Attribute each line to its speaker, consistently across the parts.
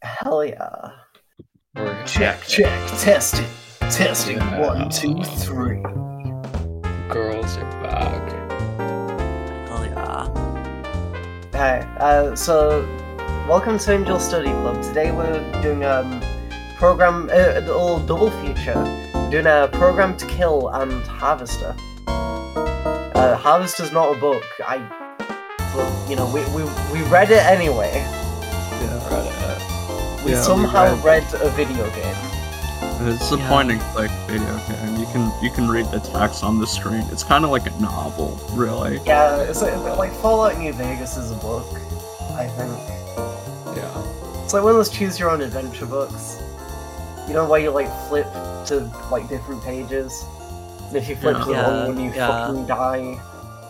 Speaker 1: Hell yeah.
Speaker 2: Or
Speaker 1: Check, check, test it. Testing one, two,
Speaker 2: Yeah.
Speaker 1: three.
Speaker 2: Girls are back.
Speaker 3: Hell yeah.
Speaker 1: Hi, uh, so welcome to Angel Study Club. Today we're doing um, program, uh, a little double feature. We're doing a program to kill and Harvester. Uh, Harvester's not a book. I, well, you know, we, we, we read it anyway.
Speaker 4: Yeah,
Speaker 2: Right,
Speaker 1: We
Speaker 4: Yeah, we
Speaker 1: somehow read. a video game.
Speaker 4: it's the
Speaker 3: Yeah.
Speaker 4: point and click video game. You can you can read the text on the screen. It's kind of like a novel, really.
Speaker 1: Yeah, it's like, like Fallout New Vegas is a book, I think.
Speaker 2: uh, yeah.
Speaker 1: It's like one of those choose your own adventure books. You know where you like flip to like different pages? And if you flip to the
Speaker 3: Yeah.
Speaker 1: wrong one you
Speaker 3: Yeah.
Speaker 1: fucking die.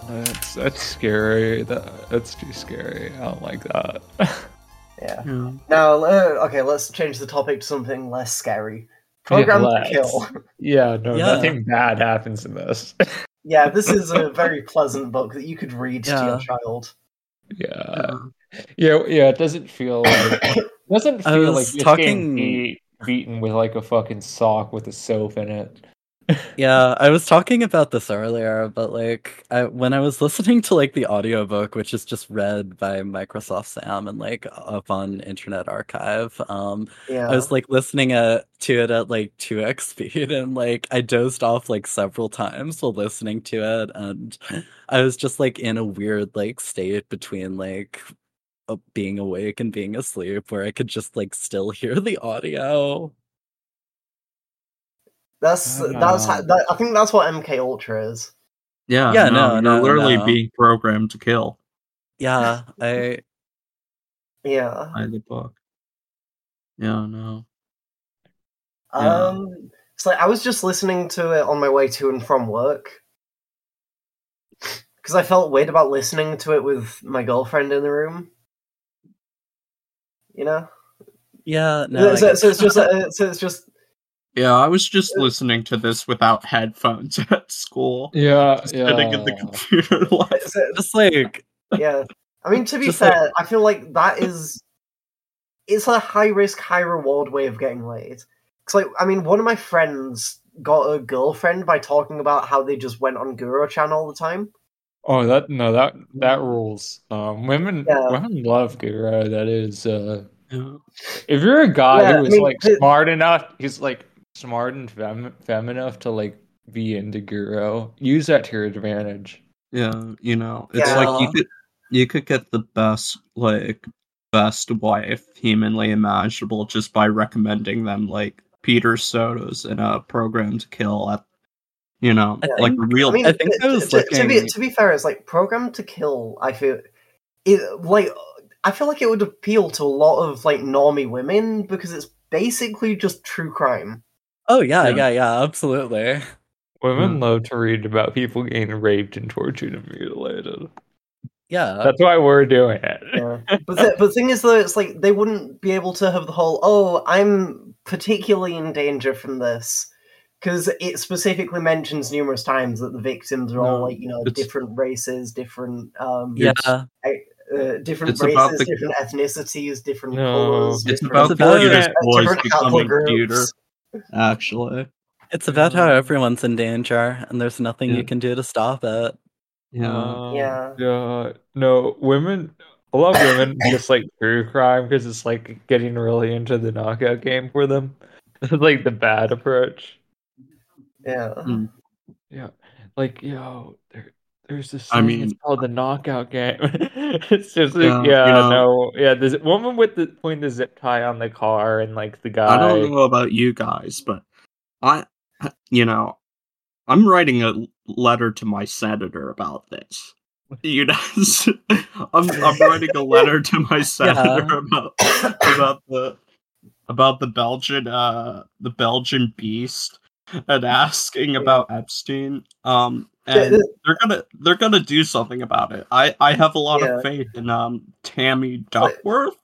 Speaker 2: That's that's scary. That that's too scary. I don't like that.
Speaker 1: Yeah.
Speaker 4: Yeah.
Speaker 1: Now, uh, okay, let's change the topic to something less scary. Program to
Speaker 2: let's.
Speaker 1: kill.
Speaker 2: Yeah, no,
Speaker 3: Yeah.
Speaker 2: nothing bad happens in this.
Speaker 1: Yeah, this is a very pleasant book that you could read to
Speaker 3: Yeah.
Speaker 1: your child.
Speaker 2: yeah. Yeah, yeah, it doesn't feel like it doesn't
Speaker 3: I
Speaker 2: feel
Speaker 3: was
Speaker 2: like you're getting
Speaker 3: talking-
Speaker 2: beat, beaten with like a fucking sock with a soap in it.
Speaker 3: Yeah, I was talking about this earlier, but like I, when I was listening to like the audiobook, which is just read by Microsoft Sam and like up on Internet Archive, um,
Speaker 1: Yeah.
Speaker 3: I was like listening uh, to it at like 2x speed and like I dozed off like several times while listening to it. And I was just like in a weird like state between like uh, being awake and being asleep where I could just like still hear the audio.
Speaker 1: that's
Speaker 2: I don't
Speaker 1: that's
Speaker 2: know.
Speaker 1: ha- that, I think that's what MK Ultra is.
Speaker 4: Yeah.
Speaker 3: Yeah, no,
Speaker 4: No, you're
Speaker 3: no,
Speaker 4: literally
Speaker 3: no.
Speaker 4: being programmed to kill
Speaker 3: Yeah, I
Speaker 1: Yeah.
Speaker 4: by the book. Yeah. No. Yeah.
Speaker 1: Um it's like I was just listening to it on my way to and from work. Cause I felt weird about listening to it with my girlfriend in the room. You know?
Speaker 3: yeah, no. I
Speaker 1: so,
Speaker 3: guess-
Speaker 1: so it's just uh, so it's just
Speaker 4: Yeah. I was just listening to this without headphones at school.
Speaker 2: Yeah,
Speaker 4: Just
Speaker 2: yeah.
Speaker 4: Sitting at the computer. Like,
Speaker 1: so-
Speaker 3: just like
Speaker 1: yeah. I mean to be
Speaker 3: Just like-
Speaker 1: fair, I feel like that is it's a high risk, high reward way of getting laid. Cause like I mean one of my friends got a girlfriend by talking about how they just went on Guru Chan all the time.
Speaker 2: Oh, that no, that that rules. Um, women
Speaker 1: Yeah.
Speaker 2: women love Guru. That is, uh,
Speaker 4: yeah.
Speaker 2: if you're a guy
Speaker 1: Yeah, I
Speaker 2: who is
Speaker 1: mean,
Speaker 2: like
Speaker 1: the-
Speaker 2: smart enough, he's like smart and fem, fem enough to like be into Guru. Use that to your advantage.
Speaker 4: Yeah, you know, it's like
Speaker 3: Yeah.
Speaker 4: you could you could get the best like best wife humanly imaginable just by recommending them like Peter Soto's in a program to kill at you know,
Speaker 3: I
Speaker 4: like
Speaker 3: think-
Speaker 4: real
Speaker 1: I mean,
Speaker 3: I think I was
Speaker 1: to, to- to be
Speaker 3: looking-
Speaker 1: to be fair, it's like Program to Kill. I feel it like I feel like it would appeal to a lot of like normie women because it's basically just true crime.
Speaker 3: oh yeah,
Speaker 4: Yeah.
Speaker 3: yeah, yeah, absolutely.
Speaker 2: Women
Speaker 4: Hmm.
Speaker 2: love to read about people getting raped and tortured and mutilated.
Speaker 3: Yeah.
Speaker 2: That's why we're doing it.
Speaker 1: Yeah. but the, but the thing is though, it's like they wouldn't be able to have the whole oh I'm particularly in danger from this. Because it specifically mentions numerous times that the victims are all
Speaker 4: No,
Speaker 1: like you know
Speaker 4: it's-
Speaker 1: different races, different um,
Speaker 3: yeah.
Speaker 1: uh, different
Speaker 4: It's about
Speaker 1: races,
Speaker 4: the-
Speaker 1: different ethnicities, different
Speaker 2: No.
Speaker 1: colors.
Speaker 4: it's
Speaker 1: different-
Speaker 4: about
Speaker 3: It's about-
Speaker 4: computers
Speaker 2: uh,
Speaker 4: boys
Speaker 1: different outlook
Speaker 4: becoming
Speaker 1: groups.
Speaker 4: computer, actually.
Speaker 3: It's about how everyone's in danger and there's nothing
Speaker 4: Yeah.
Speaker 3: you can do to stop it.
Speaker 4: Yeah.
Speaker 2: Um,
Speaker 1: Yeah.
Speaker 2: yeah. No, women. I love women who just like true crime because it's like getting really into the knockout game for them. It's like the bad approach.
Speaker 1: Yeah.
Speaker 2: Yeah. Like yo, there, there's this.
Speaker 4: I
Speaker 2: Song, it's
Speaker 4: mean-
Speaker 2: called the knockout game. it's just like yeah,
Speaker 4: Yeah, you know-
Speaker 2: no, yeah. This woman with the putting the zip tie on the car and like the guy.
Speaker 4: I don't know about you guys, but I you know, I'm writing a letter to my senator about this. You know, I'm, I'm writing a letter to my senator about about the about the Belgian uh the Belgian beast and asking about Epstein. Um and they're gonna they're gonna do something about it. I I have a lot
Speaker 1: Yeah.
Speaker 4: of faith in um Tammy Duckworth.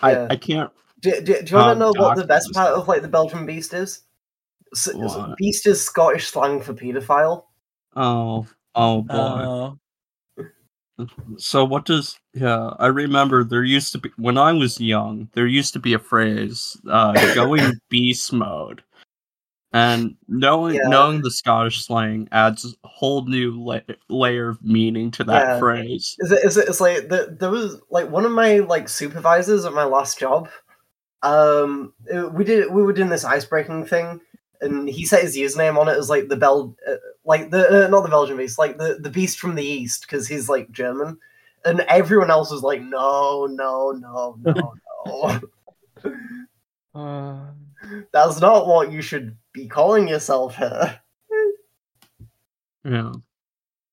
Speaker 4: I,
Speaker 1: Yeah.
Speaker 4: I can't
Speaker 1: Do, do, do you want
Speaker 4: Um,
Speaker 1: to know what the best
Speaker 4: doctors.
Speaker 1: part of like the Belgian Beast is? S- s-
Speaker 4: What?
Speaker 1: beast is Scottish slang for paedophile.
Speaker 3: Uh,
Speaker 4: oh oh boy.
Speaker 3: Oh.
Speaker 4: So what does yeah, I remember there used to be when I was young, there used to be a phrase, uh going beast mode. And knowing
Speaker 1: Yeah.
Speaker 4: knowing the Scottish slang adds a whole new la- layer of meaning to that
Speaker 1: Yeah.
Speaker 4: phrase.
Speaker 1: Is it? Is it? It's like the, there was like one of my like supervisors at my last job. Um, uh, we did we were doing this ice breaking thing, and he set his username on it as like the Bel, uh, like the uh, not the Belgian beast, like the the beast from the east, because he's like German, and everyone else was like, no, no, no, no, no.
Speaker 2: Uh,
Speaker 1: That's not what you should be calling yourself here.
Speaker 4: Yeah.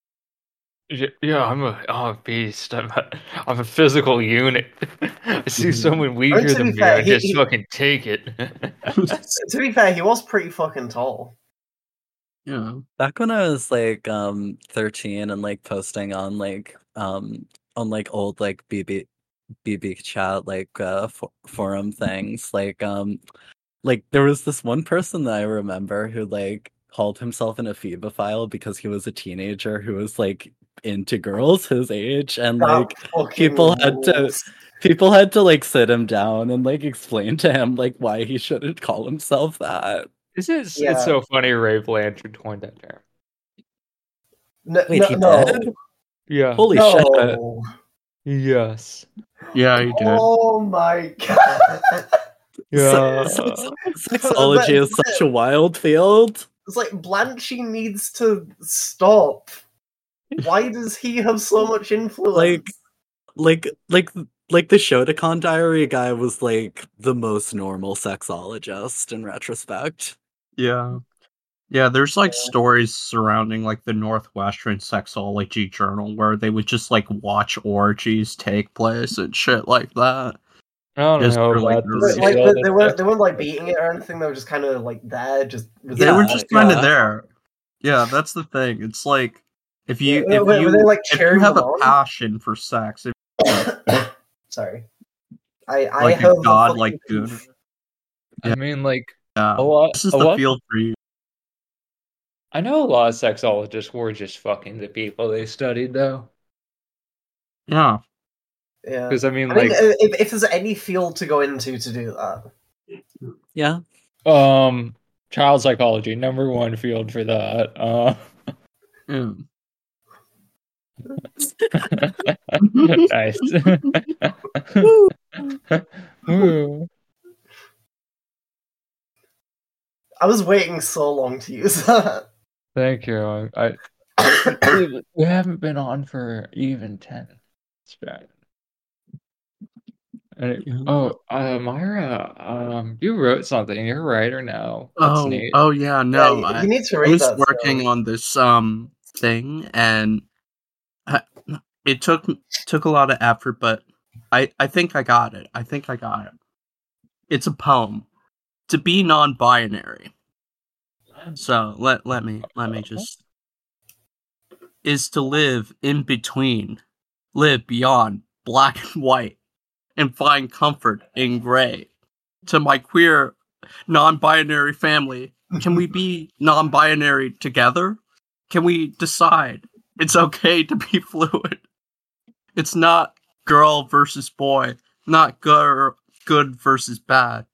Speaker 2: y- yeah, I'm a, I'm a beast. I'm a, I'm a physical unit. I see
Speaker 4: Mhm.
Speaker 2: someone weaker
Speaker 1: to
Speaker 2: than
Speaker 1: be
Speaker 2: me,
Speaker 1: fair,
Speaker 2: I
Speaker 1: he-
Speaker 2: just
Speaker 1: he-
Speaker 2: fucking take it.
Speaker 1: to be fair, he was pretty fucking tall.
Speaker 4: yeah.
Speaker 3: Back when I was like um 13 and like posting on like um on like old like BB BB chat like uh for- forum things like um like there was this one person that I remember who like called himself an ephebophile because he was a teenager who was like into girls his age and
Speaker 1: That
Speaker 3: like
Speaker 1: fucking
Speaker 3: people had to-
Speaker 1: rules.
Speaker 3: people had to like sit him down and like explain to him like why he shouldn't call himself that.
Speaker 2: It's, it's,
Speaker 1: Yeah.
Speaker 2: it's so funny Ray Blanchard coined that term.
Speaker 1: No,
Speaker 3: Wait,
Speaker 1: no,
Speaker 3: he
Speaker 1: no.
Speaker 3: did?
Speaker 2: Yeah.
Speaker 3: Holy shit.
Speaker 1: no.
Speaker 2: Yes.
Speaker 4: Yeah, you did.
Speaker 1: Oh my god!
Speaker 2: Yeah.
Speaker 3: Sex- sex- sexology is such a wild field.
Speaker 1: It's like Blanchie needs to stop. Why does he have so much influence?
Speaker 3: Like, like, like, like the Shotokan Diary guy was like the most normal sexologist in retrospect.
Speaker 4: Yeah. Yeah, there's like stories surrounding like the Northwestern Sexology Journal where they would just like watch orgies take place and shit like that.
Speaker 2: I don't
Speaker 4: Just
Speaker 2: know
Speaker 4: for, like,
Speaker 2: about
Speaker 4: the
Speaker 2: this.
Speaker 1: But, like,
Speaker 2: Yeah,
Speaker 1: they,
Speaker 2: that-
Speaker 1: they weren't they weren't like beating it or anything. They were just kind of like there, just
Speaker 4: they were
Speaker 3: Yeah,
Speaker 4: just kind
Speaker 3: yeah.
Speaker 4: of there. Yeah, that's the thing. It's like if you
Speaker 1: Were-
Speaker 4: if
Speaker 1: were
Speaker 4: you
Speaker 1: they, like,
Speaker 4: if you
Speaker 1: cheering
Speaker 4: have
Speaker 1: them
Speaker 4: a
Speaker 1: on?
Speaker 4: passion for sex, if,
Speaker 1: there. Sorry, I I
Speaker 4: Like a
Speaker 1: have the
Speaker 4: god,
Speaker 1: fucking
Speaker 4: like,
Speaker 1: goof.
Speaker 4: dude.
Speaker 2: I mean, like,
Speaker 4: yeah,
Speaker 2: a lot.
Speaker 4: this is
Speaker 2: a
Speaker 4: the
Speaker 2: lot-
Speaker 4: field for you.
Speaker 2: I know a lot of sexologists were just fucking the people they studied, though.
Speaker 4: Yeah,
Speaker 1: Yeah.
Speaker 2: Because I mean,
Speaker 1: I mean,
Speaker 2: like,
Speaker 1: uh, if, if there's any field to go into to do that,
Speaker 3: Yeah,
Speaker 4: uh,
Speaker 2: um, child psychology, number one field for that. Uh,
Speaker 4: yeah.
Speaker 2: nice. Ooh.
Speaker 1: I was waiting so long to use that.
Speaker 2: Thank you. I, I we haven't been on for even ten. It's bad. And it-
Speaker 4: Yeah.
Speaker 2: oh, uh, Myra, um, you wrote something. You're a writer now. That's
Speaker 4: Oh,
Speaker 2: neat.
Speaker 4: oh yeah, no.
Speaker 1: Yeah, you,
Speaker 4: I-
Speaker 1: you need to
Speaker 4: I
Speaker 1: read
Speaker 4: was
Speaker 1: that.
Speaker 4: working on this um thing, and I, it took took a lot of effort, but I I think I got it. I think I got it. It's a poem to be non-binary. So let let me let me just is to live in between, live beyond black and white, and find comfort in gray. To my queer non-binary family, can we be non-binary together? Can we decide it's okay to be fluid? It's not girl versus boy, not girl good versus bad,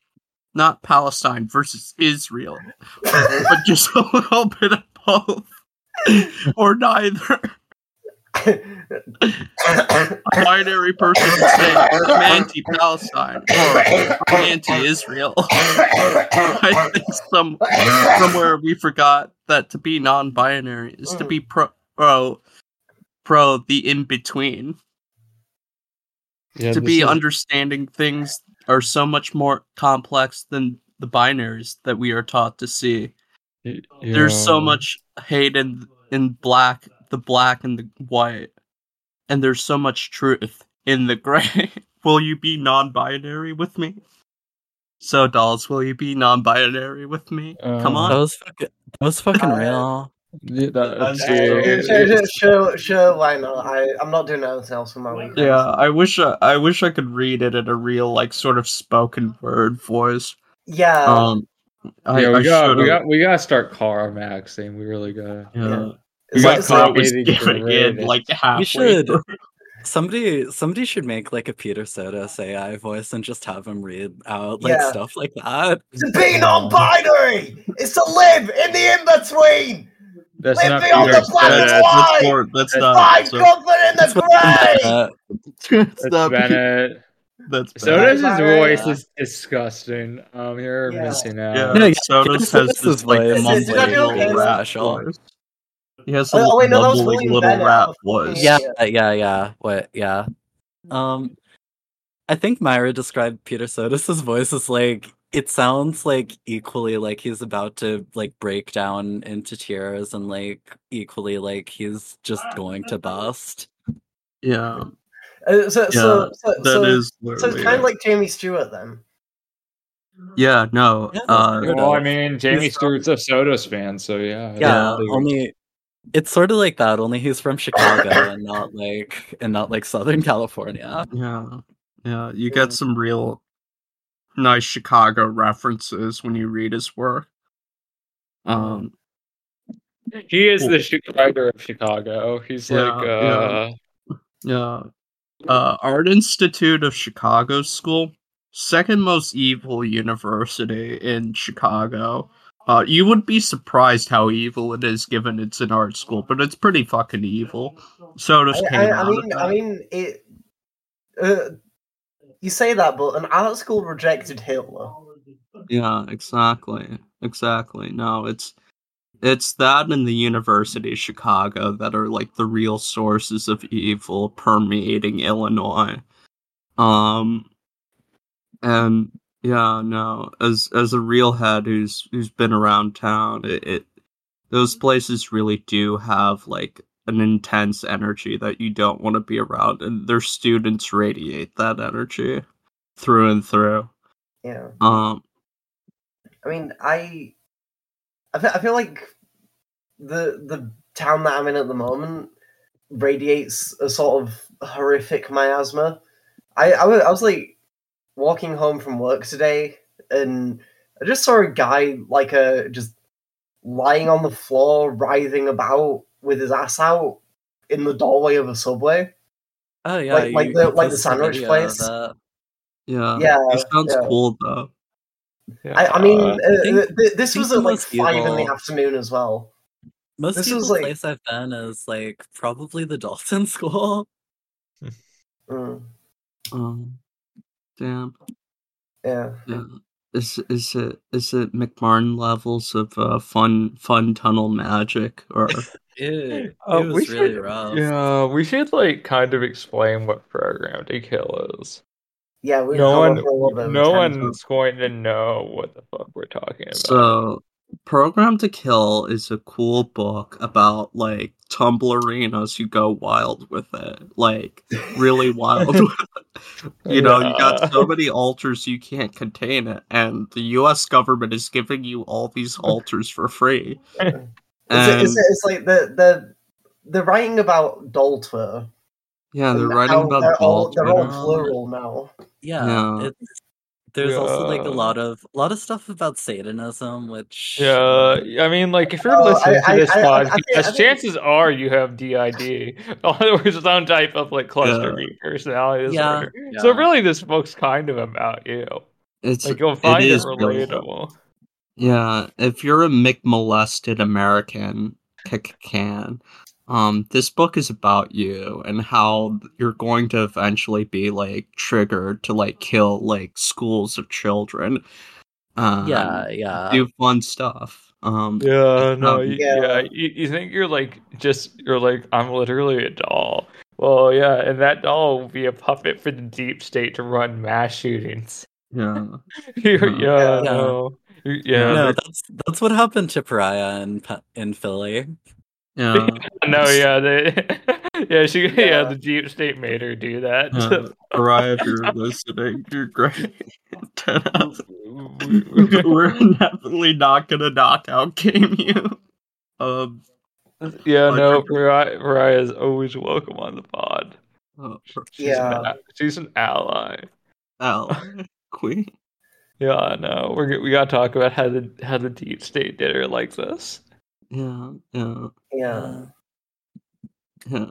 Speaker 4: not Palestine versus Israel, but just a little bit of both or neither. Binary person would say I'm anti-Palestine or anti-Israel. I think some somewhere we forgot that to be non-binary is to be pro pro, pro the in between
Speaker 2: Yeah,
Speaker 4: to
Speaker 2: this
Speaker 4: be
Speaker 2: is-
Speaker 4: understanding things are so much more complex than the binaries that we are taught to see
Speaker 2: y-
Speaker 4: there's so
Speaker 2: yeah.
Speaker 4: much hate in in black the black and the white and there's so much truth in the gray will you be non-binary with me so dolls will you be non-binary with me come
Speaker 2: Uh,
Speaker 3: that
Speaker 4: on
Speaker 3: was fucking, that was fucking real.
Speaker 2: Yeah, that-
Speaker 4: I'm
Speaker 2: dude,
Speaker 4: sorry.
Speaker 1: sure,
Speaker 2: it's-
Speaker 1: sure, sure, sure, why not? I, I'm not doing anything else for my weekend.
Speaker 4: Yeah, I wish I, I wish I could read it in a real like sort of spoken word voice.
Speaker 1: Yeah.
Speaker 4: Um, I,
Speaker 2: yeah,
Speaker 4: I
Speaker 2: we got, we
Speaker 4: should've-
Speaker 2: got, we got to start Carl Maxing. We really got. to
Speaker 4: yeah. We
Speaker 1: It's like,
Speaker 2: got
Speaker 4: got
Speaker 1: it's like-
Speaker 2: copied.
Speaker 4: copies
Speaker 2: and
Speaker 4: given in
Speaker 2: ruined it.
Speaker 4: like halfway.
Speaker 3: should.
Speaker 4: through.
Speaker 3: Somebody somebody should make like a Peter Sotos AI voice and just have him read out like
Speaker 1: Yeah.
Speaker 3: stuff like that.
Speaker 1: to be non-binary is to live in the in-between.
Speaker 2: That's
Speaker 1: Leave
Speaker 2: not
Speaker 1: me on
Speaker 2: Peter
Speaker 1: the planet,
Speaker 2: Sotos.
Speaker 4: That's,
Speaker 1: why?
Speaker 4: that's, more, that's not.
Speaker 1: Find
Speaker 4: Uh, So,
Speaker 1: comfort in the grave.
Speaker 3: That's Uh,
Speaker 4: that's
Speaker 2: That's
Speaker 4: not.
Speaker 2: Bennett.
Speaker 4: That's
Speaker 2: Sodas'
Speaker 1: Bye.
Speaker 2: voice is disgusting. Um, you're
Speaker 1: Yeah.
Speaker 2: missing out.
Speaker 4: Yeah,
Speaker 3: No, yeah,
Speaker 4: Sodas
Speaker 3: Peter
Speaker 4: has
Speaker 3: Sodas'
Speaker 4: this like
Speaker 3: voice
Speaker 1: is
Speaker 4: mumbling
Speaker 1: like
Speaker 4: little
Speaker 1: okay.
Speaker 4: rat
Speaker 3: Special.
Speaker 4: voice. He has a
Speaker 1: Oh, oh, wait, no, that was
Speaker 4: mumbling
Speaker 1: William
Speaker 4: little
Speaker 1: Bennett.
Speaker 4: rat voice.
Speaker 3: yeah, yeah, yeah. What? Yeah. Um, I think Myra described Peter Sodas's voice as like it sounds like equally like he's about to like break down into tears and like equally like he's just going to bust.
Speaker 4: yeah,
Speaker 1: Uh, so, so, so,
Speaker 4: that is
Speaker 1: so, so
Speaker 4: literally
Speaker 1: it's kind
Speaker 4: it.
Speaker 1: of like Jamie Stewart then.
Speaker 4: Yeah, no.
Speaker 3: Yeah,
Speaker 4: uh,
Speaker 3: that's
Speaker 2: Well, I mean, Jamie
Speaker 3: He's-
Speaker 2: Stewart's a Sodas fan, so yeah.
Speaker 3: Yeah,
Speaker 4: Yeah.
Speaker 3: only it's sort of like that. Only he's from Chicago and not like and not like Southern California.
Speaker 4: yeah, yeah. You get some real nice Chicago references when you read his work. Um,
Speaker 2: He is the Chicago of Chicago. He's
Speaker 4: Yeah,
Speaker 2: like,
Speaker 4: yeah.
Speaker 2: uh,
Speaker 4: yeah. Uh, Art Institute of Chicago School, second most evil university in Chicago. Uh, you would be surprised how evil it is, given it's an art school, but it's pretty fucking evil. So does
Speaker 1: I, I, I mean, I mean, it. Uh, you say that, but an art school rejected Hitler.
Speaker 4: Yeah, exactly. Exactly. No, it's it's that and the University of Chicago that are like the real sources of evil permeating Illinois. Um and yeah, no, as as a real head who's who's been around town, it, it those places really do have like an intense energy that you don't want to be around and their students radiate that energy through and through.
Speaker 1: Yeah,
Speaker 4: Um
Speaker 1: I mean, I, I, fe- I feel like the the town that I'm in at the moment radiates a sort of horrific miasma. I I was, I was like walking home from work today, and I just saw a guy like a just lying on the floor, writhing about with his ass out in the doorway of a subway.
Speaker 3: Oh yeah,
Speaker 1: Like- like
Speaker 3: you-
Speaker 1: the-
Speaker 3: you
Speaker 1: like the
Speaker 3: posted a
Speaker 1: sandwich
Speaker 3: video of
Speaker 1: place.
Speaker 3: that.
Speaker 4: Yeah.
Speaker 1: Yeah,
Speaker 4: He sounds
Speaker 1: yeah.
Speaker 4: cool though.
Speaker 1: I, I mean,
Speaker 2: uh,
Speaker 1: uh, th-
Speaker 3: think-
Speaker 1: th- this
Speaker 3: think
Speaker 1: was
Speaker 3: the
Speaker 1: at like
Speaker 3: most
Speaker 1: five in the
Speaker 3: evil-
Speaker 1: afternoon as well.
Speaker 3: Most
Speaker 1: This was,
Speaker 3: people's
Speaker 1: like-
Speaker 3: place I've been is like probably the Dalton School.
Speaker 1: Mm,
Speaker 4: Um, damn.
Speaker 1: yeah.
Speaker 4: Yeah. Is is it is it McMartin levels of uh, fun fun tunnel magic or
Speaker 3: Ew,
Speaker 2: Uh,
Speaker 3: it
Speaker 2: we
Speaker 3: was really
Speaker 2: should-
Speaker 3: rough.
Speaker 2: yeah, we should like kind of explain what programmed to kill is.
Speaker 1: Yeah, we
Speaker 2: No
Speaker 1: gone
Speaker 2: one,
Speaker 1: on for a little bit of
Speaker 2: no
Speaker 1: a
Speaker 2: one's
Speaker 1: tangent.
Speaker 2: going to know what the fuck we're talking about.
Speaker 4: so? Program to Kill is a cool book about like Tumblrinos who go wild with it, like really wild. with it. You know, you
Speaker 2: Yeah.
Speaker 4: got so many altars you can't contain it, and the U.S. government is giving you all these altars for free.
Speaker 1: It's,
Speaker 4: And-
Speaker 1: it's, it's like the the they're writing about doll Twitter.
Speaker 4: Yeah, they're
Speaker 1: and
Speaker 4: writing
Speaker 1: how
Speaker 4: about
Speaker 1: they're all,
Speaker 4: Baltimore.
Speaker 1: they're all
Speaker 3: Twitter.
Speaker 1: plural now.
Speaker 3: Yeah,
Speaker 4: Yeah.
Speaker 3: It's, there's also like a
Speaker 2: Yeah.
Speaker 3: lot of a lot of stuff about Satanism, which
Speaker 2: Yeah, I mean, like if you're
Speaker 1: Oh,
Speaker 2: listening
Speaker 1: I-
Speaker 2: to this
Speaker 1: I- I- I
Speaker 2: podcast,
Speaker 1: think- I think-
Speaker 2: chances are you have DID or some type of like cluster B personality
Speaker 3: Yeah,
Speaker 2: disorder.
Speaker 3: yeah.
Speaker 2: So really, this book's kind of about you.
Speaker 4: It's
Speaker 2: Like you'll find it,
Speaker 4: is really-
Speaker 2: relatable.
Speaker 4: yeah. If you're a McMolested American, kick can. Um, this book is about you and how you're going to eventually be like triggered to like kill like schools of children. Um,
Speaker 3: yeah, yeah.
Speaker 4: do fun stuff. Um,
Speaker 2: Yeah, no, you,
Speaker 1: yeah.
Speaker 2: yeah. you, you think you're like just you're like I'm literally a doll. Well, yeah, and that doll will be a puppet for the deep state to run mass shootings.
Speaker 4: yeah,
Speaker 2: yeah,
Speaker 1: Yeah.
Speaker 2: no, You- yeah,
Speaker 3: no, that's that's what happened to Pariah in Pe- in Philly.
Speaker 4: yeah.
Speaker 2: No, yeah, they, yeah, she, yeah.
Speaker 1: Yeah.
Speaker 2: the deep state made her do that.
Speaker 4: Uh, Mariah, if you're listening, you're great. Ten out of we're definitely not gonna knock out game you. Um,
Speaker 2: yeah, no, Mariah, Mariah is always welcome on the pod.
Speaker 4: uh,
Speaker 2: She's
Speaker 1: Yeah.
Speaker 2: an, a- she's an ally.
Speaker 4: Al, Oh, Queen.
Speaker 2: Yeah, no, we're g- we gotta talk about how the how the deep state did her like this.
Speaker 4: Yeah, yeah.
Speaker 1: Yeah.
Speaker 3: Uh,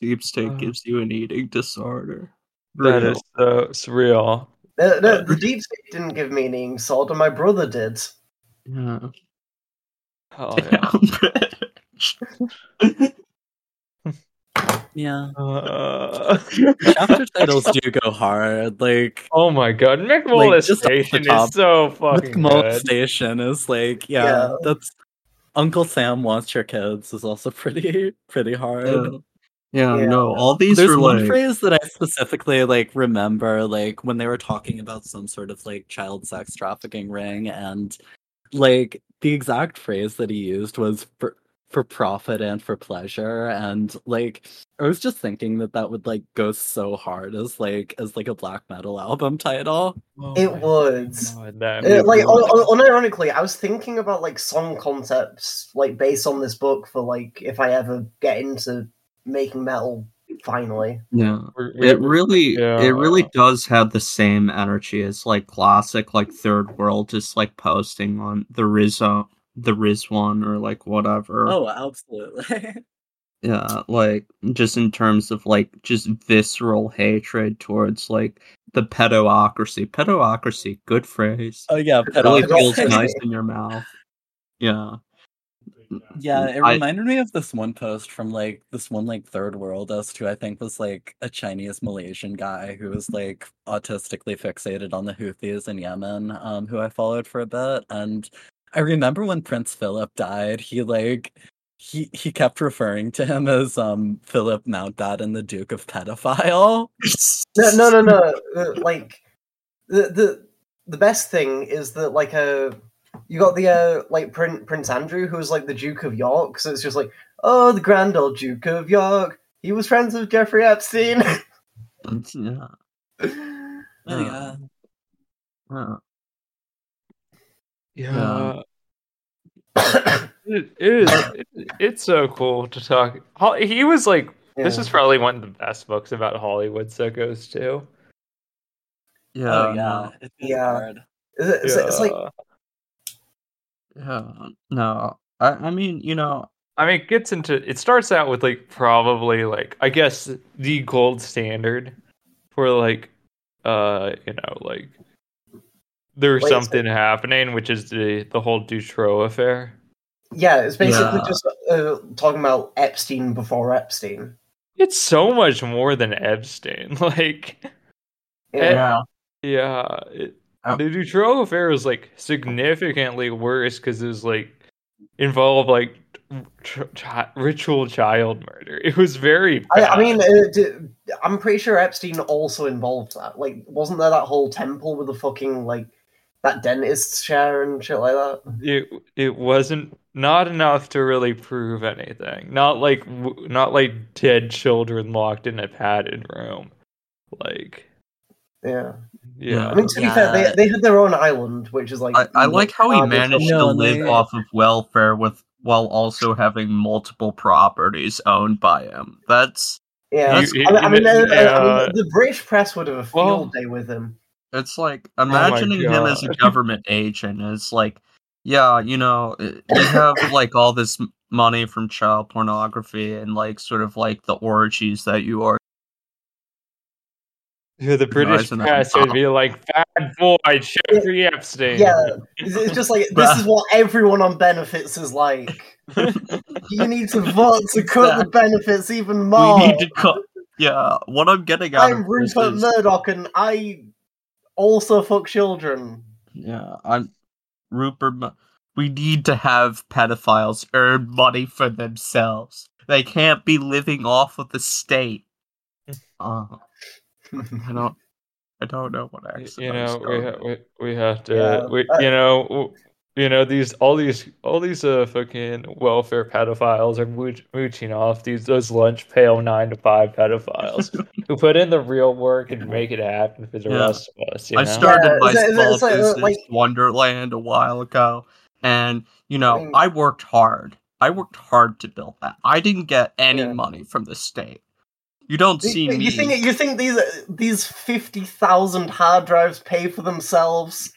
Speaker 4: Deep state
Speaker 3: Uh-huh.
Speaker 2: Uh.
Speaker 4: gives you an eating disorder.
Speaker 2: That
Speaker 4: Real.
Speaker 2: is so surreal.
Speaker 1: No, no, the deep state didn't give me an eating disorder. My brother did.
Speaker 4: Yeah.
Speaker 2: Oh, yeah.
Speaker 4: Damn.
Speaker 3: Yeah.
Speaker 2: Uh,
Speaker 3: Chapter titles do go hard. Like
Speaker 2: oh my god, McMullen
Speaker 3: Like, just off the
Speaker 2: Station
Speaker 3: top,
Speaker 2: is so fucking
Speaker 3: Mole
Speaker 2: good.
Speaker 3: Station is like, yeah,
Speaker 1: Yeah.
Speaker 3: that's Uncle Sam wants your kids is also pretty pretty hard.
Speaker 4: Yeah. yeah,
Speaker 1: Yeah.
Speaker 4: no, all these
Speaker 3: There's
Speaker 4: are
Speaker 3: one
Speaker 4: like
Speaker 3: phrase that I specifically like remember, like when they were talking about some sort of like child sex trafficking ring, and like the exact phrase that he used was for for profit and for pleasure, and like I was just thinking that that would like go so hard as like as like a black metal album title.
Speaker 2: Oh
Speaker 1: It
Speaker 2: my
Speaker 1: would.
Speaker 2: God, that
Speaker 1: Uh,
Speaker 2: movie
Speaker 1: like,
Speaker 2: was-
Speaker 1: un- un- unironically, I was thinking about like song concepts, like based on this book, for like if I ever get into making metal finally.
Speaker 4: yeah.
Speaker 2: we're- we're-
Speaker 4: It really,
Speaker 2: Yeah.
Speaker 4: it really does have the same energy as like classic, like third world, just like posting on the Rizzo, the Riz one, or like whatever.
Speaker 3: Oh, absolutely.
Speaker 4: Yeah, like just in terms of like just visceral hatred towards like the pedocracy. Pedocracy, good phrase.
Speaker 3: oh yeah,
Speaker 4: It really
Speaker 1: pedophiles.
Speaker 4: feels
Speaker 3: pedophilia.
Speaker 4: nice in your mouth. Yeah.
Speaker 3: Yeah, it
Speaker 4: I-
Speaker 3: reminded me of this one post from like this one like third worldist who I think was like a Chinese Malaysian guy who was like autistically fixated on the Houthis in Yemen, um, who I followed for a bit. And I remember when Prince Philip died, he like he he kept referring to him as um Philip Mountbatten, the Duke of Pedophile.
Speaker 1: No, no, no, no. uh, like the the the best thing is that like uh you got the uh like Prin- Prince Andrew who was like the Duke of York, so it's just like oh the grand old Duke of York. He was friends with Jeffrey Epstein.
Speaker 4: Yeah.
Speaker 3: Oh, yeah. Oh,
Speaker 4: yeah.
Speaker 2: yeah. Uh, It is. It, it's so cool to talk. Hol- He was like, this
Speaker 1: Yeah.
Speaker 2: is probably one of the best books about Hollywood psychos too.
Speaker 4: Yeah.
Speaker 3: Oh yeah.
Speaker 4: no,
Speaker 3: It is
Speaker 1: Yeah.
Speaker 3: hard.
Speaker 1: It's, it's like
Speaker 2: Yeah.
Speaker 4: yeah. No. I, I mean, you know,
Speaker 2: I mean, it gets into. It starts out with like probably like I guess the gold standard for like, uh, you know, like there's
Speaker 1: Wait a
Speaker 2: something happening, which is the the whole Dutrow affair.
Speaker 1: yeah, it's basically
Speaker 4: Yeah.
Speaker 1: just uh, talking about Epstein before Epstein.
Speaker 2: It's so much more than Epstein. Like,
Speaker 3: Eh,
Speaker 1: Yeah.
Speaker 2: Eh,
Speaker 4: yeah.
Speaker 2: Yeah, it,
Speaker 4: Oh.
Speaker 2: the Dutroux affair was like significantly worse because it was like involved like tr- chi- ritual child murder. It was very.
Speaker 1: I,
Speaker 2: Bad.
Speaker 1: I mean, uh, d- I'm pretty sure Epstein also involved that. Like, wasn't there that whole temple with the fucking like that dentist's chair and shit like that?
Speaker 2: it it wasn't not enough to really prove anything. Not like w- not like dead children locked in a padded room. Like
Speaker 1: Yeah.
Speaker 2: yeah,
Speaker 1: I mean, to be
Speaker 3: Yeah.
Speaker 1: fair, they, they had their own island, which is like.
Speaker 4: I, I like how he
Speaker 1: Uh, there's
Speaker 4: managed
Speaker 3: mm, no
Speaker 4: to
Speaker 3: one
Speaker 4: live
Speaker 3: there.
Speaker 4: off of welfare with while also having multiple properties owned by him. That's
Speaker 1: Yeah.
Speaker 2: You- you-
Speaker 1: I mean, I mean, uh, uh, I
Speaker 2: yeah.
Speaker 1: mean, the British press would have a field
Speaker 2: Well-
Speaker 1: day with him.
Speaker 4: it's like imagining him as a
Speaker 2: God.
Speaker 4: government agent is like, yeah, you know, uh, you have like all this m- money from child pornography and like sort of like the orgies that you are.
Speaker 2: Yeah, the British
Speaker 4: isn't that
Speaker 2: press would be like, "Bad boy, Jeffrey Epstein."
Speaker 1: Yeah, it's, it's just like this is what everyone on benefits is like. you need to vote to cut the benefits even more.
Speaker 4: We need to cut. Yeah, what I'm getting out
Speaker 1: I'm
Speaker 4: of this
Speaker 1: Rupert
Speaker 4: is-
Speaker 1: Murdoch, and I also fuck children.
Speaker 4: Yeah, I'm Rupert. Mu- we need to have pedophiles earn money for themselves. They can't be living off of the state. Uh, I don't. I don't know what
Speaker 2: Y-
Speaker 4: accent.
Speaker 2: you
Speaker 4: I was
Speaker 2: know we,
Speaker 4: going
Speaker 2: ha-
Speaker 4: with.
Speaker 2: we we have to
Speaker 1: Yeah,
Speaker 2: we,
Speaker 1: uh,
Speaker 2: you know w- you know these all these all these uh fucking welfare pedophiles are mooch, mooching off these those lunch pail nine to five pedophiles who put in the real work and make it happen for the
Speaker 4: Yeah.
Speaker 2: rest of us. You
Speaker 4: I
Speaker 2: know?
Speaker 4: started
Speaker 1: Yeah,
Speaker 4: my
Speaker 1: it's like- it's
Speaker 4: small
Speaker 1: like- it's
Speaker 4: business
Speaker 1: uh, like-
Speaker 4: Wonderland a while ago, and you know
Speaker 1: I mean-
Speaker 4: I worked hard. I worked hard to build that. I didn't get any
Speaker 1: Yeah.
Speaker 4: money from the state. You don't
Speaker 1: You,
Speaker 4: see
Speaker 1: you
Speaker 4: me.
Speaker 1: think you think these these fifty thousand hard drives pay for themselves?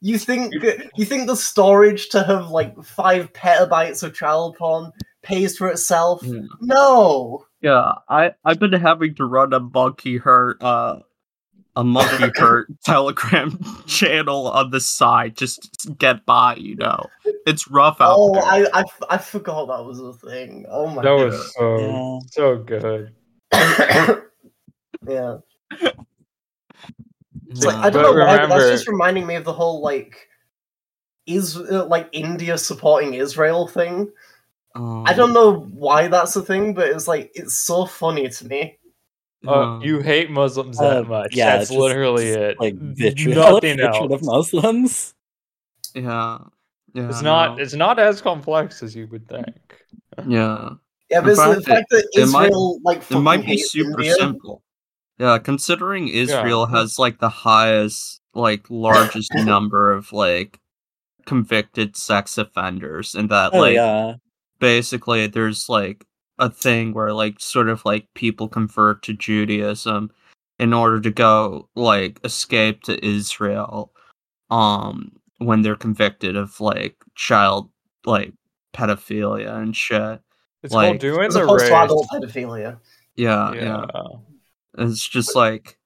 Speaker 1: You think you think the storage to have like five petabytes of child porn pays for itself?
Speaker 4: Yeah.
Speaker 1: No,
Speaker 4: Yeah, I I've been having to run a monkey hurt uh a monkey hurt telegram channel on the side just to get by, you know. It's rough out
Speaker 1: Oh,
Speaker 4: there.
Speaker 1: I, I, f- I forgot that was a thing. Oh my
Speaker 2: That was so
Speaker 3: Yeah.
Speaker 2: so good.
Speaker 1: god. yeah. It's like, I don't
Speaker 2: But
Speaker 1: know why, but
Speaker 2: remember-
Speaker 1: that's just reminding me of the whole like is uh, like India supporting Israel thing.
Speaker 4: Oh, Hmm.
Speaker 1: I don't know why that's a thing, but it's like it's so funny to me.
Speaker 2: Uh, you hate Muslims that
Speaker 3: Uh,
Speaker 2: much.
Speaker 3: yeah,
Speaker 2: That's
Speaker 3: just-
Speaker 2: literally
Speaker 3: just,
Speaker 2: it.
Speaker 3: Like vitriol,
Speaker 2: Nothing
Speaker 3: hatred
Speaker 2: else.
Speaker 3: of Muslims.
Speaker 4: Yeah. Yeah.
Speaker 2: It's
Speaker 4: I
Speaker 2: not.
Speaker 4: know.
Speaker 2: It's not as complex as you would think.
Speaker 4: yeah.
Speaker 1: Yeah, but it's
Speaker 4: In
Speaker 1: the
Speaker 4: fact,
Speaker 1: fact that
Speaker 4: it might-
Speaker 1: Israel like
Speaker 4: It
Speaker 1: fucking
Speaker 4: might be
Speaker 1: hates
Speaker 4: super
Speaker 1: India.
Speaker 4: simple. Yeah, considering Israel has like the highest, like largest number of like convicted sex offenders, and that
Speaker 3: Oh
Speaker 4: like
Speaker 3: yeah,
Speaker 4: basically there's like a thing where like sort of like people convert to Judaism in order to go like escape to Israel um when they're convicted of like child like pedophilia and shit.
Speaker 2: It's
Speaker 4: Like-
Speaker 2: called doing
Speaker 1: As
Speaker 2: the
Speaker 1: opposed
Speaker 2: race.
Speaker 1: to adult pedophilia.
Speaker 4: Yeah, yeah.
Speaker 2: yeah.
Speaker 4: It's just like,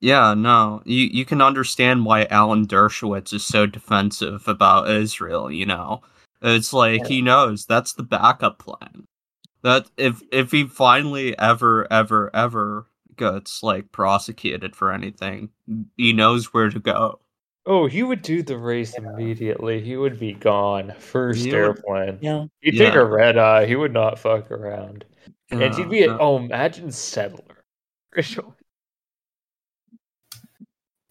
Speaker 4: yeah, no, you you can understand why Alan Dershowitz is so defensive about Israel. You know, it's like he knows that's the backup plan. That if if he finally ever ever ever gets like prosecuted for anything, he knows where to go.
Speaker 2: Oh, he would do the race immediately. He would be gone. First
Speaker 4: He would-
Speaker 2: airplane.
Speaker 3: yeah.
Speaker 2: He'd take
Speaker 4: Yeah.
Speaker 2: a red eye. He would not fuck around. and he'd be
Speaker 4: Yeah,
Speaker 2: oh, imagine settler.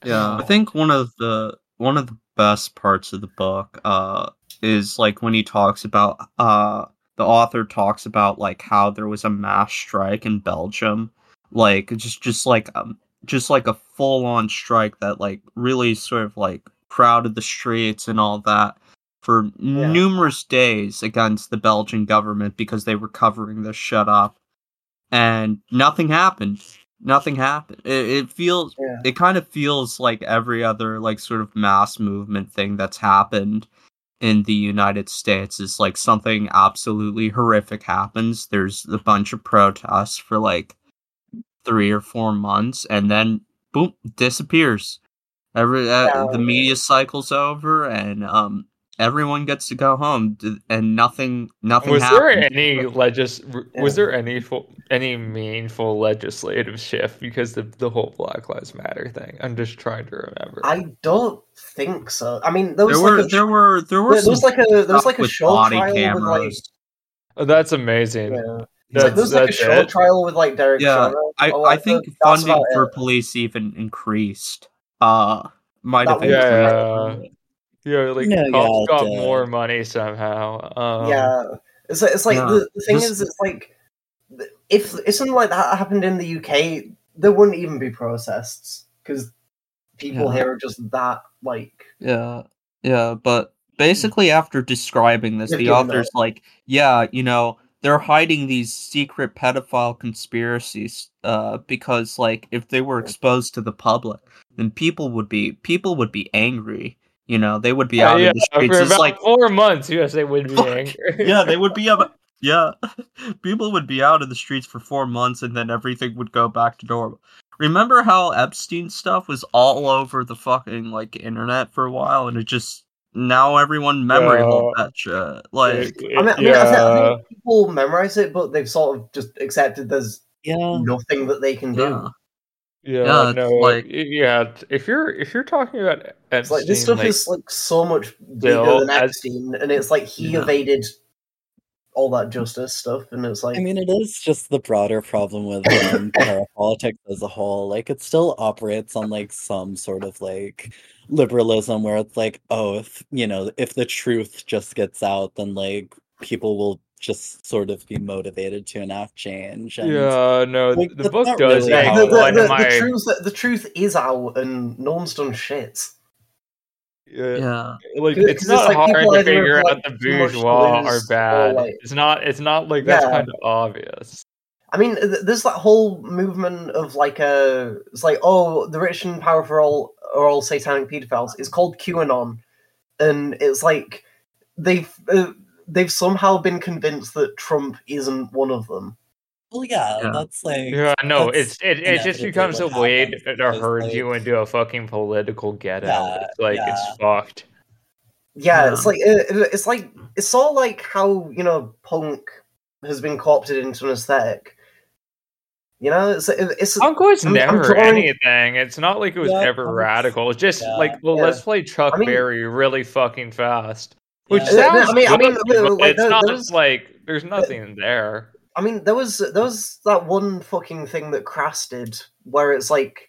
Speaker 4: Yeah, I think one of the one of the best parts of the book uh is like when he talks about uh the author talks about like how there was a mass strike in Belgium, like just just like um just like a full on strike that like really sort of like crowded the streets and all that for
Speaker 1: Yeah.
Speaker 4: numerous days against the Belgian government because they were covering this shut up and nothing happened. Nothing happened. It, it feels
Speaker 1: Yeah.
Speaker 4: it kind of feels like every other like sort of mass movement thing that's happened in the United States is like something absolutely horrific happens. There's a bunch of protests for like three or four months, and then boom, disappears. Every uh,
Speaker 1: Yeah.
Speaker 4: the media cycle's over, and um, everyone gets to go home, d- and nothing, nothing.
Speaker 2: was there
Speaker 4: happens.
Speaker 2: any legis?
Speaker 1: Yeah.
Speaker 2: Was there any full, any meaningful legislative shift because the the whole Black Lives Matter thing? I'm just trying to remember.
Speaker 1: I don't think so. I mean, there was
Speaker 4: There
Speaker 1: like
Speaker 4: were,
Speaker 1: a
Speaker 4: there were, there were,
Speaker 1: there, there was
Speaker 4: some
Speaker 1: like a there was
Speaker 4: stuff
Speaker 1: like a
Speaker 4: with
Speaker 1: show
Speaker 4: body
Speaker 1: trial
Speaker 4: cameras.
Speaker 2: Oh, that's amazing.
Speaker 1: with like yeah. It's
Speaker 2: That's,
Speaker 1: like, there was like a
Speaker 2: that's
Speaker 1: show
Speaker 2: it.
Speaker 1: trial with like Derek
Speaker 4: Yeah,
Speaker 1: Chauvin.
Speaker 4: I,
Speaker 1: Oh,
Speaker 4: I
Speaker 1: that's
Speaker 4: think
Speaker 1: it. That's
Speaker 4: funding
Speaker 1: about
Speaker 4: for
Speaker 1: it.
Speaker 4: police even increased. Uh, might have
Speaker 1: That was-
Speaker 4: increased.
Speaker 2: Yeah, yeah. Like
Speaker 3: No,
Speaker 2: cops
Speaker 3: yeah,
Speaker 2: got
Speaker 3: the-
Speaker 2: more money somehow. Um,
Speaker 1: yeah, it's like, it's like
Speaker 4: yeah,
Speaker 1: the, the thing
Speaker 4: just-
Speaker 1: is, it's like th- if if something like that happened in the UK, there wouldn't even be protests because people
Speaker 4: Yeah.
Speaker 1: here are just that like
Speaker 4: Yeah, yeah, but
Speaker 2: Hmm.
Speaker 4: basically, after describing this,
Speaker 1: They've
Speaker 4: the
Speaker 1: given
Speaker 4: author's like, yeah, you know, they're hiding these secret pedophile conspiracies, uh, because like if they were exposed to the public, then people would be people would be angry. You know, they would be
Speaker 2: Yeah,
Speaker 4: out
Speaker 2: yeah,
Speaker 4: in the streets.
Speaker 2: for
Speaker 4: It's
Speaker 2: about
Speaker 4: like,
Speaker 2: four months, yes, they would be
Speaker 4: Fuck.
Speaker 2: angry.
Speaker 4: yeah, they would be up. Yeah, people would be out in the streets for four months, and then everything would go back to normal. Remember how Epstein stuff was all over the fucking like internet for a while, and it just now everyone memory hold that shit. Like,
Speaker 1: I mean, I, mean I, think, I think people memorize it, but they've sort of just accepted there's
Speaker 3: Yeah.
Speaker 1: nothing that they can do.
Speaker 4: yeah,
Speaker 2: yeah,
Speaker 4: yeah, it's
Speaker 2: no,
Speaker 4: like-
Speaker 2: y- yeah. If you're if you're talking about
Speaker 1: It's like this
Speaker 2: Epstein,
Speaker 1: stuff
Speaker 2: like,
Speaker 1: is like so much bigger
Speaker 2: Bill,
Speaker 1: than
Speaker 2: as-
Speaker 1: Epstein, and it's like he
Speaker 4: Yeah.
Speaker 1: evaded all that justice stuff, and it's like
Speaker 3: I mean, it is just the broader problem with um, politics as a whole. Like, it still operates on like some sort of like liberalism, where it's like, oh, if you know, if the truth just gets out, then like people will just sort of be motivated to enact change. And
Speaker 2: yeah, no,
Speaker 3: Like,
Speaker 2: the
Speaker 3: that's
Speaker 2: book
Speaker 3: not
Speaker 2: does
Speaker 3: really
Speaker 1: Yeah,
Speaker 2: make
Speaker 3: how
Speaker 1: the,
Speaker 3: it
Speaker 1: the,
Speaker 2: one
Speaker 1: the,
Speaker 2: of
Speaker 1: the
Speaker 2: my
Speaker 1: truth, the, truth is out, and no one's done shit.
Speaker 2: yeah,
Speaker 4: yeah.
Speaker 2: like
Speaker 1: 'Cause-
Speaker 2: it's
Speaker 1: 'cause it's
Speaker 2: not
Speaker 1: like
Speaker 2: hard
Speaker 1: people
Speaker 2: to
Speaker 1: either have,
Speaker 2: figure out
Speaker 1: like,
Speaker 2: the
Speaker 1: too much to
Speaker 2: bourgeois
Speaker 1: lose
Speaker 2: are
Speaker 1: or,
Speaker 2: bad.
Speaker 1: like-
Speaker 2: It's not it's not like that's
Speaker 1: Yeah.
Speaker 2: kind of obvious.
Speaker 1: I mean, th- there's that whole movement of like a, it's like oh, the rich and powerful are all satanic pedophiles. It's called QAnon, and it's like they've uh, they've somehow been convinced that Trump isn't one of them.
Speaker 3: Well, yeah,
Speaker 4: Yeah.
Speaker 3: that's like
Speaker 2: Yeah, no,
Speaker 3: that's
Speaker 2: it's it, it just
Speaker 3: inevitably
Speaker 2: becomes a
Speaker 3: what
Speaker 2: way
Speaker 3: happens,
Speaker 2: to, to
Speaker 3: because,
Speaker 2: herd you
Speaker 3: like-
Speaker 2: into a fucking political get out.
Speaker 3: Yeah,
Speaker 2: it's like
Speaker 3: yeah.
Speaker 2: it's fucked.
Speaker 1: Yeah,
Speaker 4: Yeah.
Speaker 1: it's like it, it- it's like it's all like how you know punk has been co-opted into an aesthetic. You know, it's it, it's
Speaker 2: Punk was
Speaker 1: I'm- I'm
Speaker 2: never
Speaker 1: drawing-
Speaker 2: anything. It's not like it was
Speaker 3: Yeah,
Speaker 2: ever
Speaker 3: punk-
Speaker 2: radical. It's just
Speaker 3: yeah.
Speaker 2: like, well,
Speaker 1: Yeah.
Speaker 2: let's play Chuck
Speaker 1: I mean-
Speaker 2: Berry really fucking fast, which
Speaker 3: Yeah.
Speaker 1: Yeah, no,
Speaker 2: sounds
Speaker 1: I mean- I mean,
Speaker 2: good,
Speaker 1: uh,
Speaker 2: but
Speaker 1: like,
Speaker 2: it's
Speaker 1: there-
Speaker 2: not
Speaker 1: there's-
Speaker 2: like there's nothing there.
Speaker 1: I mean, there was there was that one fucking thing that Crass did where it's like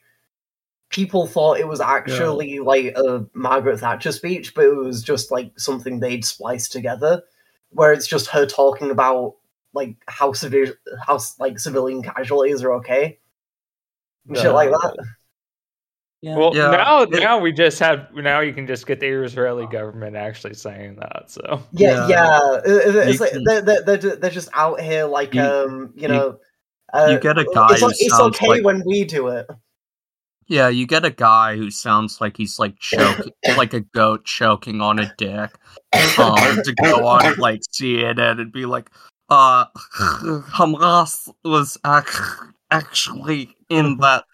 Speaker 1: people thought it was actually like a Margaret Thatcher speech, but it was just like something they'd spliced together, where it's just her talking about like how severe how like civilian casualties are okay, and shit like that.
Speaker 3: yeah.
Speaker 2: Well,
Speaker 4: Yeah.
Speaker 2: now
Speaker 4: It-
Speaker 2: now we just have now you can just get the Israeli government actually saying that. So
Speaker 1: Yeah,
Speaker 4: Yeah.
Speaker 1: yeah. It- it- it's
Speaker 4: You
Speaker 1: like
Speaker 4: can-
Speaker 1: they're, they're, they're, ju- they're just out here like
Speaker 4: You-
Speaker 1: um you
Speaker 4: you-
Speaker 1: know. uh,
Speaker 4: you get a guy
Speaker 1: It's,
Speaker 4: who
Speaker 1: o- it's
Speaker 4: sounds
Speaker 1: okay
Speaker 4: like-
Speaker 1: when we do it.
Speaker 4: Yeah, you get a guy who sounds like he's like choking, like a goat choking on a dick, um, to go on like CNN and be like, uh, Hamas was ac- actually in
Speaker 1: Mm-hmm.
Speaker 4: that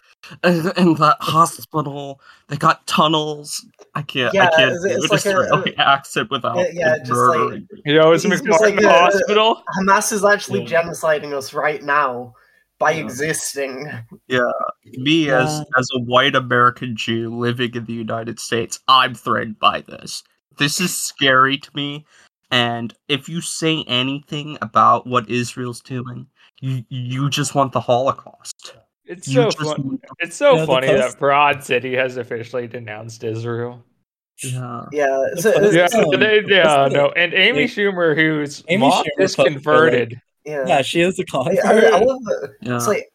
Speaker 4: uh, in that hospital. They got tunnels. I can't.
Speaker 1: Yeah,
Speaker 4: I can't
Speaker 1: it's-
Speaker 4: do
Speaker 1: it's
Speaker 4: an
Speaker 1: like a-
Speaker 4: Israeli accent without
Speaker 1: Yeah, yeah,
Speaker 4: like,
Speaker 1: just like-
Speaker 4: murdering.
Speaker 2: you know, it's
Speaker 1: He's
Speaker 2: McMartin
Speaker 1: just like a-
Speaker 2: Hospital.
Speaker 1: Hamas is actually
Speaker 4: Yeah.
Speaker 1: genociding us right now by
Speaker 4: Yeah.
Speaker 1: existing.
Speaker 4: Me as
Speaker 3: Yeah.
Speaker 4: as a white American Jew living in the United States, I'm threatened by this. This is scary to me. And if you say anything about what Israel's doing, you you just want the Holocaust.
Speaker 2: It's
Speaker 4: You
Speaker 2: so
Speaker 4: just
Speaker 2: fun.
Speaker 4: want-
Speaker 2: It's so
Speaker 3: Yeah, the
Speaker 2: funny
Speaker 3: post-
Speaker 2: that Broad City has officially denounced Israel.
Speaker 4: yeah.
Speaker 1: Yeah, so,
Speaker 3: funny
Speaker 1: it's-
Speaker 2: Yeah,
Speaker 1: it's-
Speaker 3: so-
Speaker 2: they- yeah,
Speaker 3: that's the-
Speaker 2: no, and Amy
Speaker 3: like,
Speaker 2: Schumer, who's
Speaker 3: Amy
Speaker 2: mom
Speaker 3: Schumer
Speaker 2: is
Speaker 3: fucked her,
Speaker 2: converted.
Speaker 1: yeah.
Speaker 3: yeah, she is a convert.
Speaker 1: I, I- I love it.
Speaker 4: yeah.
Speaker 1: It's like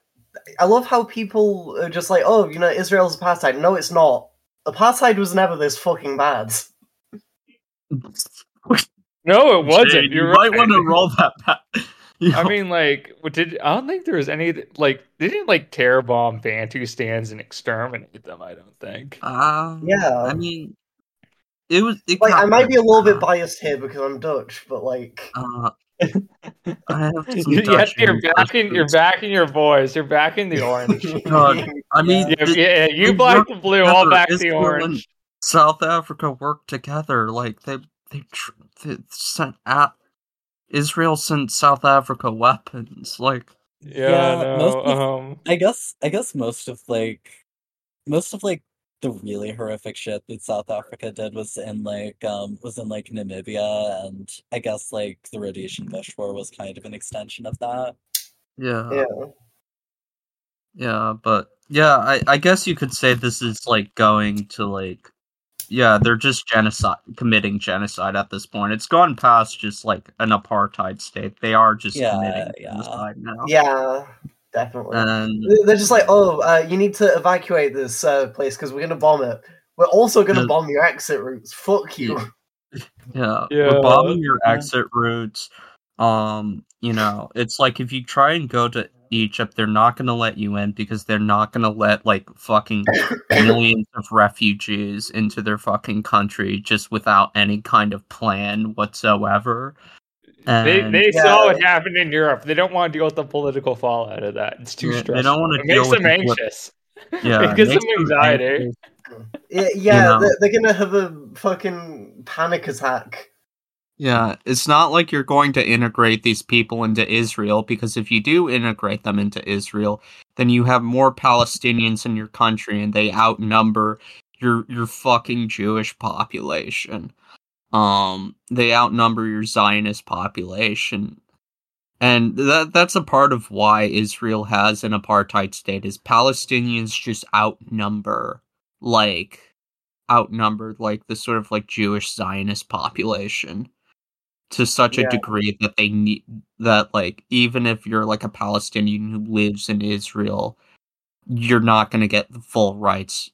Speaker 1: I love how people are just like, oh, you know, Israel's apartheid. No, it's not. Apartheid was never this fucking bad.
Speaker 4: Mm.
Speaker 2: No, it wasn't.
Speaker 4: Jay,
Speaker 2: You're
Speaker 4: you might
Speaker 2: right.
Speaker 4: want to roll that back. You
Speaker 2: I
Speaker 4: know,
Speaker 2: mean, like, what did I don't think there was any like they didn't like terror bomb Bantu stands and exterminate them. I don't think.
Speaker 4: um, I
Speaker 1: Yeah.
Speaker 4: mean, it was. It
Speaker 1: Like I
Speaker 4: got
Speaker 1: might be a little bit
Speaker 4: bad.
Speaker 1: biased here because I'm Dutch, but like
Speaker 4: Uh, I have some
Speaker 2: You, you
Speaker 4: Dutch
Speaker 2: are
Speaker 4: ancestors.
Speaker 2: backing. You're backing your boys. You're backing the orange.
Speaker 4: God, I mean,
Speaker 2: yeah,
Speaker 4: the-
Speaker 2: yeah, you
Speaker 4: the
Speaker 2: black
Speaker 4: work
Speaker 2: and blue, all
Speaker 4: together,
Speaker 2: back the
Speaker 4: Israel and
Speaker 2: orange.
Speaker 4: South Africa worked together. Like they they, tr- they sent at Israel sent South Africa weapons. Like
Speaker 2: Yeah,
Speaker 3: Yeah, most
Speaker 2: no,
Speaker 3: of-
Speaker 2: um,
Speaker 3: I guess I guess most of like most of like the really horrific shit that South Africa did was in like um was in like Namibia and I guess like the Rhodesian Bush War was kind of an extension of that.
Speaker 4: yeah,
Speaker 1: yeah.
Speaker 4: yeah, but yeah, I I guess you could say this is like going to like yeah, they're just genocide committing genocide at this point. It's gone past just like an apartheid state. They are just
Speaker 3: Yeah,
Speaker 4: committing
Speaker 3: yeah.
Speaker 4: genocide now.
Speaker 1: Yeah, definitely.
Speaker 4: And
Speaker 1: They- They're just like, oh, uh, you need to evacuate this uh, place because we're gonna bomb it. We're also gonna
Speaker 4: Yeah.
Speaker 1: bomb your exit routes. Fuck you.
Speaker 4: Yeah,
Speaker 2: Yeah.
Speaker 4: we're bombing your
Speaker 3: Yeah.
Speaker 4: exit routes. Um, you know, it's like if you try and go to Egypt, they're not going to let you in because they're not going to let like fucking millions of refugees into their fucking country just without any kind of plan whatsoever.
Speaker 2: they
Speaker 4: And
Speaker 2: they
Speaker 1: Yeah.
Speaker 2: saw what happened in Europe. They don't want to deal with the political fallout of that. It's too
Speaker 4: Yeah, they
Speaker 2: stressful.
Speaker 4: don't wanna
Speaker 2: it
Speaker 4: deal
Speaker 2: makes
Speaker 4: with
Speaker 2: them
Speaker 4: the polit-
Speaker 2: anxious.
Speaker 4: yeah,
Speaker 2: it gives
Speaker 4: makes
Speaker 2: them anxiety.
Speaker 4: anxious.
Speaker 1: Y- Yeah,
Speaker 4: know.
Speaker 1: they're, they're gonna have a fucking panic attack.
Speaker 4: Yeah, it's not like you're going to integrate these people into Israel because if you do integrate them into Israel, then you have more Palestinians in your country and they outnumber your your fucking Jewish population. Um they outnumber your Zionist population. And that that's a part of why Israel has an apartheid state is Palestinians just outnumber like outnumbered like the sort of like Jewish Zionist population to such
Speaker 1: Yeah.
Speaker 4: a degree that they need that like even if you're like a Palestinian who lives in Israel, you're not going to get the full rights.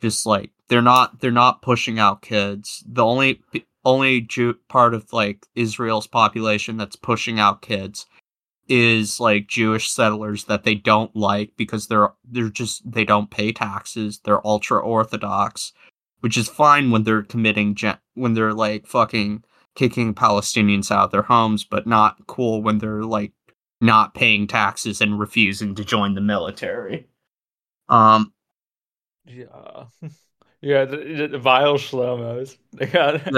Speaker 4: Just like they're not they're not pushing out kids. The only only Jew part of like Israel's population that's pushing out kids is like Jewish settlers that they don't like because they're they're just they don't pay taxes. They're ultra orthodox, which is fine when they're committing gen- when they're like fucking kicking Palestinians out of their homes, but not cool when they're like not paying taxes and refusing to join the military. Um,
Speaker 2: Yeah. Yeah, the, the vile shlomos. They got
Speaker 4: the-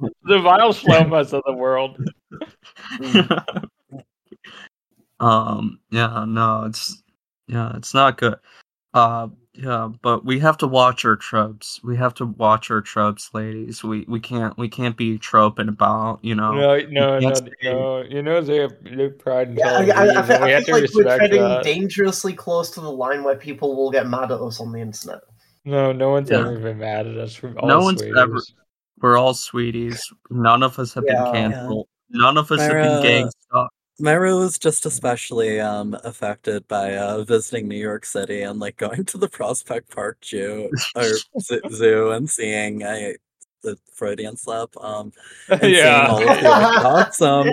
Speaker 4: the-
Speaker 2: the vile shlomos of the world.
Speaker 4: um, yeah, no, it's yeah, it's not good. Uh, yeah, but we have to watch our tropes. We have to watch our tropes, ladies. We we can't we can't be troping about you know.
Speaker 2: No, no, no,
Speaker 4: can't say-
Speaker 2: no. You know they have they have pride and
Speaker 1: Yeah, I, I, I,
Speaker 2: television.
Speaker 1: feel-
Speaker 2: we
Speaker 1: I
Speaker 2: have to
Speaker 1: feel like we're
Speaker 2: respect
Speaker 1: treading
Speaker 2: that.
Speaker 1: dangerously close to the line where people will get mad at us on the internet.
Speaker 2: No, no one's
Speaker 4: Yeah.
Speaker 2: ever been mad at us. We're all
Speaker 4: No one's ever-
Speaker 2: sweeties.
Speaker 4: We're all sweeties. None of us have
Speaker 1: Yeah.
Speaker 4: been canceled. None of us have been gang
Speaker 3: Myra- Myra was just especially um, affected by uh, visiting New York City and like going to the Prospect Park Zoo or zoo, zoo and seeing I, the Freudian slip. Um, and seeing all
Speaker 2: yeah.
Speaker 3: of the shots, um,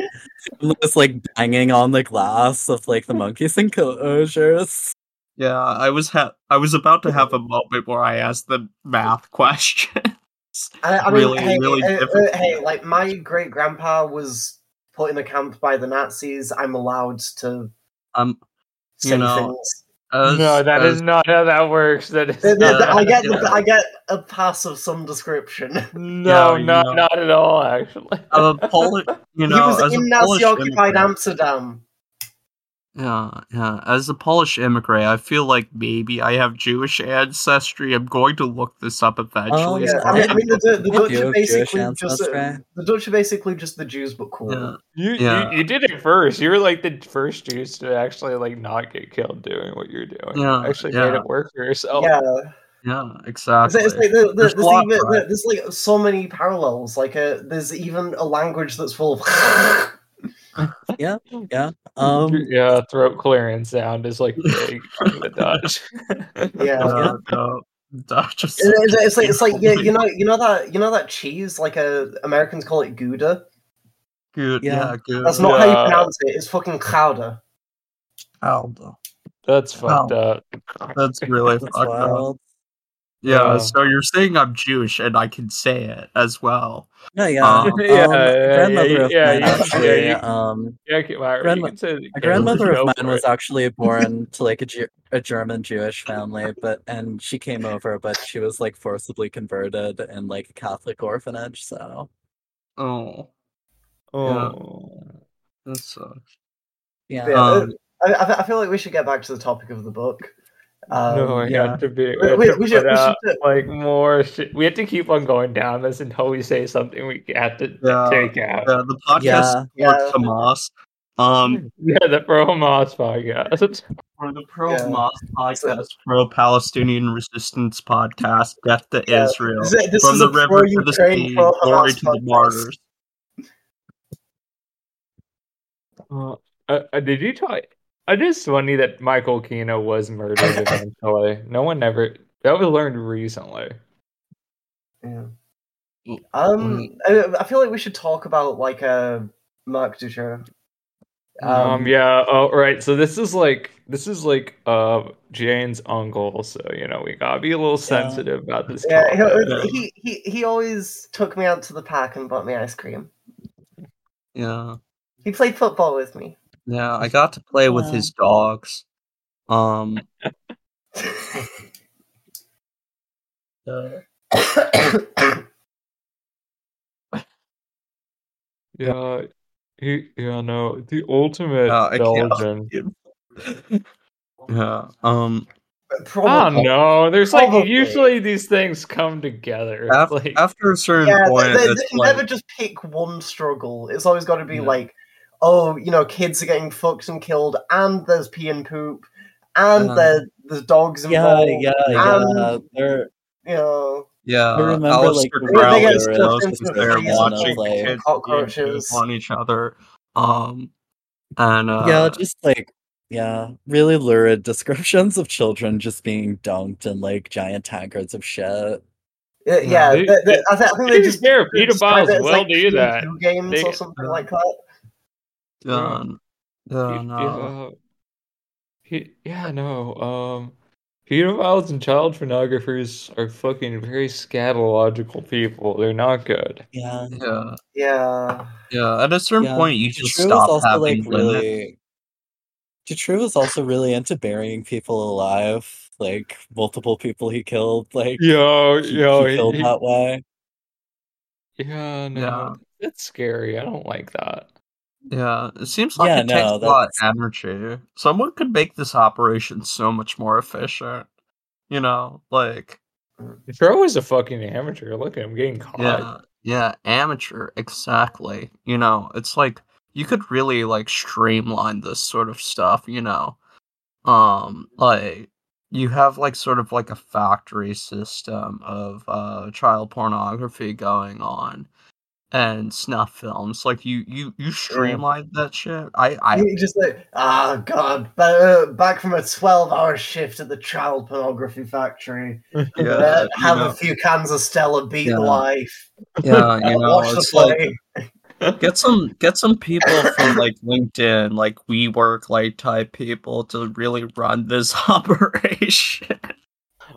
Speaker 3: just like banging on the glass of like the monkeys and closures.
Speaker 4: Yeah, I was ha- I was about to have a moment where I asked the math question.
Speaker 1: I, I mean,
Speaker 4: Really,
Speaker 1: hey,
Speaker 4: really
Speaker 1: uh, uh,
Speaker 4: different.
Speaker 1: hey, like my great grandpa was put in a camp by the Nazis. I'm allowed to
Speaker 4: Um,
Speaker 1: say
Speaker 4: You know,
Speaker 1: things.
Speaker 4: as,
Speaker 2: No, that
Speaker 4: as-
Speaker 2: is not how that works. That is
Speaker 1: Th- th-
Speaker 2: not,
Speaker 1: th- I get,
Speaker 4: yeah.
Speaker 1: I get a pass of some description.
Speaker 2: no,
Speaker 4: Yeah, you
Speaker 2: not
Speaker 4: know.
Speaker 2: not at all. Actually,
Speaker 4: of a Poli- you know,
Speaker 1: he was
Speaker 4: as a
Speaker 1: in
Speaker 4: Polish
Speaker 1: Nazi-occupied
Speaker 4: immigrant-
Speaker 1: Amsterdam.
Speaker 4: Yeah, yeah. As a Polish immigrant, I feel like maybe I have Jewish ancestry. I'm going to look this up eventually.
Speaker 1: Oh, Yeah,
Speaker 3: Yeah,
Speaker 1: I mean, I mean the, the,
Speaker 3: I do
Speaker 1: Dutch are
Speaker 3: have Jewish
Speaker 1: basically just uh,
Speaker 3: ancestry.
Speaker 1: the Dutch are basically just the Jews, but cool.
Speaker 4: Yeah.
Speaker 2: you,
Speaker 4: Yeah.
Speaker 2: you you did it first. You were like the first Jews to actually like not get killed doing what you're doing.
Speaker 4: Yeah,
Speaker 2: actually made
Speaker 4: yeah.
Speaker 2: it work for yourself.
Speaker 1: Yeah,
Speaker 4: yeah,
Speaker 1: it's,
Speaker 4: exactly.
Speaker 1: it's like the, the,
Speaker 4: Oh,
Speaker 1: there's,
Speaker 4: There's a lot,
Speaker 1: even,
Speaker 4: right?
Speaker 1: there's like so many parallels. Like uh there's even a language that's full of.
Speaker 3: Um,
Speaker 2: yeah, throat clearing sound is like big in the Dutch.
Speaker 1: yeah,
Speaker 4: yeah, no, no, just-
Speaker 1: It- It's, it's like it's like you, you know you know that you know that cheese like uh, Americans call it Gouda.
Speaker 4: good.
Speaker 3: Yeah.
Speaker 4: Yeah, good.
Speaker 1: That's not how
Speaker 2: Yeah.
Speaker 1: you pronounce it. It's fucking Gouda.
Speaker 4: Aldo.
Speaker 2: That's
Speaker 1: Um,
Speaker 2: fucked
Speaker 4: Oh.
Speaker 2: up.
Speaker 4: That's really
Speaker 3: that's
Speaker 4: fucked up.
Speaker 3: wild.
Speaker 4: Yeah,
Speaker 2: Wow.
Speaker 4: so you're saying I'm Jewish and I can say it as well.
Speaker 3: No, yeah.
Speaker 4: Um,
Speaker 3: um,
Speaker 2: Yeah, yeah,
Speaker 3: grandmother
Speaker 2: yeah,
Speaker 3: of
Speaker 2: yeah,
Speaker 3: mine
Speaker 2: you- yeah,
Speaker 3: actually,
Speaker 2: you-
Speaker 3: um,
Speaker 2: Yeah, okay, Myra, you
Speaker 3: Grandma-
Speaker 2: can say that-
Speaker 3: A
Speaker 2: go-
Speaker 3: grandmother
Speaker 2: go
Speaker 3: of
Speaker 2: for
Speaker 3: mine was
Speaker 2: it.
Speaker 3: actually born to like a, Jew- a German Jewish family, but and she came over, but she was like forcibly converted in like a Catholic orphanage. So
Speaker 4: Oh,
Speaker 2: Oh.
Speaker 4: that sucks.
Speaker 3: yeah,
Speaker 1: Yeah,
Speaker 4: Um,
Speaker 1: I, I, I feel like we should get back to the topic of the book. Um,
Speaker 2: no, we
Speaker 3: yeah.
Speaker 2: had to be.
Speaker 1: Wait,
Speaker 2: We,
Speaker 1: wait,
Speaker 2: had to
Speaker 1: we should-
Speaker 2: put
Speaker 1: we should
Speaker 2: out,
Speaker 1: do-
Speaker 2: like more. Shit. We had to keep on going down this until we say something we have to
Speaker 4: Yeah,
Speaker 2: take
Speaker 1: Uh,
Speaker 2: out.
Speaker 4: yeah, the podcast
Speaker 3: yeah.
Speaker 1: yeah. Hmm.
Speaker 4: for Hamas. Um,
Speaker 2: Yeah, the pro Hamas podcast.
Speaker 4: for the pro
Speaker 1: Yeah.
Speaker 4: Hamas podcast, pro Palestinian resistance podcast, death to
Speaker 1: Yeah.
Speaker 4: Israel,
Speaker 1: This is- this
Speaker 4: from
Speaker 1: is a
Speaker 4: the river to the
Speaker 1: pro-Ukraine,
Speaker 4: sea,
Speaker 1: pro-Hamas
Speaker 4: glory to the
Speaker 1: podcast.
Speaker 4: martyrs.
Speaker 2: Uh, uh, did you talk? I just funny that Michael Kino was murdered eventually. No one ever. That was learned recently.
Speaker 1: Yeah.
Speaker 4: Mm.
Speaker 1: Um, I, I feel like we should talk about like uh, Mark Dutroux.
Speaker 2: Um, yeah, oh right. So this is like this is like uh Jane's uncle, so you know, we gotta be a little sensitive about this
Speaker 1: yeah,
Speaker 2: topic.
Speaker 1: he- he, he he always took me out to the park and bought me ice cream.
Speaker 4: Yeah,
Speaker 1: He played football with me.
Speaker 4: yeah, I got to play with
Speaker 3: Wow.
Speaker 4: his dogs. Um,
Speaker 2: Yeah, he, yeah, no, the ultimate
Speaker 4: Uh, I can't-
Speaker 2: Belgian.
Speaker 4: yeah, um,
Speaker 2: Oh
Speaker 1: Probably.
Speaker 2: no, there's like
Speaker 1: Probably.
Speaker 2: usually these things come together.
Speaker 4: af-
Speaker 2: like
Speaker 4: after a certain
Speaker 1: Yeah,
Speaker 4: point,
Speaker 1: they, they,
Speaker 4: it's
Speaker 1: they can
Speaker 4: like-
Speaker 1: never just pick one struggle. It's always got to be
Speaker 4: Yeah.
Speaker 1: like, oh, you know, kids are getting fucked and killed, and there's pee and poop, and
Speaker 4: Uh-huh.
Speaker 2: Uh.
Speaker 1: there, there's dogs
Speaker 3: yeah,
Speaker 1: involved.
Speaker 3: yeah, yeah.
Speaker 1: Um,
Speaker 3: They're
Speaker 1: You know,
Speaker 4: Yeah,
Speaker 3: I remember, like,
Speaker 4: Alistair
Speaker 3: the
Speaker 4: Crowley
Speaker 1: big
Speaker 4: was
Speaker 1: explosions
Speaker 4: just
Speaker 1: of
Speaker 4: there
Speaker 1: trees and
Speaker 4: watching
Speaker 3: all, like,
Speaker 4: kids
Speaker 1: cockroaches.
Speaker 4: being on each other. Um, and uh,
Speaker 3: yeah, just like yeah, really lurid descriptions of children just being dunked in like giant tankards of shit.
Speaker 1: yeah, Uh, yeah,
Speaker 2: they-
Speaker 1: they- they- I, th- I think
Speaker 2: they
Speaker 1: they
Speaker 2: just
Speaker 1: just
Speaker 2: care. Peter
Speaker 1: describe
Speaker 2: Biles
Speaker 1: it as,
Speaker 2: will
Speaker 1: like,
Speaker 2: do that.
Speaker 1: Q2 games
Speaker 2: They- uh.
Speaker 1: or something like that.
Speaker 4: yeah, uh, yeah,
Speaker 2: He-
Speaker 4: no,
Speaker 2: uh, yeah, he, yeah, no. Um, Pedophiles and child pornographers are fucking very scatological people. They're not good.
Speaker 3: Yeah.
Speaker 4: Yeah,
Speaker 1: Yeah.
Speaker 4: yeah. At a certain
Speaker 3: Yeah.
Speaker 4: point, you just
Speaker 3: Dutroux
Speaker 4: stop
Speaker 3: was also like
Speaker 4: having limits.
Speaker 3: really. Dutroux was also really into burying people alive. Like multiple people he killed. Like
Speaker 2: Yo,
Speaker 3: he-
Speaker 2: yo,
Speaker 3: he
Speaker 2: he-
Speaker 3: killed
Speaker 2: he-
Speaker 3: that way.
Speaker 2: yeah, no,
Speaker 4: Yeah.
Speaker 2: that's scary. I don't like that.
Speaker 4: Yeah, it seems like
Speaker 3: Yeah,
Speaker 4: it takes
Speaker 3: no,
Speaker 4: a lot
Speaker 3: that's-
Speaker 4: amateur. Someone could make this operation so much more efficient. You know, like
Speaker 2: Throw is a fucking amateur. Look at him getting caught.
Speaker 1: Uh,
Speaker 4: yeah, yeah, amateur, exactly. You know, it's like you could really like streamline this sort of stuff, you know. Um, like you have like sort of like a factory system of uh child pornography going on and snuff films. Like you you you streamlined that shit. I I
Speaker 1: You just like, ah, God, ba- uh, back from a 12 hour shift at the child pornography factory.
Speaker 4: yeah,
Speaker 1: Uh,
Speaker 4: you
Speaker 1: have
Speaker 4: know.
Speaker 1: a few cans of Stella Beat
Speaker 4: Yeah.
Speaker 1: Life.
Speaker 4: Yeah,
Speaker 1: uh,
Speaker 4: you know,
Speaker 1: watch the
Speaker 4: it's like
Speaker 1: play.
Speaker 4: get some get some people from like LinkedIn, like WeWork, like type people to really run this operation.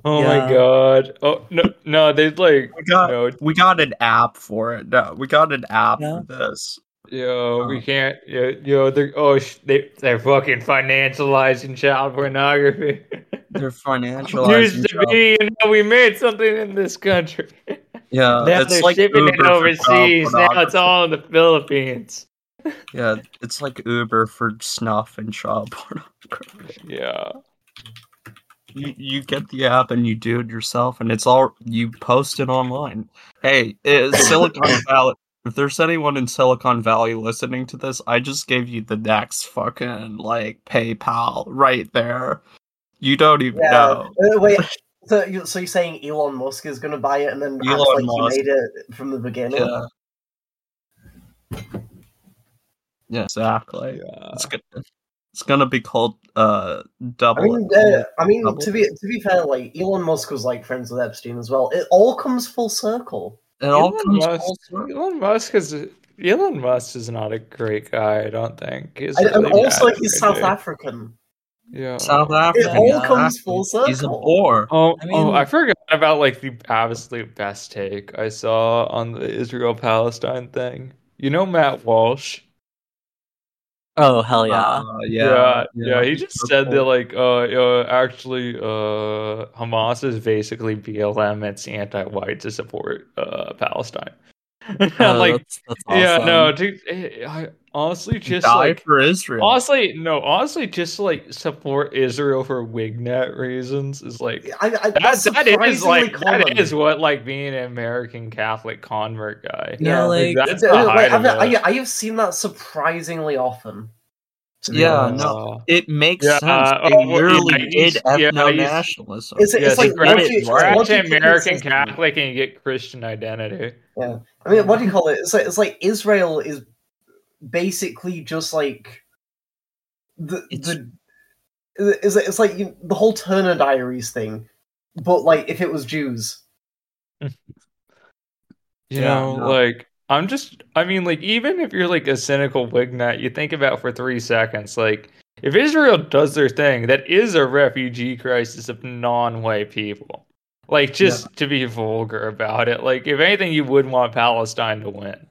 Speaker 2: Oh
Speaker 3: Yeah.
Speaker 2: my god. Oh no, no, they like
Speaker 4: We got
Speaker 2: no,
Speaker 4: we got an app for it. No, we got an app
Speaker 3: Yeah.
Speaker 4: for this.
Speaker 2: yo, we
Speaker 4: Oh.
Speaker 2: can't. Yo, yo they're oh sh- they they're fucking financializing child pornography.
Speaker 4: They're financial.
Speaker 2: Used to be, you know, we made something in this country.
Speaker 4: Yeah,
Speaker 2: now
Speaker 4: it's
Speaker 2: they're
Speaker 4: like
Speaker 2: shipping
Speaker 4: Uber for
Speaker 2: it
Speaker 4: child
Speaker 2: overseas. Now it's
Speaker 4: pornography.
Speaker 2: all in the Philippines.
Speaker 4: Yeah, it's like Uber for snuff and child pornography.
Speaker 2: Yeah.
Speaker 4: You, you get the app and you do it yourself, and it's all you post it online. Hey, uh, Silicon Valley. If there's anyone in Silicon Valley listening to this, I just gave you the next fucking like PayPal right there. You don't even
Speaker 1: Yeah.
Speaker 4: know.
Speaker 1: Uh, wait, so, you, so you're saying Elon Musk is going to buy it and then act like
Speaker 4: Elon Musk.
Speaker 1: he made it from the beginning?
Speaker 4: Yeah. Yeah, exactly.
Speaker 2: Yeah.
Speaker 4: It's gonna, it's gonna be called uh double.
Speaker 1: I mean, uh, I mean,
Speaker 4: Double.
Speaker 1: to be to be fair, like Elon Musk was like friends with Epstein as well. It all comes full circle.
Speaker 4: it all
Speaker 2: Elon
Speaker 4: comes
Speaker 2: Musk,
Speaker 4: full circle.
Speaker 2: Elon Musk is Elon Musk is not a great guy. I don't think. He's
Speaker 1: And, and
Speaker 2: really
Speaker 1: also,
Speaker 2: bad
Speaker 1: he's
Speaker 2: at
Speaker 1: South
Speaker 2: it.
Speaker 1: African.
Speaker 2: Yeah.
Speaker 4: South Africa.
Speaker 1: It all
Speaker 3: Yeah.
Speaker 1: comes full circle.
Speaker 4: He's a whore.
Speaker 2: Oh,
Speaker 3: I
Speaker 2: oh, I
Speaker 3: mean-
Speaker 2: forgot about like the absolute best take I saw on the Israel Palestine thing. You know Matt Walsh?
Speaker 3: Oh hell yeah.
Speaker 4: Uh, yeah,
Speaker 2: yeah, He just said that like uh, uh actually uh Hamas is basically BLM. It's anti-white to support uh Palestine. And I'm
Speaker 3: Oh,
Speaker 2: like,
Speaker 3: that's, that's
Speaker 2: yeah, no,
Speaker 3: awesome.
Speaker 2: dude. eh, I honestly
Speaker 4: Just
Speaker 2: just
Speaker 4: die
Speaker 2: like
Speaker 4: for Israel.
Speaker 2: honestly no, honestly just like support Israel for wignet reasons is like
Speaker 1: I, I, that's
Speaker 2: That's, that is
Speaker 1: surprisingly
Speaker 2: like
Speaker 1: common.
Speaker 2: that is what like being an American Catholic convert guy.
Speaker 3: Yeah,
Speaker 1: Yeah,
Speaker 3: like
Speaker 2: that-
Speaker 1: It's-
Speaker 2: That's the
Speaker 1: uh, like,
Speaker 2: height
Speaker 1: I've-
Speaker 2: of it.
Speaker 1: I, I have seen that surprisingly often. to be
Speaker 4: Yeah,
Speaker 1: honest.
Speaker 4: no. It makes
Speaker 2: Yeah, uh,
Speaker 4: sense. They
Speaker 2: oh, well,
Speaker 4: literally
Speaker 2: yeah, you
Speaker 4: did
Speaker 2: s- yeah,
Speaker 4: ethno
Speaker 2: you s-
Speaker 4: nationalism.
Speaker 1: It's,
Speaker 2: Yeah,
Speaker 1: it's like
Speaker 2: scratch,
Speaker 1: what do you-
Speaker 2: scratch
Speaker 1: what do you think
Speaker 2: American
Speaker 1: it's like?
Speaker 2: Catholic and you get Christian identity.
Speaker 1: I mean, what do you call it? It's like, it's like Israel is basically just like the
Speaker 4: It's-
Speaker 1: the it's, like- it's like you, the whole Turner Diaries thing, but like if it was Jews.
Speaker 2: You
Speaker 4: Yeah,
Speaker 2: know,
Speaker 4: no.
Speaker 2: like I'm just I mean, like, even if you're like a cynical wignut, you think about for three seconds, like if Israel does their thing, that is a refugee crisis of non-white people. Like, just to be vulgar about it, like, if anything, you would want Palestine to win.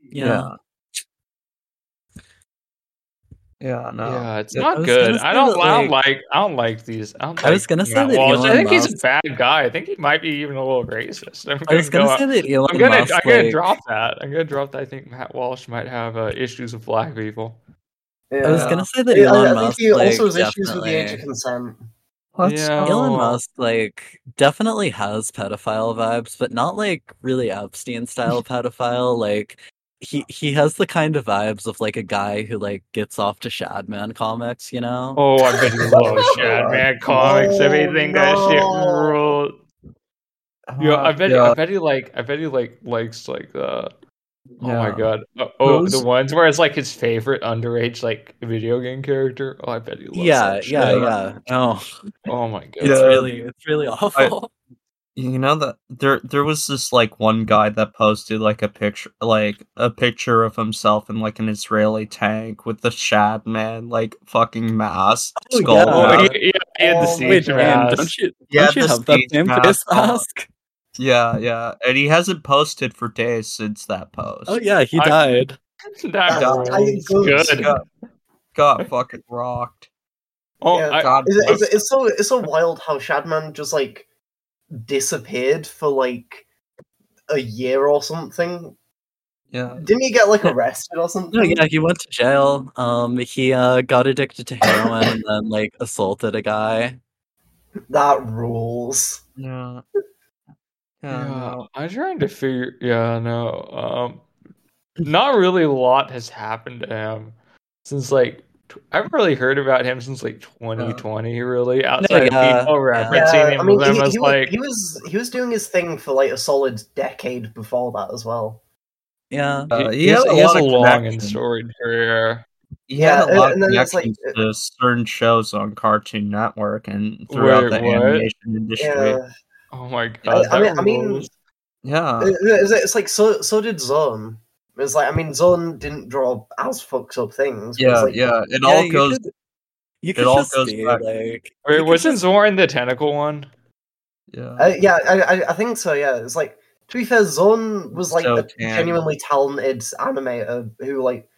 Speaker 3: Yeah.
Speaker 4: Yeah, no.
Speaker 2: Yeah, it's
Speaker 4: Yeah,
Speaker 3: I
Speaker 2: not
Speaker 3: was
Speaker 2: good.
Speaker 3: gonna
Speaker 2: I don't,
Speaker 3: say that,
Speaker 2: I don't
Speaker 3: like-
Speaker 2: like. I don't like these. I, don't
Speaker 3: I was
Speaker 2: like
Speaker 3: gonna say
Speaker 2: Matt
Speaker 3: that
Speaker 2: Walsh. I
Speaker 3: Elon
Speaker 2: think he's a
Speaker 3: Musk-
Speaker 2: bad guy. I think he might be even a little racist. I'm
Speaker 3: I was
Speaker 2: gonna go
Speaker 3: gonna say
Speaker 2: out-
Speaker 3: that Elon
Speaker 2: I'm gonna.
Speaker 3: Musk.
Speaker 2: I'm gonna
Speaker 3: like-
Speaker 2: drop that. I'm gonna drop that. I think Matt Walsh might have uh, issues with black people.
Speaker 1: Yeah.
Speaker 3: I was gonna say that
Speaker 1: Yeah,
Speaker 3: Elon
Speaker 1: I, I think
Speaker 3: Musk
Speaker 1: he
Speaker 3: like,
Speaker 1: also has issues with the age
Speaker 3: definitely-
Speaker 1: of consent.
Speaker 2: Yeah.
Speaker 3: Elon
Speaker 2: Oh.
Speaker 3: Musk like definitely has pedophile vibes, but not like really Epstein style pedophile. Like he he has the kind of vibes of like a guy who like gets off to Shadman comics, you know?
Speaker 2: Oh, I bet he loves Shad Man comics.
Speaker 1: Oh,
Speaker 2: Everything that shit
Speaker 1: no.
Speaker 2: ruled.
Speaker 4: uh,
Speaker 2: Yeah, I bet. I bet he like. I bet he like likes like. Uh, oh my god. Oh, oh, the
Speaker 4: Those-
Speaker 2: ones where it's like his favorite underage like video game character. Oh, I bet he loves.
Speaker 3: yeah,
Speaker 2: that
Speaker 3: yeah,
Speaker 2: shit.
Speaker 3: yeah. No.
Speaker 2: Oh my god.
Speaker 3: It's
Speaker 4: Yeah.
Speaker 3: really it's really awful.
Speaker 4: You know that there there was this like one guy that posted like a picture like a picture of himself in like an Israeli tank with the Shad man like fucking mask
Speaker 3: Oh,
Speaker 4: skull.
Speaker 3: yeah.
Speaker 2: Oh,
Speaker 4: mask.
Speaker 2: he, yeah, And
Speaker 1: Oh
Speaker 2: the
Speaker 1: my
Speaker 2: siege
Speaker 1: God.
Speaker 2: mask.
Speaker 3: don't you,
Speaker 5: Yeah,
Speaker 3: don't you
Speaker 5: the
Speaker 3: have that
Speaker 5: siege
Speaker 3: damn
Speaker 5: mask.
Speaker 3: face mask?
Speaker 5: Yeah, yeah. And he hasn't posted for days since that post.
Speaker 3: Oh yeah, he
Speaker 2: I-
Speaker 3: died.
Speaker 2: That
Speaker 5: Yeah.
Speaker 2: rules.
Speaker 1: I-
Speaker 2: good.
Speaker 5: Got, got fucking rocked.
Speaker 2: Oh,
Speaker 1: Yeah.
Speaker 2: I-
Speaker 5: God
Speaker 1: Is it,
Speaker 5: bless.
Speaker 1: is it, it's so it's so wild how Shadman just like disappeared for like a year or something.
Speaker 5: Yeah. Oh,
Speaker 1: Didn't he get like arrested or something?
Speaker 3: No, yeah, he went to jail. Um, he uh got addicted to heroin and then like assaulted a guy.
Speaker 1: That rules.
Speaker 5: Yeah.
Speaker 2: Yeah,
Speaker 5: Yeah.
Speaker 2: I'm trying to figure. Yeah, no. Um, not really a lot has happened to him since like tw- I've really heard about him since like 2020. Really, outside
Speaker 3: yeah,
Speaker 2: of people referencing
Speaker 1: Yeah,
Speaker 2: him,
Speaker 1: I mean,
Speaker 2: with him
Speaker 1: he,
Speaker 2: as
Speaker 1: he was,
Speaker 2: like
Speaker 1: he was he was doing his thing for like a solid decade before that as well.
Speaker 3: Yeah.
Speaker 5: Uh,
Speaker 2: he,
Speaker 5: he
Speaker 2: he has,
Speaker 5: had a
Speaker 2: he has
Speaker 5: lot
Speaker 2: a
Speaker 5: of
Speaker 2: long and
Speaker 5: connections.
Speaker 2: storied career.
Speaker 5: He had a
Speaker 1: Yeah,
Speaker 5: lot
Speaker 1: and
Speaker 5: of
Speaker 1: then it's like-
Speaker 5: connections to certain shows on Cartoon Network and
Speaker 2: Wait,
Speaker 5: throughout the
Speaker 2: what?
Speaker 5: animation industry.
Speaker 1: Yeah,
Speaker 5: Yeah.
Speaker 2: Oh my god!
Speaker 1: I, I mean,
Speaker 2: that
Speaker 1: I mean,
Speaker 2: rules.
Speaker 1: it- it's, it's like so so did Zone. It's like I mean, Zone didn't draw as fucked up things. but it's
Speaker 5: Yeah,
Speaker 1: like,
Speaker 5: yeah. It
Speaker 3: Yeah,
Speaker 5: all
Speaker 3: you
Speaker 5: goes
Speaker 3: could- You could
Speaker 5: all
Speaker 3: just
Speaker 5: goes
Speaker 3: be
Speaker 5: back.
Speaker 3: like
Speaker 2: Wait,
Speaker 3: you could
Speaker 2: wasn't
Speaker 3: just-
Speaker 2: Zorn the tentacle one?
Speaker 5: yeah.
Speaker 1: Uh, yeah, I, I, I think so. Yeah, it's like to be fair, Zone was like
Speaker 5: So
Speaker 1: a
Speaker 5: can.
Speaker 1: genuinely talented animator who like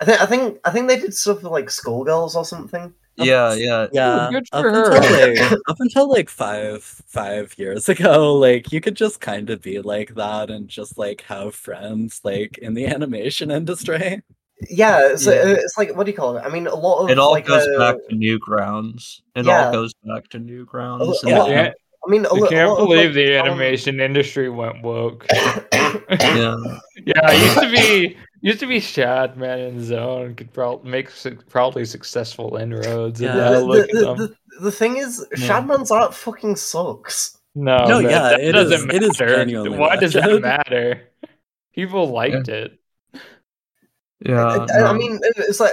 Speaker 1: I think I think I think they did stuff with like Skullgirls or something.
Speaker 5: yeah, yeah.
Speaker 3: yeah,
Speaker 2: good
Speaker 3: up,
Speaker 2: for her.
Speaker 3: Until, like, up until like five five years ago, like you could just kind of be like that and just like have friends like in the animation industry.
Speaker 1: Yeah, it's, uh,
Speaker 5: Yeah.
Speaker 1: it's like what do you call it? I mean, a lot of
Speaker 5: It all
Speaker 1: like
Speaker 5: goes
Speaker 1: uh,
Speaker 5: back to Newgrounds. It
Speaker 1: yeah. Oh,
Speaker 5: all goes back to Newgrounds.
Speaker 1: Yeah.
Speaker 4: Uh,
Speaker 5: and-
Speaker 2: Can't-
Speaker 1: I mean, a,
Speaker 2: I
Speaker 1: lo- a
Speaker 2: can't
Speaker 1: lot of,
Speaker 2: believe
Speaker 1: like,
Speaker 2: the
Speaker 1: um,
Speaker 2: animation industry went woke.
Speaker 5: yeah.
Speaker 2: Yeah, I used to be used to be Shad Man in Zone could probably make su- probably successful inroads. Yeah,
Speaker 3: Yeah.
Speaker 1: the,
Speaker 2: now
Speaker 1: the-
Speaker 2: look
Speaker 1: the-
Speaker 2: at them.
Speaker 1: the- the thing is,
Speaker 5: Yeah.
Speaker 1: Shadman's art fucking sucks.
Speaker 2: no,
Speaker 3: No,
Speaker 2: that-
Speaker 3: yeah,
Speaker 2: that
Speaker 3: it
Speaker 2: doesn't
Speaker 3: is-
Speaker 2: matter.
Speaker 3: it is genuinely
Speaker 2: Why does that
Speaker 3: wretched.
Speaker 2: matter? People liked it.
Speaker 1: I-
Speaker 5: Yeah.
Speaker 1: I, I
Speaker 5: Uh, no.
Speaker 1: mean, it- it's like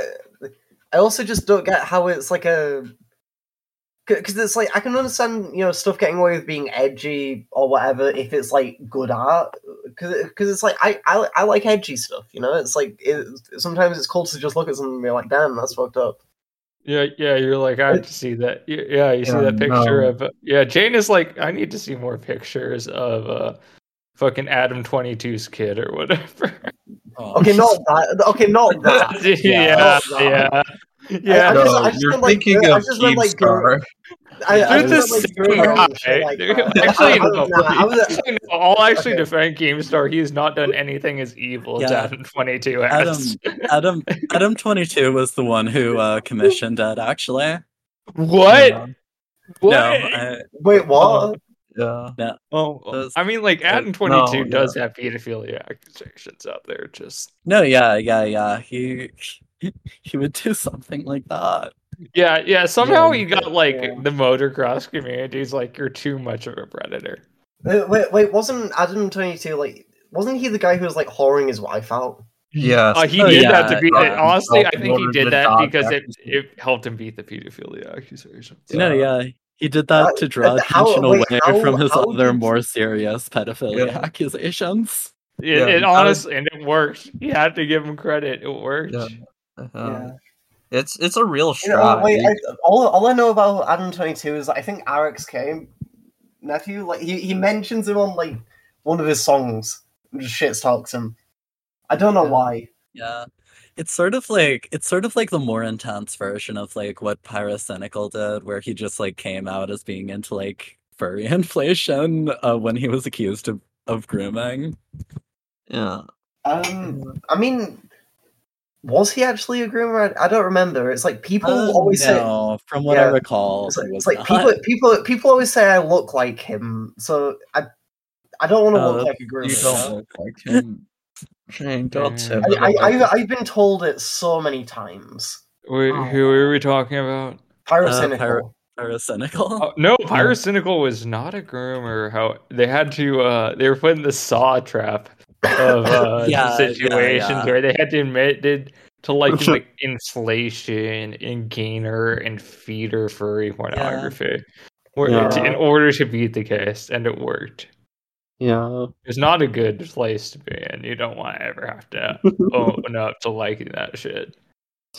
Speaker 1: I also just don't get how it's like a because it's like I can understand you know stuff getting away with being edgy or whatever if it's like good art because it's like I, I I like edgy stuff you know it's like it, sometimes it's cool to just look at something and be like damn that's fucked up
Speaker 2: Yeah, yeah, you're like I have to see that. Y- Yeah, you see
Speaker 5: Yeah,
Speaker 2: that picture
Speaker 5: no.
Speaker 2: of yeah. Jane is like I need to see more pictures of uh, fucking Adam 22's kid or whatever.
Speaker 3: Oh.
Speaker 1: okay not that okay not that
Speaker 2: yeah, yeah, yeah.
Speaker 1: I
Speaker 5: No,
Speaker 1: just- I just
Speaker 5: you're
Speaker 1: meant, like,
Speaker 5: thinking
Speaker 1: I
Speaker 5: of
Speaker 1: just meant, like,
Speaker 5: Keemstar.
Speaker 1: I, I
Speaker 2: They're
Speaker 1: just
Speaker 2: the
Speaker 1: like, doing their own shit
Speaker 2: same
Speaker 1: like
Speaker 2: guy.
Speaker 1: that.
Speaker 2: Actually,
Speaker 1: I was-
Speaker 2: no.
Speaker 1: nah, I was-
Speaker 2: Actually, no, I'll actually
Speaker 1: Okay.
Speaker 2: defend GameStar. He's not done anything as evil as
Speaker 3: Yeah.
Speaker 2: Adam 22
Speaker 3: Adam,
Speaker 2: has.
Speaker 3: Adam, Adam twenty two was the one who uh, commissioned it. Actually,
Speaker 2: What?
Speaker 5: Yeah.
Speaker 2: What?
Speaker 3: no, I,
Speaker 1: wait
Speaker 5: Oh,
Speaker 1: what
Speaker 5: yeah.
Speaker 2: oh,
Speaker 3: Those-
Speaker 2: I mean, like, Adam
Speaker 5: no,
Speaker 2: 22
Speaker 5: yeah.
Speaker 2: does have pedophilia accusations out there. Just,
Speaker 3: no, yeah, yeah, yeah. He he would do something like that.
Speaker 2: yeah, yeah. Somehow
Speaker 5: Yeah,
Speaker 2: you got, like,
Speaker 1: yeah.
Speaker 2: the motocross community's like, you're too much of a predator.
Speaker 1: wait wait, wait wasn't Adam twenty two like wasn't he the guy who was like whoring his wife out
Speaker 5: Yes.
Speaker 2: Uh, he
Speaker 3: Oh,
Speaker 2: did
Speaker 3: yeah,
Speaker 2: that to beat
Speaker 5: yeah.
Speaker 2: it. Honestly, I
Speaker 5: In
Speaker 2: think he
Speaker 5: order to
Speaker 2: did that
Speaker 5: dodge
Speaker 2: because it,
Speaker 5: accusation.
Speaker 2: it helped him beat the pedophilia accusations.
Speaker 3: No, yeah, he did that to draw
Speaker 1: uh, how-
Speaker 3: attention
Speaker 1: wait,
Speaker 3: away
Speaker 1: how-
Speaker 3: from his
Speaker 1: how
Speaker 3: other
Speaker 1: did-
Speaker 3: more serious pedophilia
Speaker 5: Yeah.
Speaker 3: accusations.
Speaker 2: It,
Speaker 5: Yeah,
Speaker 2: it
Speaker 5: I was-
Speaker 2: honestly, and it worked. You have to give him credit. It worked.
Speaker 5: Yeah. Uh,
Speaker 1: Yeah.
Speaker 5: It's it's a real
Speaker 1: You know,
Speaker 5: stride.
Speaker 1: wait, I, all, all I know about Adam Twenty Two is that I think Arix came nephew. Like he, he mentions him on like one of his songs and just shit talks him. I don't know
Speaker 5: Yeah.
Speaker 1: why.
Speaker 3: Yeah. It's sort of like it's sort of like the more intense version of like what Pyrocynical did, where he just like came out as being into like furry inflation uh, when he was accused of, of grooming.
Speaker 5: yeah.
Speaker 1: Um, I mean, was he actually a groomer? I I don't remember. It's like people
Speaker 3: Uh,
Speaker 1: always say.
Speaker 3: no, from what I
Speaker 1: yeah,
Speaker 3: recall,
Speaker 1: It's
Speaker 3: he
Speaker 1: like,
Speaker 3: was
Speaker 1: it's like
Speaker 3: not.
Speaker 1: people, people, people always say I look like him, so I, I don't want to
Speaker 3: Oh,
Speaker 1: look like a
Speaker 5: You
Speaker 1: groomer.
Speaker 5: don't look like him. Shane, don't say
Speaker 2: Yeah.
Speaker 5: that
Speaker 1: I, I,
Speaker 5: about
Speaker 1: I, I've been told it so many times.
Speaker 2: Wait,
Speaker 5: Oh.
Speaker 2: Who are we talking about?
Speaker 1: Pyrocynical.
Speaker 3: pyro- Pyrocynical.
Speaker 2: Oh, no, Pyrocynical was not a groomer. How they had to, uh, they were putting the saw trap of uh,
Speaker 3: Yeah,
Speaker 2: situations
Speaker 3: yeah, yeah.
Speaker 2: where they had to admit it to like, like inflation and gainer and feeder furry pornography. Where,
Speaker 5: Yeah.
Speaker 2: in order to beat the case, and it worked.
Speaker 5: Yeah.
Speaker 2: It's not a good place to be in. You don't want to ever have to own up to liking that shit.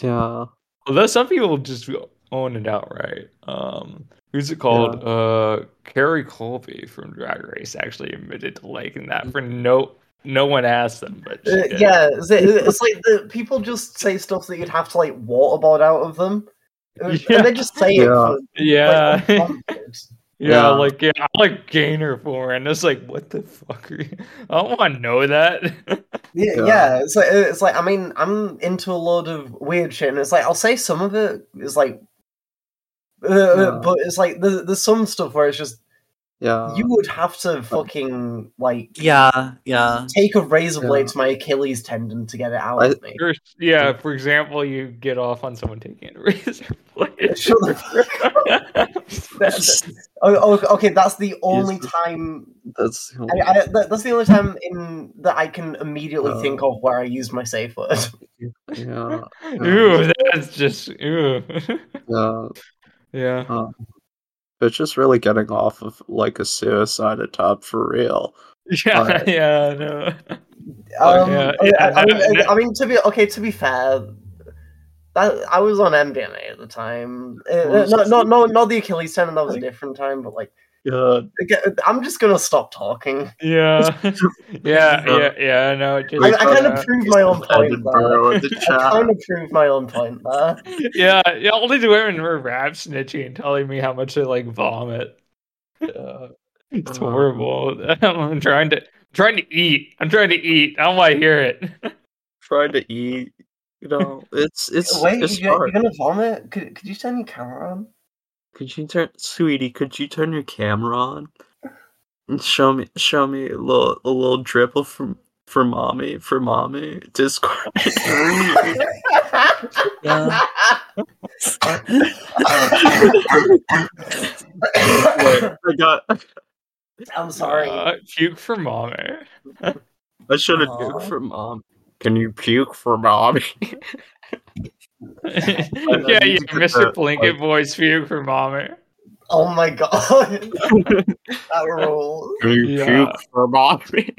Speaker 5: Yeah.
Speaker 2: Although some people just own it outright. Um, who's it called? Uh, Carrie Colby from Drag Race actually admitted to liking that for no no one asked them, but she
Speaker 1: Uh,
Speaker 2: did.
Speaker 1: yeah, it's, it's like the people just say stuff that you'd have to like waterboard out of them, Uh, and
Speaker 2: Yeah.
Speaker 1: they just say it.
Speaker 4: Yeah.
Speaker 1: For,
Speaker 2: yeah,
Speaker 1: Like, um, unprompted.
Speaker 2: yeah,
Speaker 4: Yeah.
Speaker 2: like yeah, I'm like gainer for, her, and it's like, what the fuck are you? I don't want to know that.
Speaker 1: yeah,
Speaker 4: Yeah.
Speaker 1: yeah, it's like uh, it's like I mean I'm into a load of weird shit, and it's like I'll say some of it is like, uh,
Speaker 4: Yeah.
Speaker 1: but it's like there's, there's some stuff where it's just
Speaker 4: Yeah.
Speaker 1: you would have
Speaker 4: Uh,
Speaker 1: to fucking like
Speaker 3: Yeah, yeah.
Speaker 1: take a razor
Speaker 4: Yeah.
Speaker 1: blade to my Achilles tendon to get it out
Speaker 4: I-
Speaker 1: of me.
Speaker 2: Or, yeah, for example, you get off on someone taking a razor blade.
Speaker 1: Shut the fuck up. That's- oh, oh, okay, that's the only
Speaker 4: Jesus.
Speaker 1: time
Speaker 4: That's
Speaker 1: I, I, that, that's the only time in that I can immediately
Speaker 4: Uh.
Speaker 1: think of where I use my safe word.
Speaker 4: yeah.
Speaker 2: Ooh, that's just ooh.
Speaker 4: yeah.
Speaker 2: yeah.
Speaker 4: It's just really getting off of like a suicide attempt for real.
Speaker 2: Yeah,
Speaker 4: Alright.
Speaker 2: yeah, no.
Speaker 1: Um,
Speaker 2: yeah,
Speaker 1: I-
Speaker 2: yeah,
Speaker 1: I, I
Speaker 2: no,
Speaker 1: mean,
Speaker 2: no.
Speaker 1: I mean, to be okay, to be fair, that I was on MDMA at the time. Uh,
Speaker 4: Well,
Speaker 1: uh, no,
Speaker 4: it's-
Speaker 1: no, no, not the Achilles tendon. That was a different time. But like,
Speaker 4: Yeah.
Speaker 1: aga- I'm just gonna stop talking.
Speaker 2: Yeah. yeah, yeah, yeah, no. it Just,
Speaker 1: I, I kind
Speaker 2: uh,
Speaker 1: of proved my own point there.
Speaker 4: Edinburgh in the
Speaker 1: uh, I
Speaker 4: chat.
Speaker 1: kind of proved my own point there.
Speaker 2: yeah, yeah, all these women were rap snitching and telling me how much they like vomit. Uh, it's
Speaker 4: Uh.
Speaker 2: horrible. I'm trying to trying to eat. I'm trying to eat. I don't want to hear it.
Speaker 4: Trying to eat. You know, it's it's
Speaker 1: Wait,
Speaker 4: it's
Speaker 1: you're,
Speaker 4: hard.
Speaker 1: you're gonna vomit? Could, could you turn your camera on?
Speaker 4: Could you turn, sweetie? Could you turn your camera on and show me show me a little a little dribble from for mommy for mommy Discord?
Speaker 3: Yeah.
Speaker 4: Wait, I got.
Speaker 1: I'm sorry.
Speaker 2: Uh, puke for mommy.
Speaker 4: I should have
Speaker 3: Aw.
Speaker 4: puked for mom. Can you puke for mommy?
Speaker 2: yeah,
Speaker 4: know
Speaker 2: yeah,
Speaker 4: these are
Speaker 2: Mr.
Speaker 4: the,
Speaker 2: Blinket
Speaker 4: like-
Speaker 2: voice puke for mommy.
Speaker 1: oh my god, that rules.
Speaker 4: Can you
Speaker 2: Yeah.
Speaker 4: puke for mommy?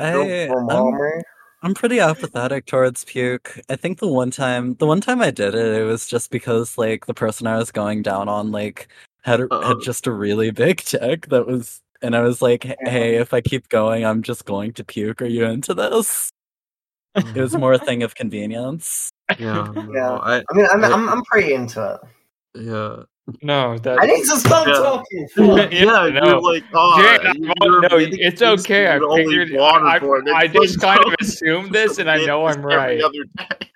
Speaker 3: Hey, I'm- I'm pretty apathetic towards puke. I think the one time the one time I did it, it was just because like the person I was going down on like had
Speaker 4: Uh-oh.
Speaker 3: had just a really big dick that was and I was like, hey, if I keep going, I'm just going to puke. Are you into this? It was more a thing of convenience.
Speaker 4: Yeah,
Speaker 1: Yeah.
Speaker 4: yeah. I,
Speaker 1: I mean, I'm, I'm, I'm pretty into it.
Speaker 4: yeah.
Speaker 2: No, that.
Speaker 1: I need to stop
Speaker 4: Yeah.
Speaker 1: talking.
Speaker 2: Yeah,
Speaker 1: fuck.
Speaker 4: yeah,
Speaker 2: no.
Speaker 4: you're like, oh,
Speaker 2: Jake, I
Speaker 4: you're
Speaker 2: won't- no,
Speaker 4: really
Speaker 2: it's
Speaker 4: used to
Speaker 2: okay. I
Speaker 4: it only
Speaker 2: figured. I,
Speaker 4: waterboard.
Speaker 2: I
Speaker 4: It's like,
Speaker 2: just kind of
Speaker 4: no,
Speaker 2: assumed this, and I know
Speaker 4: it's
Speaker 2: I'm
Speaker 4: every
Speaker 2: right.
Speaker 4: other day.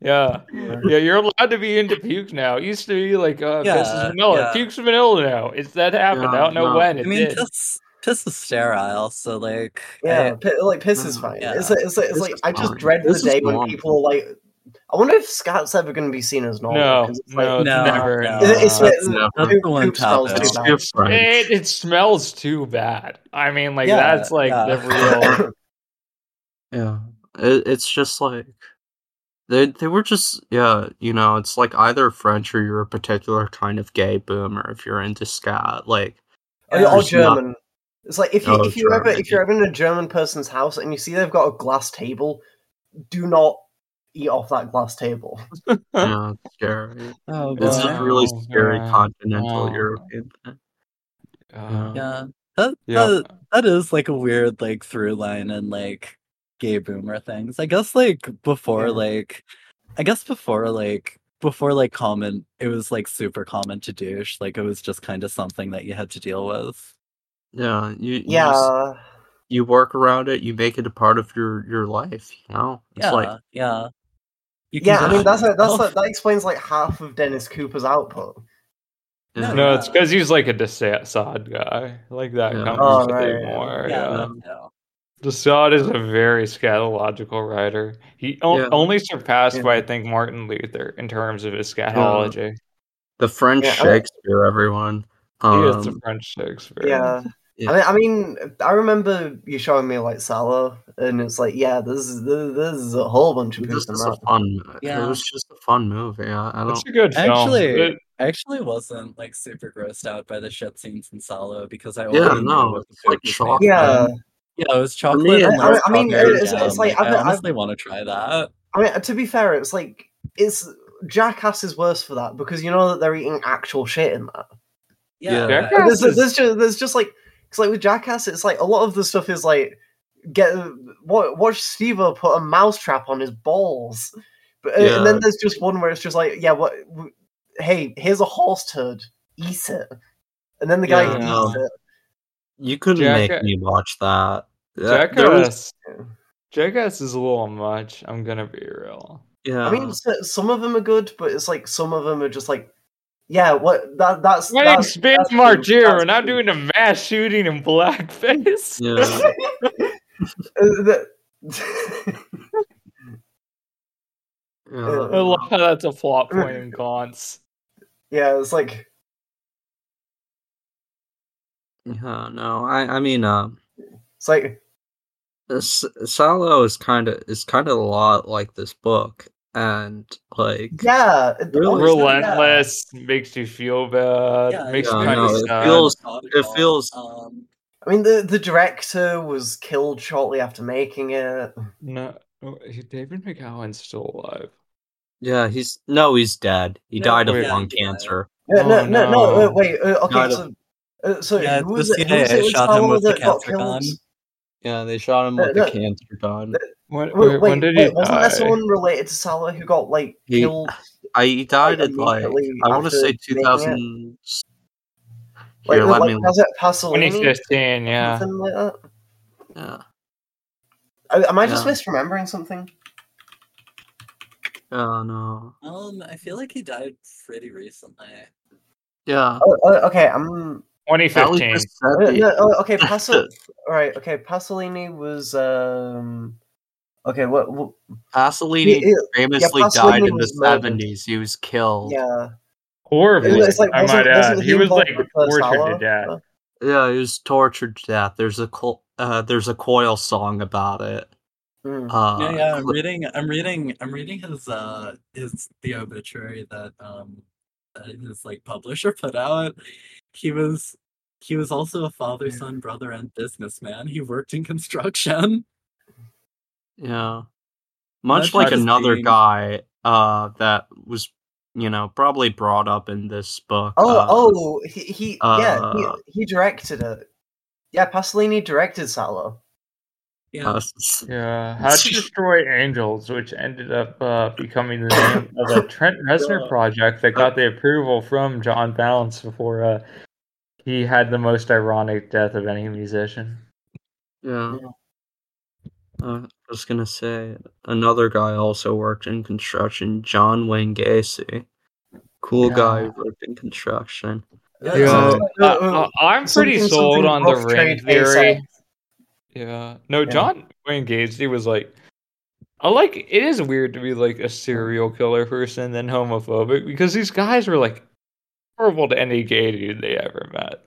Speaker 2: Yeah, yeah. You're allowed to be into puke now. It used to be like, uh, this is
Speaker 3: Yeah,
Speaker 2: vanilla.
Speaker 3: yeah.
Speaker 2: Puke's vanilla now. It's that happened. I
Speaker 4: Yeah,
Speaker 2: don't know
Speaker 4: no.
Speaker 2: when
Speaker 3: I
Speaker 2: it
Speaker 3: mean,
Speaker 2: did.
Speaker 3: piss piss is sterile, so like
Speaker 1: Yeah, pi- like piss is
Speaker 4: Mm,
Speaker 1: fine.
Speaker 3: yeah.
Speaker 1: It's like, it's like, it's
Speaker 4: This
Speaker 1: like
Speaker 4: is
Speaker 1: I just
Speaker 4: fine.
Speaker 1: dread
Speaker 4: This
Speaker 1: the
Speaker 4: is
Speaker 1: day when
Speaker 4: normal.
Speaker 1: people are like. I wonder if Scott's ever going to be seen as normal.
Speaker 2: No,
Speaker 1: 'cause it's
Speaker 2: no,
Speaker 3: I,
Speaker 1: like,
Speaker 2: it's
Speaker 3: no,
Speaker 2: never.
Speaker 3: no,
Speaker 1: It- it's-
Speaker 3: that's,
Speaker 1: it's-
Speaker 4: No.
Speaker 3: that's
Speaker 1: poop-
Speaker 3: the one
Speaker 1: poop smells
Speaker 3: topic.
Speaker 1: too
Speaker 4: It's
Speaker 1: bad.
Speaker 4: different.
Speaker 2: It, it smells too bad. I mean, like
Speaker 3: Yeah,
Speaker 2: that's like
Speaker 3: yeah.
Speaker 2: the real.
Speaker 4: Yeah, it, it's just like they they were just yeah, you know, it's like either French or you're a particular kind of gay boomer if you're into scat. Like,
Speaker 1: Or-
Speaker 3: Yeah.
Speaker 1: or
Speaker 4: It's not-
Speaker 1: German. It's like if you
Speaker 4: Oh,
Speaker 1: if you ever
Speaker 4: German.
Speaker 1: if you're ever in a German person's house and you see they've got a glass table, do not eat off that glass table.
Speaker 4: you know, it's scary.
Speaker 3: Oh,
Speaker 4: It's
Speaker 3: boy.
Speaker 4: just really
Speaker 2: Oh,
Speaker 4: scary
Speaker 2: God.
Speaker 4: continental
Speaker 2: Oh.
Speaker 4: European thing.
Speaker 2: Uh,
Speaker 3: Yeah. Uh, That,
Speaker 2: Yeah.
Speaker 3: that that is like a weird like through line and like gay boomer things. I guess like before
Speaker 1: Yeah.
Speaker 3: like I guess before like before like common it was like super common to douche. Like it was just kind of something that you had to deal with.
Speaker 4: Yeah, you you
Speaker 1: Yeah,
Speaker 4: just- you work around it, you make it a part of your your life, you know? It's
Speaker 3: yeah.
Speaker 4: like
Speaker 3: yeah. You
Speaker 1: yeah. I mean
Speaker 3: condition
Speaker 1: that's a, that's a,
Speaker 3: yourself.
Speaker 1: that explains like half of Dennis Cooper's output.
Speaker 4: yeah,
Speaker 2: No, it's because he's like a Desaad guy. Like that
Speaker 4: Yeah.
Speaker 2: comes
Speaker 1: Oh,
Speaker 2: with it
Speaker 1: right.
Speaker 2: more.
Speaker 3: yeah.
Speaker 2: Yeah.
Speaker 3: no.
Speaker 2: Desaad is a very scatological writer. He o-
Speaker 4: Yeah.
Speaker 2: only surpassed
Speaker 1: Yeah. Oh.
Speaker 2: by I think Martin Luther in terms of his scatology.
Speaker 4: the French
Speaker 1: Yeah, I mean-
Speaker 4: Shakespeare, everyone.
Speaker 2: he is the
Speaker 4: Um,
Speaker 2: French Shakespeare.
Speaker 1: Yeah.
Speaker 4: Yeah.
Speaker 1: I mean, I mean, I remember you showing me like Sallow, and it's like, yeah, this is this, this is a whole bunch of
Speaker 4: this
Speaker 1: people.
Speaker 4: is a fun. It
Speaker 3: Yeah.
Speaker 4: was just a fun movie. I, I don't.
Speaker 2: It's a good film.
Speaker 3: Actually-
Speaker 2: It-
Speaker 3: I actually wasn't like super grossed out by the shit scenes in Solo because I
Speaker 4: Yeah,
Speaker 3: already knew
Speaker 4: no,
Speaker 3: what the
Speaker 4: it's like
Speaker 3: food was
Speaker 4: chalk
Speaker 3: made
Speaker 1: Yeah,
Speaker 3: from. yeah, it was chocolate.
Speaker 4: me,
Speaker 3: and
Speaker 4: I-
Speaker 3: lots
Speaker 1: I
Speaker 3: of
Speaker 1: mean,
Speaker 3: strawberry
Speaker 1: it's- it's
Speaker 3: jam.
Speaker 1: like,
Speaker 3: I
Speaker 1: I've- I've-
Speaker 3: honestly want to try that.
Speaker 1: I mean, to be fair, it's like it's Jackass is worse for that because you know that they're eating actual shit in that.
Speaker 3: Yeah.
Speaker 2: Yeah.
Speaker 1: Like, There's,
Speaker 2: Jackass is-
Speaker 1: there's just there's just like it's like with Jackass, it's like a lot of the stuff is like get wa- watch Steve put a mousetrap on his balls, but,
Speaker 5: Yeah.
Speaker 1: and then there's just one where it's just like yeah, what? w- hey, here's a horse turd, eat it, and then the guy
Speaker 5: Yeah.
Speaker 1: eats it.
Speaker 4: You couldn't
Speaker 2: Jacka-
Speaker 4: make me watch that. That- there was-
Speaker 2: Jackass. Jackass is a little much. I'm gonna be real.
Speaker 4: yeah.
Speaker 1: I mean, s some of them are good, but it's like some of them are just like yeah, what that that's
Speaker 2: My
Speaker 1: that's,
Speaker 2: name's Ben
Speaker 1: that's-
Speaker 2: Margera,
Speaker 1: that's-
Speaker 2: and I'm doing a mass shooting in blackface.
Speaker 4: yeah.
Speaker 1: Uh, the-
Speaker 2: I
Speaker 1: Uh,
Speaker 2: love how that's a plot point in Gaunts.
Speaker 1: yeah, it's like
Speaker 4: yeah, no. I I mean, um,
Speaker 1: it's like
Speaker 4: S- Salo is kind of is kind of a lot like this book, and like
Speaker 1: yeah, it-
Speaker 4: Really?
Speaker 1: honestly, yeah.
Speaker 2: Relentless makes you feel bad.
Speaker 3: Yeah,
Speaker 2: makes
Speaker 4: yeah,
Speaker 2: you kind
Speaker 4: no,
Speaker 2: of
Speaker 4: it
Speaker 2: sad.
Speaker 4: feels-
Speaker 3: Methodical,
Speaker 4: it feels-
Speaker 3: um,
Speaker 1: I mean, the the director was killed shortly after making it. Uh,
Speaker 2: No, oh, he- David McGowan's still alive.
Speaker 4: yeah, he's no, he's dead. He
Speaker 3: No,
Speaker 4: died of
Speaker 2: yeah,
Speaker 4: lung
Speaker 3: he died.
Speaker 4: cancer.
Speaker 1: No, no, no,
Speaker 2: Oh, no.
Speaker 1: no, uh, wait. Uh, okay,
Speaker 4: Not a-
Speaker 1: so, uh, so
Speaker 3: Yeah,
Speaker 1: who
Speaker 3: the
Speaker 1: was it? Who was
Speaker 3: CIA
Speaker 1: it in
Speaker 3: shot him
Speaker 1: Salo
Speaker 3: with the
Speaker 1: that got
Speaker 3: cancer
Speaker 1: killed?
Speaker 3: gun.
Speaker 4: Yeah, they shot him
Speaker 1: Uh,
Speaker 4: with
Speaker 1: no.
Speaker 4: a cancer gun.
Speaker 2: When,
Speaker 1: Wait,
Speaker 2: wait,
Speaker 1: wait,
Speaker 2: when did
Speaker 1: wait,
Speaker 2: he
Speaker 1: wasn't
Speaker 2: die?
Speaker 1: there someone related to Salo who got like
Speaker 4: He-
Speaker 1: killed?
Speaker 4: I he died
Speaker 1: Like,
Speaker 4: in like
Speaker 1: immediately
Speaker 4: I want to
Speaker 1: after
Speaker 4: say
Speaker 1: making it?
Speaker 4: 2000.
Speaker 1: Like,
Speaker 4: Here, let
Speaker 1: like
Speaker 4: me.
Speaker 1: was it
Speaker 2: When he's
Speaker 1: Pasolini?
Speaker 2: 15, yeah.
Speaker 1: Something like that.
Speaker 4: Yeah,
Speaker 1: Uh, Am I just
Speaker 4: Yeah.
Speaker 1: misremembering something?
Speaker 4: oh no.
Speaker 3: Um, I feel like he died pretty recently.
Speaker 4: Yeah.
Speaker 1: Oh, oh, okay, I'm.
Speaker 4: That was
Speaker 2: 2015.
Speaker 4: just
Speaker 1: uh,
Speaker 4: sad.
Speaker 1: no, oh, okay, Pasol. All right, okay, Pasolini was. um Okay, what? what
Speaker 4: Pasolini
Speaker 1: Yeah,
Speaker 4: famously
Speaker 1: yeah,
Speaker 4: died
Speaker 1: Pasolini
Speaker 4: in the
Speaker 1: was murdered.
Speaker 4: seventies. He was killed.
Speaker 1: yeah.
Speaker 2: Horribly.
Speaker 1: It's like,
Speaker 2: I
Speaker 1: wasn't-
Speaker 2: might
Speaker 1: wasn't
Speaker 2: add.
Speaker 1: he
Speaker 2: He was
Speaker 1: involved
Speaker 2: like
Speaker 1: with uh, the
Speaker 2: tortured
Speaker 1: Salo?
Speaker 2: to death.
Speaker 4: Yeah, he was tortured to death. There's a co- uh, there's a Coil song about it.
Speaker 1: Mm.
Speaker 4: Uh,
Speaker 3: yeah, yeah. I'm
Speaker 4: cl-
Speaker 3: reading. I'm reading. I'm reading his uh his the obituary that um that his like publisher put out. He was he was also a father, son, brother, and businessman. He worked in construction.
Speaker 4: yeah.
Speaker 3: Much
Speaker 4: Much like
Speaker 3: like
Speaker 4: another
Speaker 3: being-
Speaker 4: guy uh, that was, you know, probably brought up in this book.
Speaker 1: Oh,
Speaker 4: uh,
Speaker 1: oh, he, he yeah,
Speaker 4: uh,
Speaker 1: he, he directed it. Yeah, Pasolini directed Salo.
Speaker 3: Yeah.
Speaker 4: uh, s-
Speaker 2: Yeah, How to Destroy Angels, which ended up uh, becoming the name of a Trent Reznor project that got the approval from John Balance before uh, he had the most ironic death of any musician.
Speaker 4: yeah. Uh, I was gonna say another guy also worked in construction. John Wayne Gacy, cool
Speaker 2: Yeah.
Speaker 4: guy who worked in construction.
Speaker 1: Yeah,
Speaker 2: Yeah.
Speaker 1: so-
Speaker 2: I,
Speaker 1: uh, uh,
Speaker 2: am pretty
Speaker 1: something-
Speaker 2: sold
Speaker 1: something
Speaker 2: on the
Speaker 1: rough
Speaker 2: ring
Speaker 1: trade they
Speaker 2: theory.
Speaker 1: said.
Speaker 2: Yeah. No, John Wayne Gacy was like, I like it is weird to be like a serial killer person then homophobic because these guys were like horrible to any gay dude they ever met.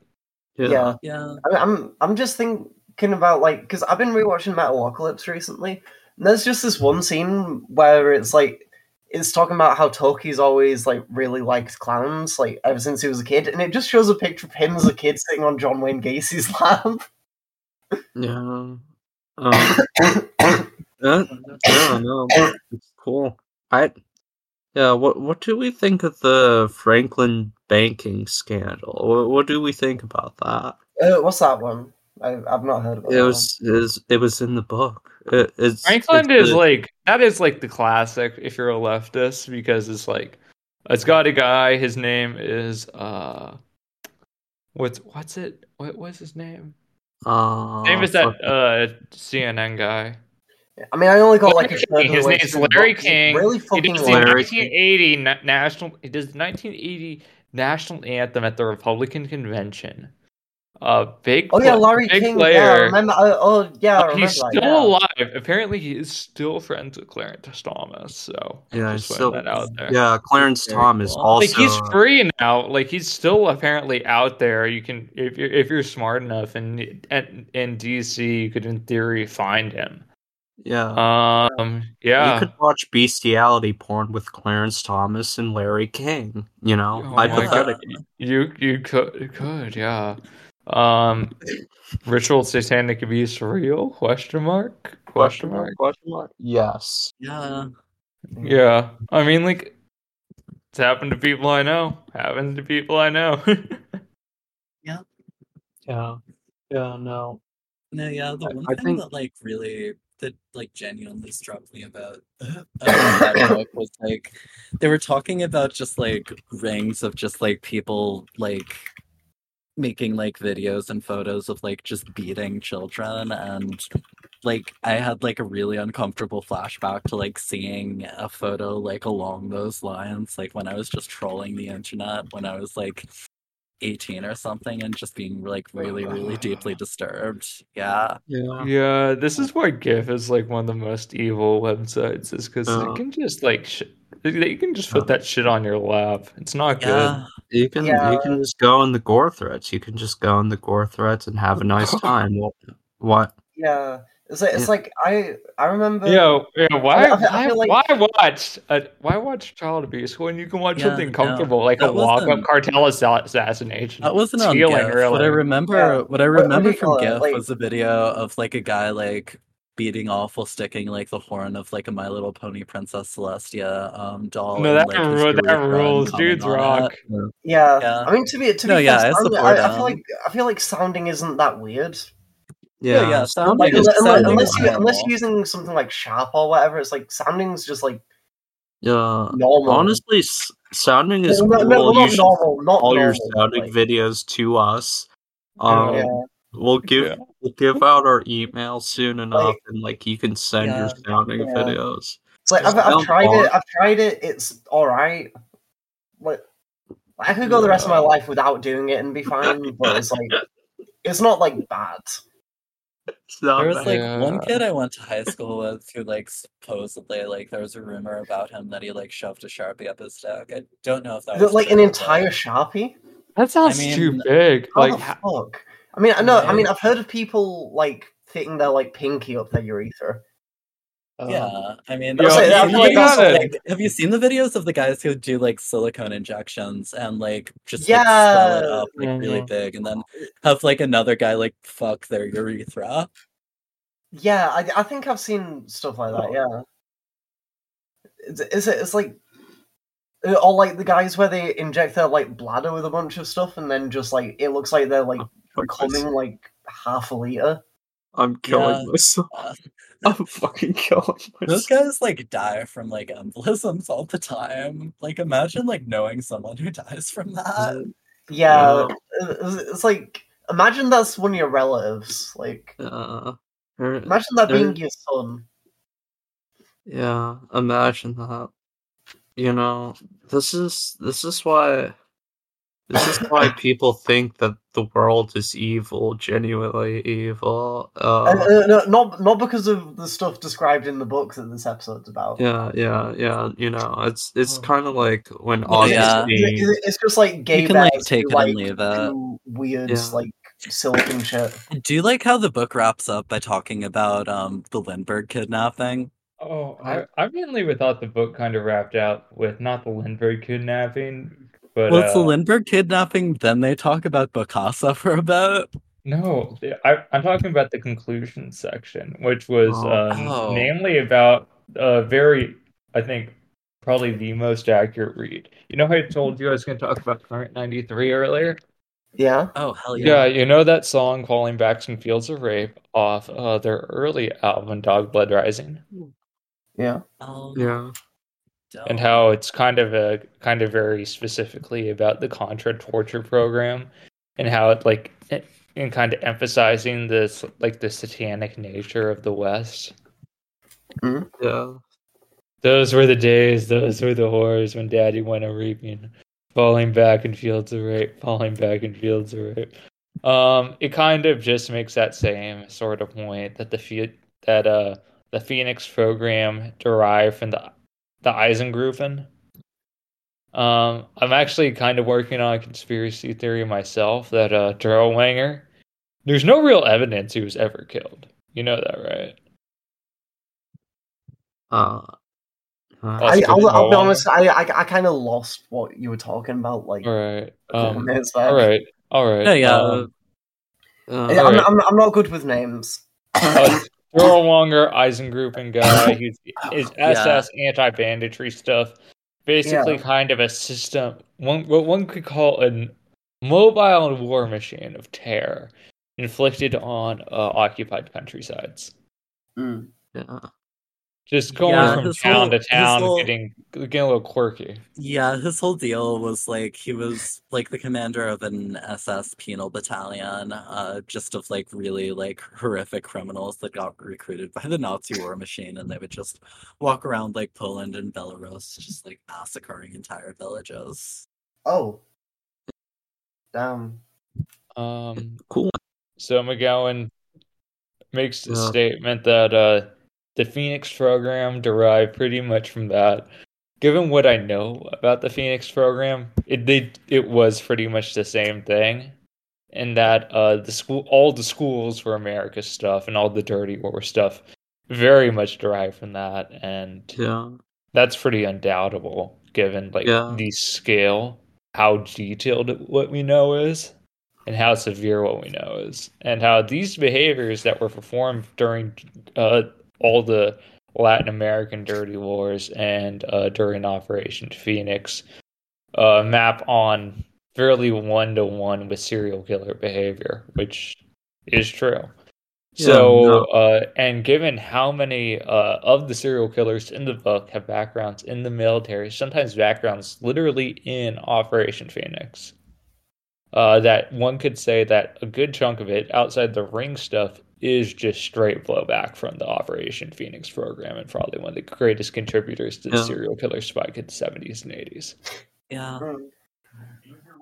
Speaker 1: yeah.
Speaker 3: Yeah.
Speaker 1: I mean, I'm I'm just thinking about like because I've been rewatching Metalocalypse recently. And there's just this one scene where it's like it's talking about how Toki's always like really liked clowns like ever since he was a kid, and it just shows a picture of him as a kid sitting on John Wayne Gacy's lap.
Speaker 4: Yeah. Um,
Speaker 1: Uh,
Speaker 4: yeah, yeah, no, it's cool. I yeah. What what do we think of the Franklin banking scandal? What, what do we think about that?
Speaker 1: Uh, what's that one? I, I've not heard about
Speaker 4: It
Speaker 1: that
Speaker 4: was is it was in the book. It, it's
Speaker 2: Franklin
Speaker 4: it's
Speaker 2: is
Speaker 4: the-
Speaker 2: like that is like the classic if you're a leftist because it's like it's got a guy, his name is uh what's what's it what was his name?
Speaker 4: uh,
Speaker 2: name is that
Speaker 4: fuck-
Speaker 2: uh CNN guy.
Speaker 1: one. I mean, I only got like a third
Speaker 2: Larry King.
Speaker 1: of the
Speaker 2: His
Speaker 1: way
Speaker 2: name's
Speaker 1: through,
Speaker 2: Larry
Speaker 1: but
Speaker 2: King.
Speaker 1: Really
Speaker 2: He
Speaker 1: fucking
Speaker 2: does the
Speaker 1: Larry.
Speaker 4: Larry-
Speaker 2: 1980 na- national. He does the 1980 national anthem at the Republican convention. Uh, big.
Speaker 1: Oh yeah,
Speaker 2: pla-
Speaker 1: Larry
Speaker 2: big
Speaker 1: King. Yeah, I
Speaker 2: Player.
Speaker 1: remember? Oh, oh, yeah, I
Speaker 2: Uh,
Speaker 1: remember
Speaker 2: he's
Speaker 1: that,
Speaker 2: still
Speaker 1: yeah.
Speaker 2: alive. Apparently, he is still friends with Clarence Thomas. So I'm
Speaker 4: Yeah,
Speaker 2: just
Speaker 4: he's
Speaker 2: putting
Speaker 4: still-
Speaker 2: that out there.
Speaker 4: yeah, Clarence
Speaker 3: Very
Speaker 4: Thomas
Speaker 3: cool.
Speaker 4: also.
Speaker 2: Like he's free now. Like he's still apparently out there. You can, if you're if you're smart enough, and in, in DC, you could in theory find him.
Speaker 4: yeah.
Speaker 2: Um,
Speaker 4: You
Speaker 2: yeah.
Speaker 4: could watch bestiality porn with Clarence Thomas and Larry King. You know,
Speaker 2: Oh my
Speaker 4: hypothetically.
Speaker 2: God. You you could you could yeah. Um, ritual satanic abuse real? Question mark? Question mark?
Speaker 4: Question mark. Yes.
Speaker 3: Yeah.
Speaker 2: Yeah. I mean, like, It's happened to people I know. Happens to people I know.
Speaker 4: Yeah. Yeah, no.
Speaker 3: No, yeah, the
Speaker 4: I-
Speaker 3: one
Speaker 4: I
Speaker 3: thing
Speaker 4: think-
Speaker 3: that like really that like genuinely struck me about about that book was like they were talking about just like rings of just like people like making like videos and photos of like just beating children and like I had like a really uncomfortable flashback to like seeing a photo like along those lines like when I was just trolling the internet when I was like 18 or something and just being like really really
Speaker 1: Ah.
Speaker 3: deeply disturbed yeah
Speaker 4: Yeah.
Speaker 2: yeah, this is why GIF is like one of the most evil websites, is because
Speaker 4: Uh.
Speaker 2: it can just like sh- you can just put that shit on your lap. It's not good.
Speaker 3: yeah
Speaker 4: You can
Speaker 1: Yeah.
Speaker 4: you can just go in the gore threads. You can just go in the gore threads and have a nice time. What? what?
Speaker 1: Yeah, it's like, it's
Speaker 4: Yeah.
Speaker 1: like I I remember.
Speaker 2: Yeah,
Speaker 3: Um,
Speaker 2: yeah. Why,
Speaker 1: I- I
Speaker 2: why,
Speaker 1: feel like-
Speaker 2: why watch? Uh, why watch child abuse when you can watch
Speaker 3: Yeah,
Speaker 2: something
Speaker 3: no.
Speaker 2: comfortable like a
Speaker 3: That
Speaker 2: walk-up
Speaker 3: wasn't-
Speaker 2: cartel assa- assassination?
Speaker 3: that wasn't on
Speaker 2: Stealing,
Speaker 3: GIF. What I
Speaker 2: really.
Speaker 3: remember,
Speaker 1: Yeah.
Speaker 3: what I
Speaker 1: What- what do
Speaker 3: remember
Speaker 1: you call
Speaker 3: from
Speaker 1: it?
Speaker 3: GIF
Speaker 1: Like-
Speaker 3: was a video of like a guy like beating off while sticking like the horn of like a My Little Pony Princess Celestia um doll.
Speaker 2: No,
Speaker 3: in,
Speaker 2: that
Speaker 3: like, his
Speaker 2: ru- that
Speaker 3: urethra and
Speaker 2: rules.
Speaker 3: coming
Speaker 2: Dudes
Speaker 3: on it.
Speaker 2: rock.
Speaker 1: Yeah.
Speaker 3: Yeah.
Speaker 1: I mean to be to
Speaker 3: No,
Speaker 1: be
Speaker 3: yeah, I
Speaker 1: fair, sound-
Speaker 3: support,
Speaker 1: I, I feel
Speaker 3: um,
Speaker 1: like I feel like sounding isn't that weird.
Speaker 3: Yeah, yeah.
Speaker 4: yeah.
Speaker 3: sound
Speaker 1: Like,
Speaker 4: Like,
Speaker 1: unless,
Speaker 4: it's
Speaker 1: unless,
Speaker 4: sounding
Speaker 1: unless you
Speaker 3: normal.
Speaker 1: unless you're using something like sharp or whatever, it's like sounding's just like
Speaker 4: yeah.
Speaker 1: normal.
Speaker 4: Honestly, s- sounding is
Speaker 1: no, no,
Speaker 4: cool.
Speaker 1: well,
Speaker 4: you
Speaker 1: not
Speaker 4: should
Speaker 1: normal, not
Speaker 4: all your
Speaker 1: normal,
Speaker 4: sounding
Speaker 1: like-
Speaker 4: videos to us. Um,
Speaker 1: Yeah.
Speaker 4: We'll give
Speaker 2: Yeah.
Speaker 4: we'll give out our email soon enough,
Speaker 1: Like-
Speaker 4: and like you can send your
Speaker 3: Yeah.
Speaker 4: sounding
Speaker 1: Yeah.
Speaker 4: videos.
Speaker 1: It's like
Speaker 4: Just
Speaker 1: I've, I've
Speaker 4: don't
Speaker 1: tried
Speaker 4: bother.
Speaker 1: it. I've tried it. It's all right. Like I could go the rest of my life without doing it and be fine. But it's like it's not like bad.
Speaker 4: It's not
Speaker 3: There was
Speaker 4: bad.
Speaker 3: like
Speaker 2: Yeah.
Speaker 3: one kid I went to high school with who like supposedly like there was a rumor about him that he like shoved a sharpie up his dick. I don't know if that
Speaker 1: Is
Speaker 3: was
Speaker 1: it like an
Speaker 3: true,
Speaker 1: entire
Speaker 3: but-
Speaker 1: sharpie?
Speaker 2: That sounds too
Speaker 3: mean, uh, oh,
Speaker 2: big.
Speaker 1: How
Speaker 2: Like,
Speaker 1: the
Speaker 2: ha-
Speaker 1: fuck? I mean, I know. I mean,
Speaker 3: Right.
Speaker 1: I've heard of people like fitting their like pinky up their urethra. Oh.
Speaker 2: oh.
Speaker 3: Yeah, I mean,
Speaker 2: Yo,
Speaker 3: have you
Speaker 2: you-
Speaker 3: seen the
Speaker 2: you
Speaker 3: videos of,
Speaker 2: gotta-
Speaker 3: like, have you seen the videos of the guys who do like silicone injections and like just like swell it
Speaker 1: Yeah.
Speaker 3: up like really
Speaker 2: Mhm.
Speaker 3: big and then have like another guy like fuck their urethra?
Speaker 1: Yeah, I, I think I've seen stuff like that. Yeah, is, is it? It's like, or like the guys where they inject their like bladder with a bunch of stuff, and then just like it looks like they're like
Speaker 4: Fuck this.
Speaker 1: coming like half a liter.
Speaker 4: I'm killing
Speaker 3: Yeah.
Speaker 4: myself.
Speaker 3: Uh,
Speaker 4: I'm fucking killing
Speaker 3: Those
Speaker 4: myself.
Speaker 3: guys like die from like embolisms all the time. Like imagine like knowing someone who dies from that.
Speaker 1: Yeah, it's, it's like imagine that's one of your relatives. Like
Speaker 4: Uh, er,
Speaker 1: imagine that
Speaker 4: There-
Speaker 1: being your son.
Speaker 4: yeah, imagine that. You know, this is this is why this is why people think that the world is evil, genuinely evil.
Speaker 1: And,
Speaker 4: Uh,
Speaker 1: uh, no, not not because of the stuff described in the book that this episode's about.
Speaker 4: yeah, yeah, yeah. You know, it's it's
Speaker 1: Oh.
Speaker 4: kind of like when
Speaker 1: It's- it's-
Speaker 3: yeah.
Speaker 4: Augustine.
Speaker 1: It's, it's just like gay
Speaker 3: You can like
Speaker 1: bears
Speaker 3: take
Speaker 1: who,
Speaker 3: it
Speaker 1: like,
Speaker 3: and leave it.
Speaker 1: do weird
Speaker 4: Yeah.
Speaker 1: like silk and shit.
Speaker 3: Do you like how the book wraps up by talking about um the Lindbergh kidnapping?
Speaker 2: oh, I,
Speaker 4: I-
Speaker 2: I mainly without the book kind of wrapped out with not the Lindbergh kidnapping, but
Speaker 3: well, it's the
Speaker 2: uh,
Speaker 3: Lindbergh kidnapping. Then they talk about Bokassa for a bit.
Speaker 2: No, the- I, I'm talking about the conclusion section, which was
Speaker 4: Oh.
Speaker 2: um,
Speaker 3: Oh.
Speaker 2: namely about a very, I think, probably the most accurate read. You know how I told you I was going to talk about Current 93 earlier?
Speaker 1: Yeah.
Speaker 3: Oh hell yeah!
Speaker 2: Yeah, you know that song Calling Back from Fields of Rape off uh, their early album Dog Blood Rising,
Speaker 1: Yeah.
Speaker 3: Oh,
Speaker 4: Yeah.
Speaker 3: dope.
Speaker 2: and how it's kind of a kind of very specifically about the Contra torture program and how it like it- and kind of emphasizing this like the satanic nature of the West.
Speaker 4: Yeah.
Speaker 2: Those were the days, those were the horrors when daddy went a reaping, falling back in fields of rape, falling back in fields of rape. Um, it kind of just makes that same sort of point that the phe- that uh the Phoenix program derived from the the Eisengrufen. Um, I'm actually kind of working on a conspiracy theory myself that uh Drowanger. There's no real evidence he was ever killed. You know that, right?
Speaker 4: Uh,
Speaker 1: I,
Speaker 4: uh,
Speaker 2: Oscar
Speaker 1: I'll, I'll be
Speaker 2: Noah.
Speaker 1: honest. I I, I kind of lost what you were talking about. Like
Speaker 2: All right.
Speaker 1: a couple
Speaker 2: Um,
Speaker 1: minutes back.
Speaker 2: all right. All right.
Speaker 3: No, yeah.
Speaker 2: Um,
Speaker 1: Yeah,
Speaker 4: uh,
Speaker 1: I'm,
Speaker 2: Alright.
Speaker 1: I'm, I'm not good with names.
Speaker 2: Uh, Earl Wonger, Eisengruppen guy. He's his
Speaker 3: Oh, Yeah.
Speaker 2: SS anti banditry stuff. basically kind of a system one what one could call a mobile war machine of terror inflicted on uh, occupied countrysides
Speaker 1: Mm.
Speaker 4: Yeah.
Speaker 2: just going
Speaker 3: Yeah,
Speaker 2: from
Speaker 3: his
Speaker 2: town
Speaker 3: whole-
Speaker 2: to
Speaker 3: his
Speaker 2: town
Speaker 3: whole-
Speaker 2: getting getting a little quirky
Speaker 3: Yeah, his whole deal was like he was like the commander of an SS penal battalion, uh, just of like really like horrific criminals that got recruited by the Nazi war machine, and they would just walk around like Poland and Belarus, just like massacring entire villages.
Speaker 1: Oh. Damn.
Speaker 2: um
Speaker 4: Cool.
Speaker 2: So McGowan makes a
Speaker 4: Yeah.
Speaker 2: statement that uh, the Phoenix program derived pretty much from that. Given what I know about the Phoenix program, it they, it was pretty much the same thing, and that uh, the school all the schools were America's stuff and all the dirty war stuff very much derived from that, and
Speaker 4: Yeah.
Speaker 2: that's pretty undoubtable given like
Speaker 4: Yeah.
Speaker 2: the scale how detailed what we know is and how severe what we know is and how these behaviors that were performed during uh, all the latin american dirty wars and uh, during operation phoenix uh, map on fairly one-to-one with serial killer behavior which is true
Speaker 4: Yeah,
Speaker 2: so, uh, and given how many uh, of the serial killers in the book have backgrounds in the military, sometimes backgrounds literally in Operation Phoenix, uh, that one could say that a good chunk of it outside the ring stuff is just straight blowback from the Operation Phoenix program and probably one of the greatest contributors to the
Speaker 4: Yeah.
Speaker 2: serial killer spike in the 70s and 80s.
Speaker 3: Yeah.
Speaker 1: Mm.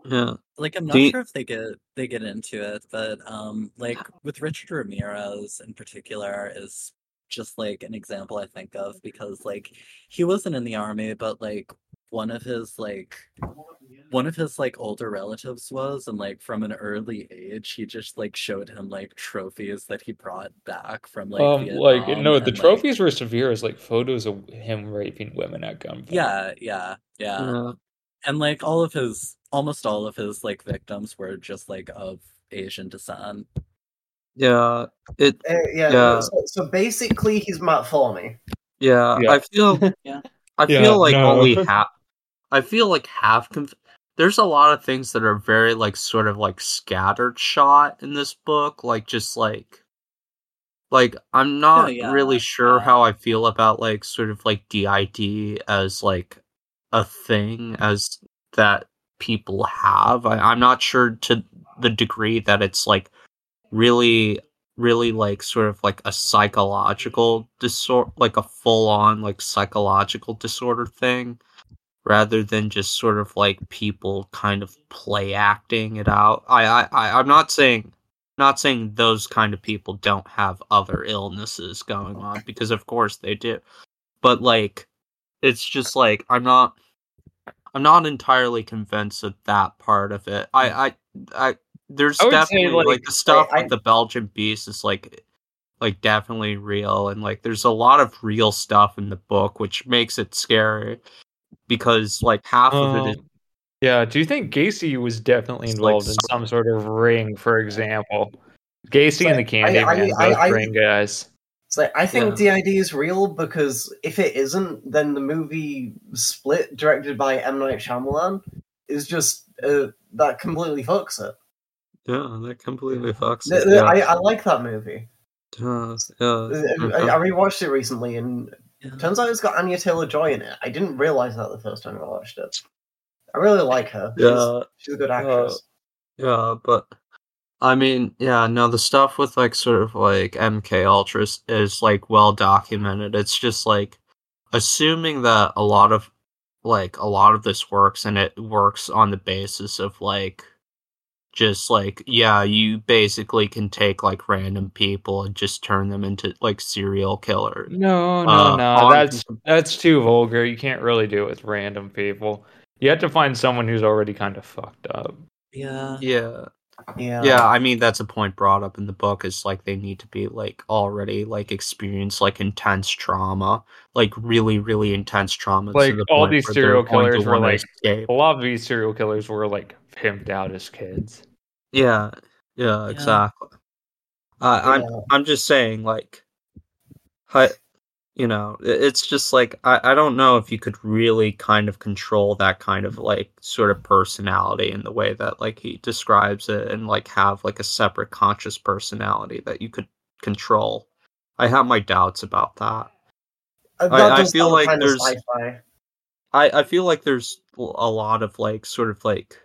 Speaker 4: Yeah.
Speaker 3: like I'm
Speaker 4: Do
Speaker 3: not
Speaker 4: you-
Speaker 3: sure if they get they get into it, but um like
Speaker 2: Ah.
Speaker 3: with Richard Ramirez in particular is just like an example I think of because like he wasn't in the army, but like one of his like one of his like older relatives was and like from an early age he just like showed him like trophies that he brought back from like
Speaker 2: um, like,
Speaker 3: Vietnam
Speaker 2: no, the
Speaker 3: and, like-
Speaker 2: trophies were severe as like photos of him raping women at gunpoint.
Speaker 3: yeah yeah yeah
Speaker 4: Yeah.
Speaker 1: Uh.
Speaker 3: and like all of his almost all of his like victims were just like of Asian descent
Speaker 4: Yeah. It
Speaker 1: Uh, yeah.
Speaker 4: Yeah.
Speaker 1: So, so basically, he's Matt Forney.
Speaker 4: yeah,
Speaker 2: Yeah.
Speaker 4: I feel
Speaker 3: Yeah.
Speaker 4: I
Speaker 2: Yeah,
Speaker 4: feel like
Speaker 2: no.
Speaker 4: only half I feel like half conf- there's a lot of things that are very like sort of like scattered shot in this book, like just like like I'm not
Speaker 3: Oh, yeah,
Speaker 4: really sure
Speaker 3: yeah.
Speaker 4: how I feel about like sort of like DID as like a thing as that people have. I, I'm not sure to the degree that it's like really really like sort of like a psychological disorder like a full on like psychological disorder thing rather than just sort of like people kind of play acting it out i i, I i'm not saying not saying those kind of people don't have other illnesses going on because of course they do but like it's just like i'm not i'm not entirely convinced of that part of it i i i there's
Speaker 2: I would say,
Speaker 4: definitely like,
Speaker 2: like,
Speaker 4: the stuff
Speaker 1: I-
Speaker 4: with the belgian beast is like like definitely real and like there's a lot of real stuff in the book which makes it scary because like half
Speaker 1: Uh,
Speaker 4: of it is
Speaker 2: Um, yeah, do you think Gacy was definitely
Speaker 4: It's like
Speaker 2: involved in
Speaker 4: some-
Speaker 2: some sort of ring, for example? Gacy and the
Speaker 1: I- I-
Speaker 2: Candyman,
Speaker 1: I-
Speaker 2: both
Speaker 1: I-
Speaker 2: ring guys.
Speaker 1: It's like I think DID is real because if it isn't, then the movie Split, directed by M Night Shyamalan, is just uh, that completely fucks it.
Speaker 4: yeah that completely fucks
Speaker 1: Th-
Speaker 4: it,
Speaker 1: th-
Speaker 4: yeah.
Speaker 1: I, I like that movie. Uh,
Speaker 4: Yeah, uh-huh.
Speaker 1: I,
Speaker 4: yeah,
Speaker 1: I rewatched it recently, and
Speaker 3: Yeah.
Speaker 1: turns out it's got Anya Taylor Joy in it. I didn't realize that the first time I watched it. I really like her. She's,
Speaker 4: yeah,
Speaker 1: she's a good actress.
Speaker 4: yeah, but I mean, yeah, no, the stuff with like sort of like MK Ultra is, is like well documented. It's just like assuming that a lot of like a lot of this works and it works on the basis of like just like yeah you basically can take like random people and just turn them into like serial killers
Speaker 2: No, no,
Speaker 4: Uh,
Speaker 2: no.
Speaker 4: on-
Speaker 2: That's that's too vulgar. You can't really do it with random people. You have to find someone who's already kind of fucked up.
Speaker 3: yeah
Speaker 4: yeah
Speaker 1: Yeah.
Speaker 4: Uh,
Speaker 2: Um,
Speaker 4: yeah i mean that's a point brought up in the book is like they need to be like already like experience like intense trauma like really really intense trauma to
Speaker 2: Like,
Speaker 4: the
Speaker 2: all
Speaker 4: point
Speaker 2: these
Speaker 4: where they're
Speaker 2: serial
Speaker 4: going to
Speaker 2: killers were,
Speaker 4: wanna
Speaker 2: like,
Speaker 4: escape.
Speaker 2: A lot of these serial killers were like pimped out as kids.
Speaker 4: yeah yeah exactly uh, i'm
Speaker 1: Yeah.
Speaker 4: i'm just saying like hi you know, i- it's just like I, I don't know if you could really kind of control that kind of like sort of personality in the way that like he describes it and like have like a separate conscious personality that you could control. I have my doubts about that.
Speaker 1: Uh,
Speaker 4: I-
Speaker 1: that
Speaker 4: I
Speaker 1: does
Speaker 4: feel
Speaker 1: sound
Speaker 4: like
Speaker 1: kinda
Speaker 4: there's-
Speaker 1: sci-fi.
Speaker 4: I, I feel like there's l- a lot of like sort of like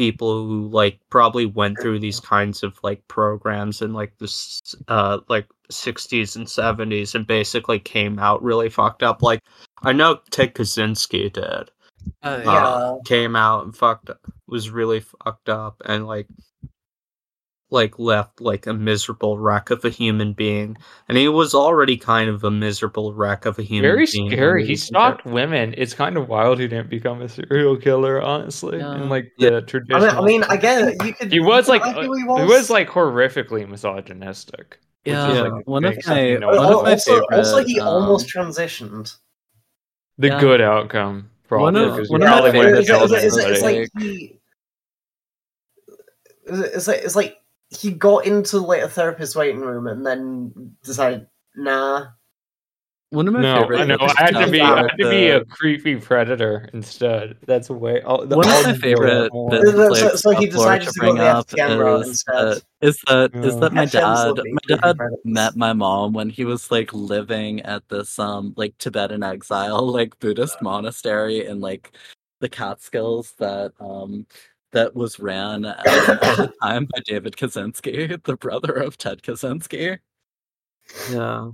Speaker 4: people who like probably went through these kinds of like programs in like the s- uh like 60s and 70s and basically came out really fucked up like I know Ted Kaczynski did
Speaker 3: Uh,
Speaker 1: Yeah.
Speaker 4: came out and fucked was really fucked up and like like left like a miserable wreck of a human being and he was already kind of a miserable wreck of a human
Speaker 2: Very
Speaker 4: being when
Speaker 2: scary. He
Speaker 4: was-
Speaker 2: stalked women. It's kind of wild he didn't become a serial killer, honestly.
Speaker 3: Yeah.
Speaker 2: In like
Speaker 4: Yeah.
Speaker 2: the
Speaker 1: I
Speaker 2: traditional
Speaker 1: mean, I mean, I get it. You could.
Speaker 2: He was
Speaker 1: you could
Speaker 2: like-
Speaker 1: argue he
Speaker 2: it was like horrifically misogynistic. which is,
Speaker 3: Yeah,
Speaker 2: like,
Speaker 3: one of
Speaker 2: makes
Speaker 3: my-
Speaker 2: something no
Speaker 1: But
Speaker 3: one
Speaker 2: one
Speaker 3: of
Speaker 1: al-
Speaker 3: my
Speaker 1: also, also, he
Speaker 3: favorite,
Speaker 1: almost
Speaker 3: um,
Speaker 1: transitioned.
Speaker 2: the
Speaker 3: Yeah.
Speaker 2: good outcome.
Speaker 3: One
Speaker 2: Probably,
Speaker 4: of-
Speaker 2: because
Speaker 3: one
Speaker 2: he
Speaker 3: of my
Speaker 2: probably
Speaker 3: favorite
Speaker 2: wouldn't have
Speaker 1: it's,
Speaker 2: killed
Speaker 1: it's,
Speaker 3: children,
Speaker 1: it's, it's
Speaker 2: anybody.
Speaker 1: like he, it's like it's like he got into like a therapist's waiting room and then decided, nah.
Speaker 3: One of my
Speaker 2: No,
Speaker 3: favorite.
Speaker 2: I know.
Speaker 3: things
Speaker 2: I had to be. I
Speaker 3: about
Speaker 2: had to be
Speaker 3: the-
Speaker 2: a creepy predator instead. That's a way. All, the,
Speaker 3: one
Speaker 2: all
Speaker 3: of my
Speaker 2: the-
Speaker 3: favorite
Speaker 2: all-
Speaker 3: bits
Speaker 1: So- so-
Speaker 3: like,
Speaker 1: so he
Speaker 3: of lore
Speaker 1: decided
Speaker 3: to
Speaker 1: to go
Speaker 3: bring
Speaker 1: the
Speaker 3: up
Speaker 1: FTM route
Speaker 3: is
Speaker 1: instead.
Speaker 3: that, is that is
Speaker 2: Yeah.
Speaker 3: that my
Speaker 1: FTMs love
Speaker 3: dad
Speaker 1: being
Speaker 3: my
Speaker 1: creepy
Speaker 3: dad
Speaker 1: predators.
Speaker 3: met my mom when he was like living at this um like Tibetan exile like Buddhist monastery in like the Catskills that um that was ran um, at the time by David Kaczynski, the brother of Ted Kaczynski.
Speaker 4: Yeah.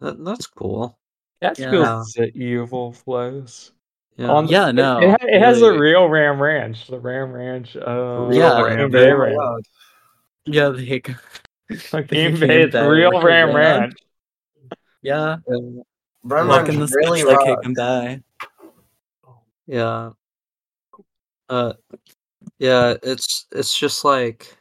Speaker 4: That, that's cool.
Speaker 2: That
Speaker 3: Yeah.
Speaker 2: feels the evil flows.
Speaker 4: Yeah.
Speaker 2: On-
Speaker 3: Yeah,
Speaker 2: it-
Speaker 3: no,
Speaker 2: It, ha- it has the
Speaker 3: really.
Speaker 2: real Ram Ranch. The Ram Ranch. Uh,
Speaker 3: Yeah.
Speaker 2: Ram,
Speaker 4: Ram
Speaker 2: Ram
Speaker 1: Oh,
Speaker 2: Ranch.
Speaker 1: wow.
Speaker 3: Yeah, they,
Speaker 2: Fucking
Speaker 3: Hickey
Speaker 2: Bay, it's
Speaker 3: Bay,
Speaker 2: real
Speaker 3: Ricky
Speaker 2: Ram
Speaker 3: Ram.
Speaker 2: Ranch.
Speaker 3: yeah,
Speaker 1: Brown
Speaker 3: walk
Speaker 1: Ranch
Speaker 3: in the
Speaker 1: really
Speaker 3: steps like he
Speaker 1: rocked.
Speaker 3: can die.
Speaker 4: yeah. Uh, yeah. It's it's just like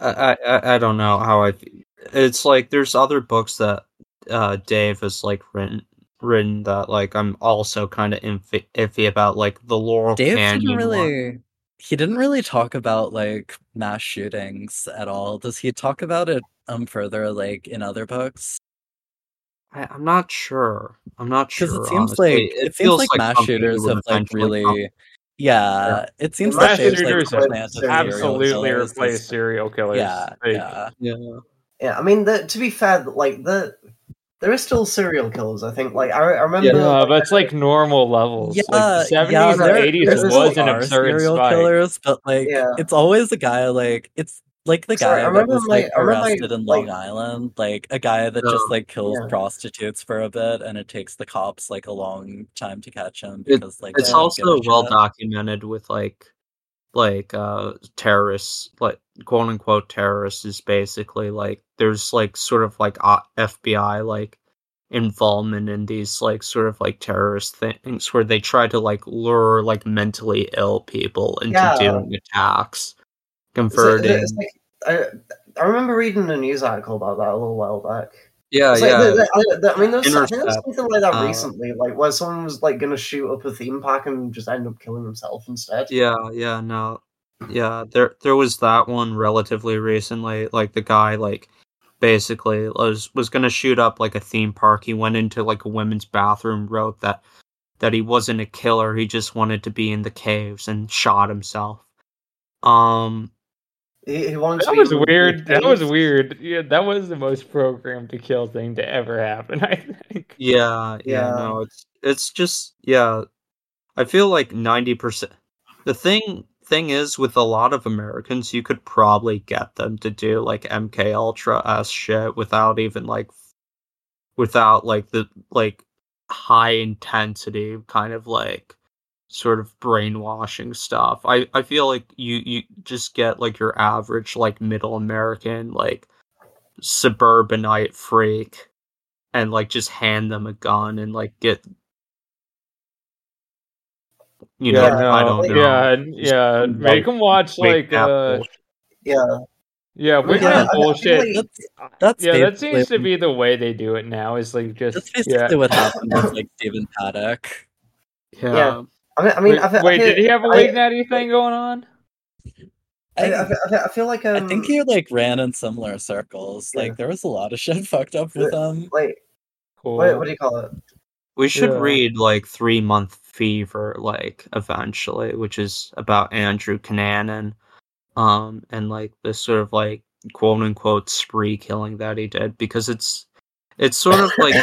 Speaker 4: I, I- I I don't know how I. fe- It's like there's other books that uh Dave has like written written that like I'm also kind of iffy, iffy about like the Laurel
Speaker 3: Dave
Speaker 4: Canyon
Speaker 3: didn't
Speaker 4: one.
Speaker 3: really he didn't really talk about like mass shootings at all. Does he talk about it um further like in other books?
Speaker 4: I, I'm not sure. I'm not sure.
Speaker 3: Because it seems
Speaker 4: honestly.
Speaker 3: like it, seems
Speaker 4: feels
Speaker 3: like, mass
Speaker 4: something he
Speaker 3: shooters
Speaker 4: would
Speaker 3: have like
Speaker 4: eventually come-
Speaker 3: really yeah, it seems
Speaker 1: Mass
Speaker 3: like they've like
Speaker 2: shooters have
Speaker 3: supplanted serial
Speaker 2: Absolutely
Speaker 3: killers as-
Speaker 2: replace serial killers.
Speaker 3: Yeah,
Speaker 2: Like,
Speaker 3: yeah.
Speaker 4: Yeah.
Speaker 1: Yeah, I mean, the, to be fair, like the there are still serial killers. I think. Like I, I remember.
Speaker 2: Yeah,
Speaker 1: like,
Speaker 2: but it's like normal levels. like the 70s
Speaker 3: yeah,
Speaker 2: and
Speaker 1: there-
Speaker 2: 80s
Speaker 1: there
Speaker 2: was
Speaker 1: still
Speaker 2: an
Speaker 3: are
Speaker 2: absurd
Speaker 3: serial
Speaker 2: spike.
Speaker 3: killers, but like
Speaker 1: Yeah.
Speaker 3: it's always a guy like it's like the
Speaker 1: Sorry, I
Speaker 3: guy that
Speaker 1: remember
Speaker 3: was
Speaker 1: my-
Speaker 3: like
Speaker 1: I remember my,
Speaker 3: arrested in
Speaker 1: like-
Speaker 3: Long Island, like a guy that
Speaker 4: Oh,
Speaker 3: just like kills
Speaker 1: yeah.
Speaker 3: prostitutes for a bit, and it takes the cops like a long time to catch him
Speaker 4: It-
Speaker 3: because like
Speaker 4: it's
Speaker 3: they don't give a
Speaker 4: also well
Speaker 3: shit.
Speaker 4: documented with like like uh terrorists like quote unquote terrorists is basically like there's like sort of like uh, fbi like involvement in these like sort of like terrorist things where they try to like lure like mentally ill people into
Speaker 1: Yeah.
Speaker 4: doing
Speaker 1: it's
Speaker 4: attacks
Speaker 1: like-
Speaker 4: converting
Speaker 1: it's like- I, I remember reading a news article about that a little while back.
Speaker 4: yeah
Speaker 1: It's like,
Speaker 4: Oh, yeah
Speaker 1: the- the- I- the- I mean, there was, I think there was
Speaker 4: Intercept.
Speaker 1: something like that
Speaker 4: Uh,
Speaker 1: recently, like where someone was like going to shoot up a theme park and just end up killing himself instead.
Speaker 4: Yeah, yeah, no. Yeah, there there was that one relatively recently, like the guy like basically was was going to shoot up like a theme park. He went into like a women's bathroom, wrote that that he wasn't a killer, he just wanted to be in the caves and shot himself. Um
Speaker 1: He, he wanted to
Speaker 2: That
Speaker 1: be
Speaker 2: was
Speaker 1: in the
Speaker 2: weird. That was
Speaker 1: Philippines.
Speaker 2: weird. Yeah, that was the most programmed to kill thing to ever happen, I think.
Speaker 4: yeah, yeah,
Speaker 1: Yeah.
Speaker 4: no, it's it's just yeah, I feel like 90% the thing thing is with a lot of Americans you could probably get them to do like MK Ultra s shit without even like f- without like the like high intensity kind of like sort of brainwashing stuff. I I feel like you you just get like your average like middle American like suburbanite freak and like just hand them a gun and like get you know
Speaker 1: Yeah,
Speaker 4: I don't know.
Speaker 2: Yeah, and- yeah.
Speaker 4: Just
Speaker 2: Make them watch
Speaker 4: Wake
Speaker 2: like
Speaker 4: up
Speaker 2: uh,
Speaker 4: bullshit.
Speaker 1: Yeah,
Speaker 2: yeah, wake
Speaker 1: Yeah,
Speaker 2: up
Speaker 1: I- I
Speaker 2: bullshit.
Speaker 1: really-
Speaker 3: That's that's
Speaker 2: yeah, that
Speaker 3: basically-
Speaker 2: seems to be the way they do it now. Is like
Speaker 3: that's
Speaker 2: just
Speaker 3: basically
Speaker 2: yeah.
Speaker 3: what happened with like Stephen Paddock.
Speaker 1: Yeah. I mean, I mean,
Speaker 2: wait,
Speaker 1: I've,
Speaker 2: wait,
Speaker 1: I've,
Speaker 2: did he have a
Speaker 1: I-
Speaker 2: wig natty thing going on?
Speaker 1: I, I, fe- I, fe- I feel like um,
Speaker 3: I think he like ran in similar circles.
Speaker 1: Yeah.
Speaker 3: Like there was a lot of shit fucked up with him.
Speaker 1: like
Speaker 2: Cool.
Speaker 1: what, what do you call it?
Speaker 4: We should
Speaker 2: Yeah.
Speaker 4: read like Three Month Fever, like eventually, which is about Andrew Cunanan, um, and like this sort of like quote unquote spree killing that he did because it's it's sort of like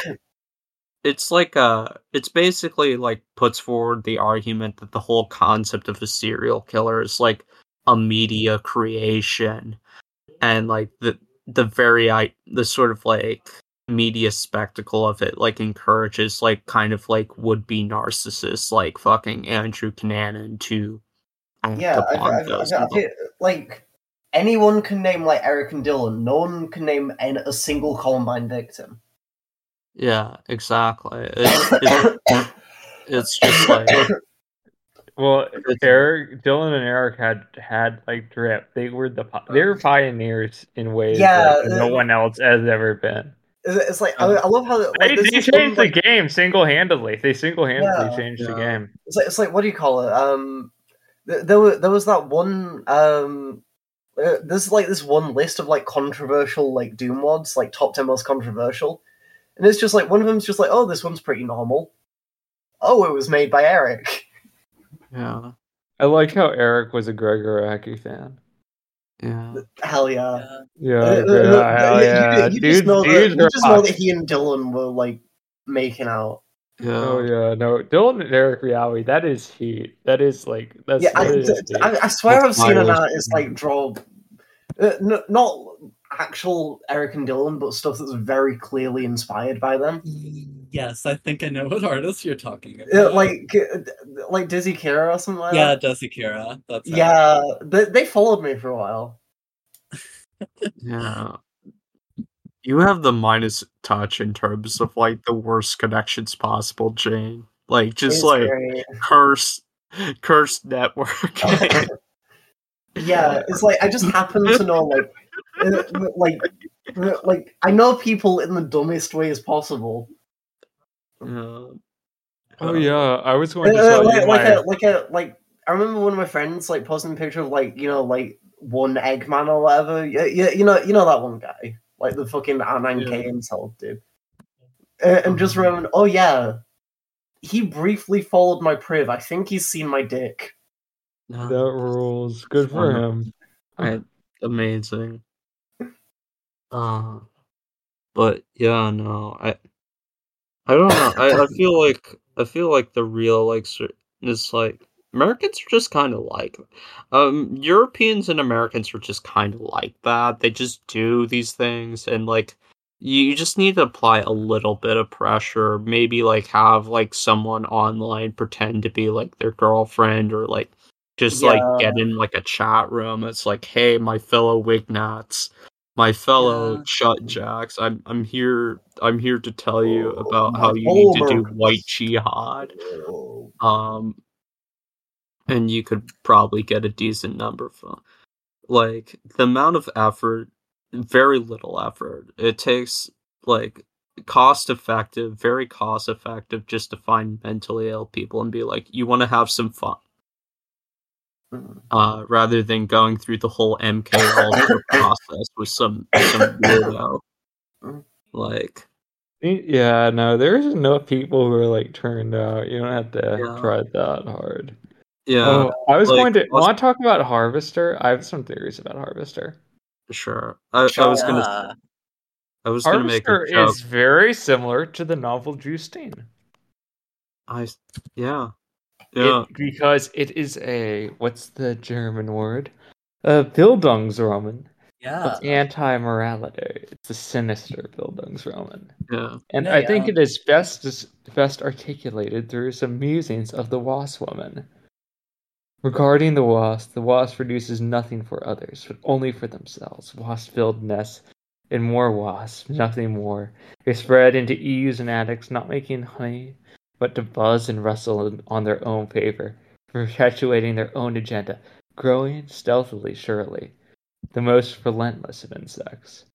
Speaker 4: it's like uh it's basically like puts forward the argument that the whole concept of a serial killer is like a media creation and like the the very i the sort of like media spectacle of it like encourages like kind of like would be narcissists like fucking Andrew Cunanan to act
Speaker 1: Yeah, I,
Speaker 4: upon
Speaker 1: I, I,
Speaker 4: those.
Speaker 1: I feel like anyone can name like Eric and Dylan. No one can name an, a single Columbine victim.
Speaker 4: yeah, exactly. It's, it's, it's just like
Speaker 2: Well,
Speaker 4: It's-
Speaker 2: Eric, Dylan, and Eric had had like drip. They were the pi- they were pioneers in ways
Speaker 1: Um, Yeah,
Speaker 2: that no
Speaker 1: uh,
Speaker 2: one else has ever been.
Speaker 1: It's, it's like
Speaker 2: Um,
Speaker 1: I, I love how like,
Speaker 2: They,
Speaker 1: this
Speaker 2: they
Speaker 1: is one,
Speaker 2: changed
Speaker 1: like-
Speaker 2: the game single handedly. They single handedly
Speaker 1: Yeah.
Speaker 2: changed the
Speaker 4: Yeah.
Speaker 2: game.
Speaker 1: It's like, it's like what do you call it? Um, th- there were, there was that one. Um, uh, there's like this one list of like controversial like Doom mods, like top ten most controversial, and it's just like one of them's just like, oh, this one's pretty normal. Oh, it was made by Eric.
Speaker 4: yeah,
Speaker 2: I like how Eric was a Greg Araki fan.
Speaker 4: yeah.
Speaker 1: Hell yeah.
Speaker 2: Yeah,
Speaker 1: Uh,
Speaker 2: yeah,
Speaker 1: uh, uh,
Speaker 2: hell
Speaker 1: you-
Speaker 2: yeah.
Speaker 1: You, you just
Speaker 2: Dude-
Speaker 1: know that,
Speaker 2: dudes
Speaker 1: you just know
Speaker 2: rock.
Speaker 1: that he and Dylan were like making out.
Speaker 4: Yeah.
Speaker 2: Oh yeah, no, Dylan and Eric Riawi, that is heat. That is like that's
Speaker 1: yeah, I,
Speaker 2: that is
Speaker 1: d-
Speaker 2: heat.
Speaker 1: I, I swear I've
Speaker 4: That's
Speaker 1: seen
Speaker 4: my
Speaker 1: an
Speaker 4: worst
Speaker 1: artist
Speaker 4: one.
Speaker 1: like draw, uh, n- not actual Eric and Dylan, but stuff that's very clearly inspired by them.
Speaker 3: Yes, I think I know what artist you're talking about.
Speaker 1: Uh, like uh, like Dizzy Kira or something like
Speaker 3: yeah,
Speaker 1: that.
Speaker 3: Desikira. That's her.
Speaker 1: Yeah, they, they followed me for a while.
Speaker 4: Yeah. You have the minus touch in terms of like the worst connections possible, Jane. Like just
Speaker 1: It's
Speaker 4: like
Speaker 1: great.
Speaker 4: curse curse network.
Speaker 1: yeah, it's like I just happen to know like uh, like uh, like I know people in the dumbest ways possible.
Speaker 4: Yeah.
Speaker 2: oh yeah, I was going to
Speaker 1: Uh,
Speaker 2: tell you
Speaker 1: like, like
Speaker 2: my
Speaker 1: a like a like I remember one of my friends like posting a picture of like you know like one Eggman or whatever. Yeah, yeah, you know you know that one guy, like the fucking R9K
Speaker 4: Yeah.
Speaker 1: insult dude. Uh, and just
Speaker 4: Mhm.
Speaker 1: remembered, oh yeah, he briefly followed my priv. I think he's seen my dick.
Speaker 4: No,
Speaker 2: that rules. Good for
Speaker 4: Mhm.
Speaker 2: him.
Speaker 4: I- amazing. Uh, but yeah, no, I I don't know. I, I feel like I feel like the real like cer- it's like Americans are just kind of like um Europeans and Americans are just kind of like that. They just do these things and like you, you just need to apply a little bit of pressure. Maybe like have like someone online pretend to be like their girlfriend or like just like
Speaker 1: Yeah.
Speaker 4: get in like a chat room. It's like, hey, my fellow Wignats, my fellow
Speaker 3: Yeah.
Speaker 4: shut jacks, I'm I'm here I'm here to tell you
Speaker 1: Oh,
Speaker 4: about
Speaker 1: my
Speaker 4: how you need to do
Speaker 1: Bulbers.
Speaker 4: white jihad.
Speaker 1: Oh,
Speaker 4: Um and you could probably get a decent number from like the amount of effort, very little effort. It takes like cost effective, very cost effective just to find mentally ill people and be like, you wanna have some fun
Speaker 1: mm.
Speaker 4: uh, rather than going through the whole MK Ultra process with some some weirdo. Like,
Speaker 2: Yeah, no, there's enough people who are like turned out. You don't have to
Speaker 4: Yeah.
Speaker 2: try that hard.
Speaker 4: yeah,
Speaker 2: Oh, I was
Speaker 4: like,
Speaker 2: going to
Speaker 4: also-
Speaker 2: want to talk about Harvester. I have some theories about Harvester.
Speaker 4: sure. I, I was gonna,
Speaker 3: Yeah.
Speaker 4: I was gonna make
Speaker 2: uh, Harvester
Speaker 4: a joke.
Speaker 2: is very similar to the novel Justine.
Speaker 4: I, s- yeah,
Speaker 2: It-
Speaker 4: yeah,
Speaker 2: because it is a what's the German word? A Bildungsroman.
Speaker 3: Yeah.
Speaker 4: Uh.
Speaker 2: It's anti-morality. It's a sinister Bildungsroman.
Speaker 4: yeah,
Speaker 2: And
Speaker 3: No,
Speaker 2: I think
Speaker 3: yeah.
Speaker 2: it is best dis- best articulated through some musings of the wasp woman. Regarding the wasp, the wasp produces nothing for others, but only for themselves. Wasp filled nests and more wasps, nothing more. They spread into eaves and attics, not making honey, but to buzz and rustle in- on their own favor, perpetuating their own agenda, growing stealthily, surely. The most relentless of insects.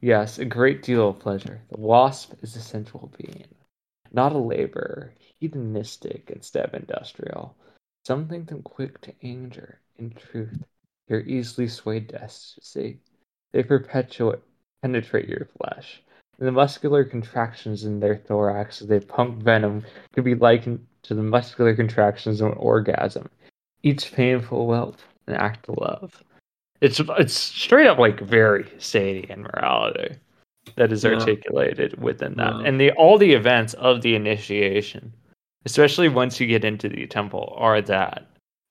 Speaker 2: Yes, a great deal of pleasure. The wasp is a sensual being, not a laborer, hedonistic instead of industrial. Some think them quick to anger, in truth, You're easily swayed to ecstasy. They perpetuate, penetrate your flesh. And the muscular contractions in their thorax as they pump venom could be likened to the muscular contractions of an orgasm. Each painful whelp, an act of love. It's it's straight up like very Sadian morality that is
Speaker 4: Yeah.
Speaker 2: articulated within that,
Speaker 4: Yeah.
Speaker 2: and the all the events of the initiation, especially once you get into the temple, are that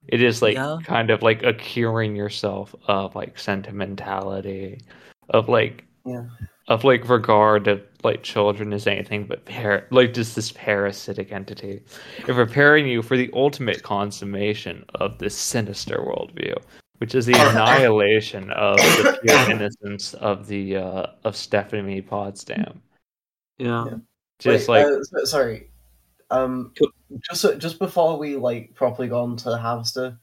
Speaker 2: it is like
Speaker 3: Yeah.
Speaker 2: kind of like accuring yourself of like sentimentality, of like
Speaker 1: Yeah.
Speaker 2: of like regard of like children as anything but par- like just this parasitic entity, and preparing you for the ultimate consummation of this sinister worldview which is the annihilation of the pure innocence of the uh, of Stephanie Potsdam.
Speaker 4: Yeah.
Speaker 2: Just
Speaker 1: Wait,
Speaker 2: like
Speaker 1: uh, so- sorry. Um, just so- just before we like properly go on to Havster,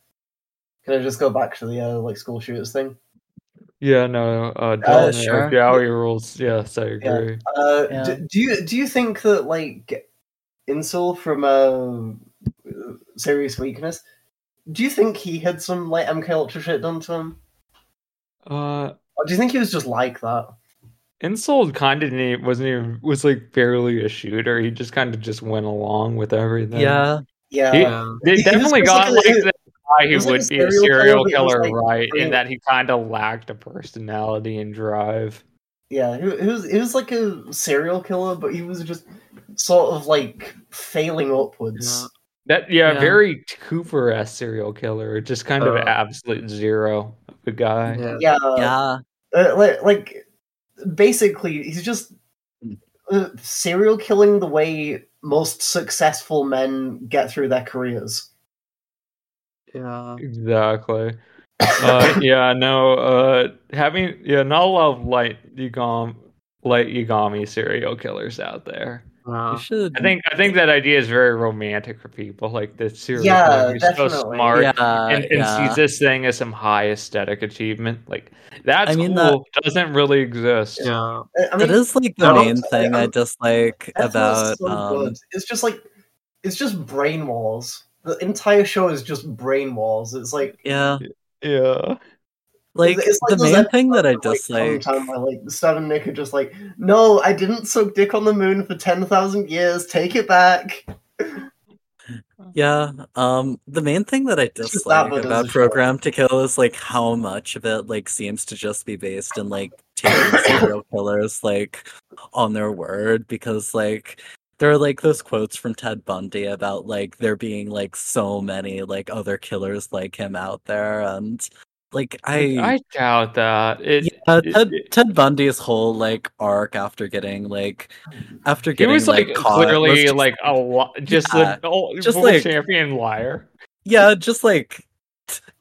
Speaker 1: can I just go back to the uh, like school shooters thing?
Speaker 2: yeah, no, uh,
Speaker 1: Uh,
Speaker 2: Dalton,
Speaker 3: sure.
Speaker 2: Dowie rules. Yes, I agree.
Speaker 1: Uh,
Speaker 3: Yeah.
Speaker 1: do, do you do you think that like Insul from uh, Serious Weakness? Do you think he had some like MK Ultra shit done to him,
Speaker 2: Uh,
Speaker 1: or do you think he was just like that?
Speaker 2: Insold kind of didn't, wasn't even was like barely a shooter. He just kind of just went along with everything.
Speaker 3: Yeah.
Speaker 1: Yeah,
Speaker 2: He-
Speaker 4: Yeah.
Speaker 2: They
Speaker 1: He- he
Speaker 2: definitely
Speaker 1: was
Speaker 2: got
Speaker 1: like
Speaker 2: like
Speaker 1: a-
Speaker 2: the guy
Speaker 1: he
Speaker 2: who
Speaker 1: was like a
Speaker 2: would be a
Speaker 1: serial
Speaker 2: serial
Speaker 1: killer, but he was,
Speaker 2: killer,
Speaker 1: like,
Speaker 2: right?
Speaker 1: real.
Speaker 2: In that he kind of lacked a personality and drive.
Speaker 1: yeah. He, he was he was like a serial killer, but he was just sort of like failing upwards.
Speaker 4: Yeah.
Speaker 2: That yeah,
Speaker 4: Yeah.
Speaker 2: very Cooper esque serial killer, just kind of
Speaker 4: Uh,
Speaker 2: absolute zero of a guy.
Speaker 4: Yeah.
Speaker 1: Yeah,
Speaker 3: Yeah.
Speaker 1: uh, like, like basically, he's just uh, serial killing the way most successful men get through their careers.
Speaker 4: Yeah.
Speaker 2: Exactly. Uh, yeah, no. Uh, having yeah, not a lot of light Yagami, light Yagami serial killers out there.
Speaker 4: Wow.
Speaker 3: You should.
Speaker 2: I think I think that idea is very romantic for people. Like the serial
Speaker 1: Yeah,
Speaker 2: killer is so
Speaker 1: definitely.
Speaker 2: smart
Speaker 3: Yeah.
Speaker 2: and, and
Speaker 3: yeah.
Speaker 2: sees this thing as some high aesthetic achievement. Like that's
Speaker 3: I mean, uh, that-
Speaker 2: cool. Doesn't really exist.
Speaker 4: Yeah.
Speaker 1: Uh, I mean,
Speaker 3: that is like the
Speaker 1: I don't-
Speaker 3: main thing I
Speaker 1: I'm-
Speaker 3: dislike
Speaker 1: that's what's
Speaker 3: about
Speaker 1: so
Speaker 3: um,
Speaker 1: good. It's just like it's just brain walls. The entire show is just brain walls. It's like
Speaker 3: yeah.
Speaker 2: Yeah.
Speaker 3: Like
Speaker 1: it's like
Speaker 3: the
Speaker 1: those
Speaker 3: main thing that I
Speaker 1: episodes of,
Speaker 3: dislike.
Speaker 1: Like, Tom Tom, where, like Stan and Nick are just like, no, I didn't suck dick on the moon for ten thousand years. Take it back.
Speaker 3: Yeah. Um the main thing that I
Speaker 1: just that
Speaker 3: dislike
Speaker 1: one doesn't
Speaker 3: about
Speaker 1: show it.
Speaker 3: Program to Kill is like how much of it like seems to just be based in like taking serial killers like on their word because like there are like those quotes from Ted Bundy about like there being like so many like other killers like him out there and like I
Speaker 2: I doubt that. It,
Speaker 3: Yeah,
Speaker 2: it-
Speaker 3: Ted,
Speaker 2: it-
Speaker 3: Ted Bundy's whole like arc after getting like after
Speaker 2: he
Speaker 3: getting
Speaker 2: was like,
Speaker 3: caught
Speaker 2: clearly
Speaker 3: was just-
Speaker 2: like a lot, just
Speaker 3: Yeah,
Speaker 2: an old
Speaker 3: just
Speaker 2: world
Speaker 3: like-
Speaker 2: champion liar.
Speaker 3: yeah just like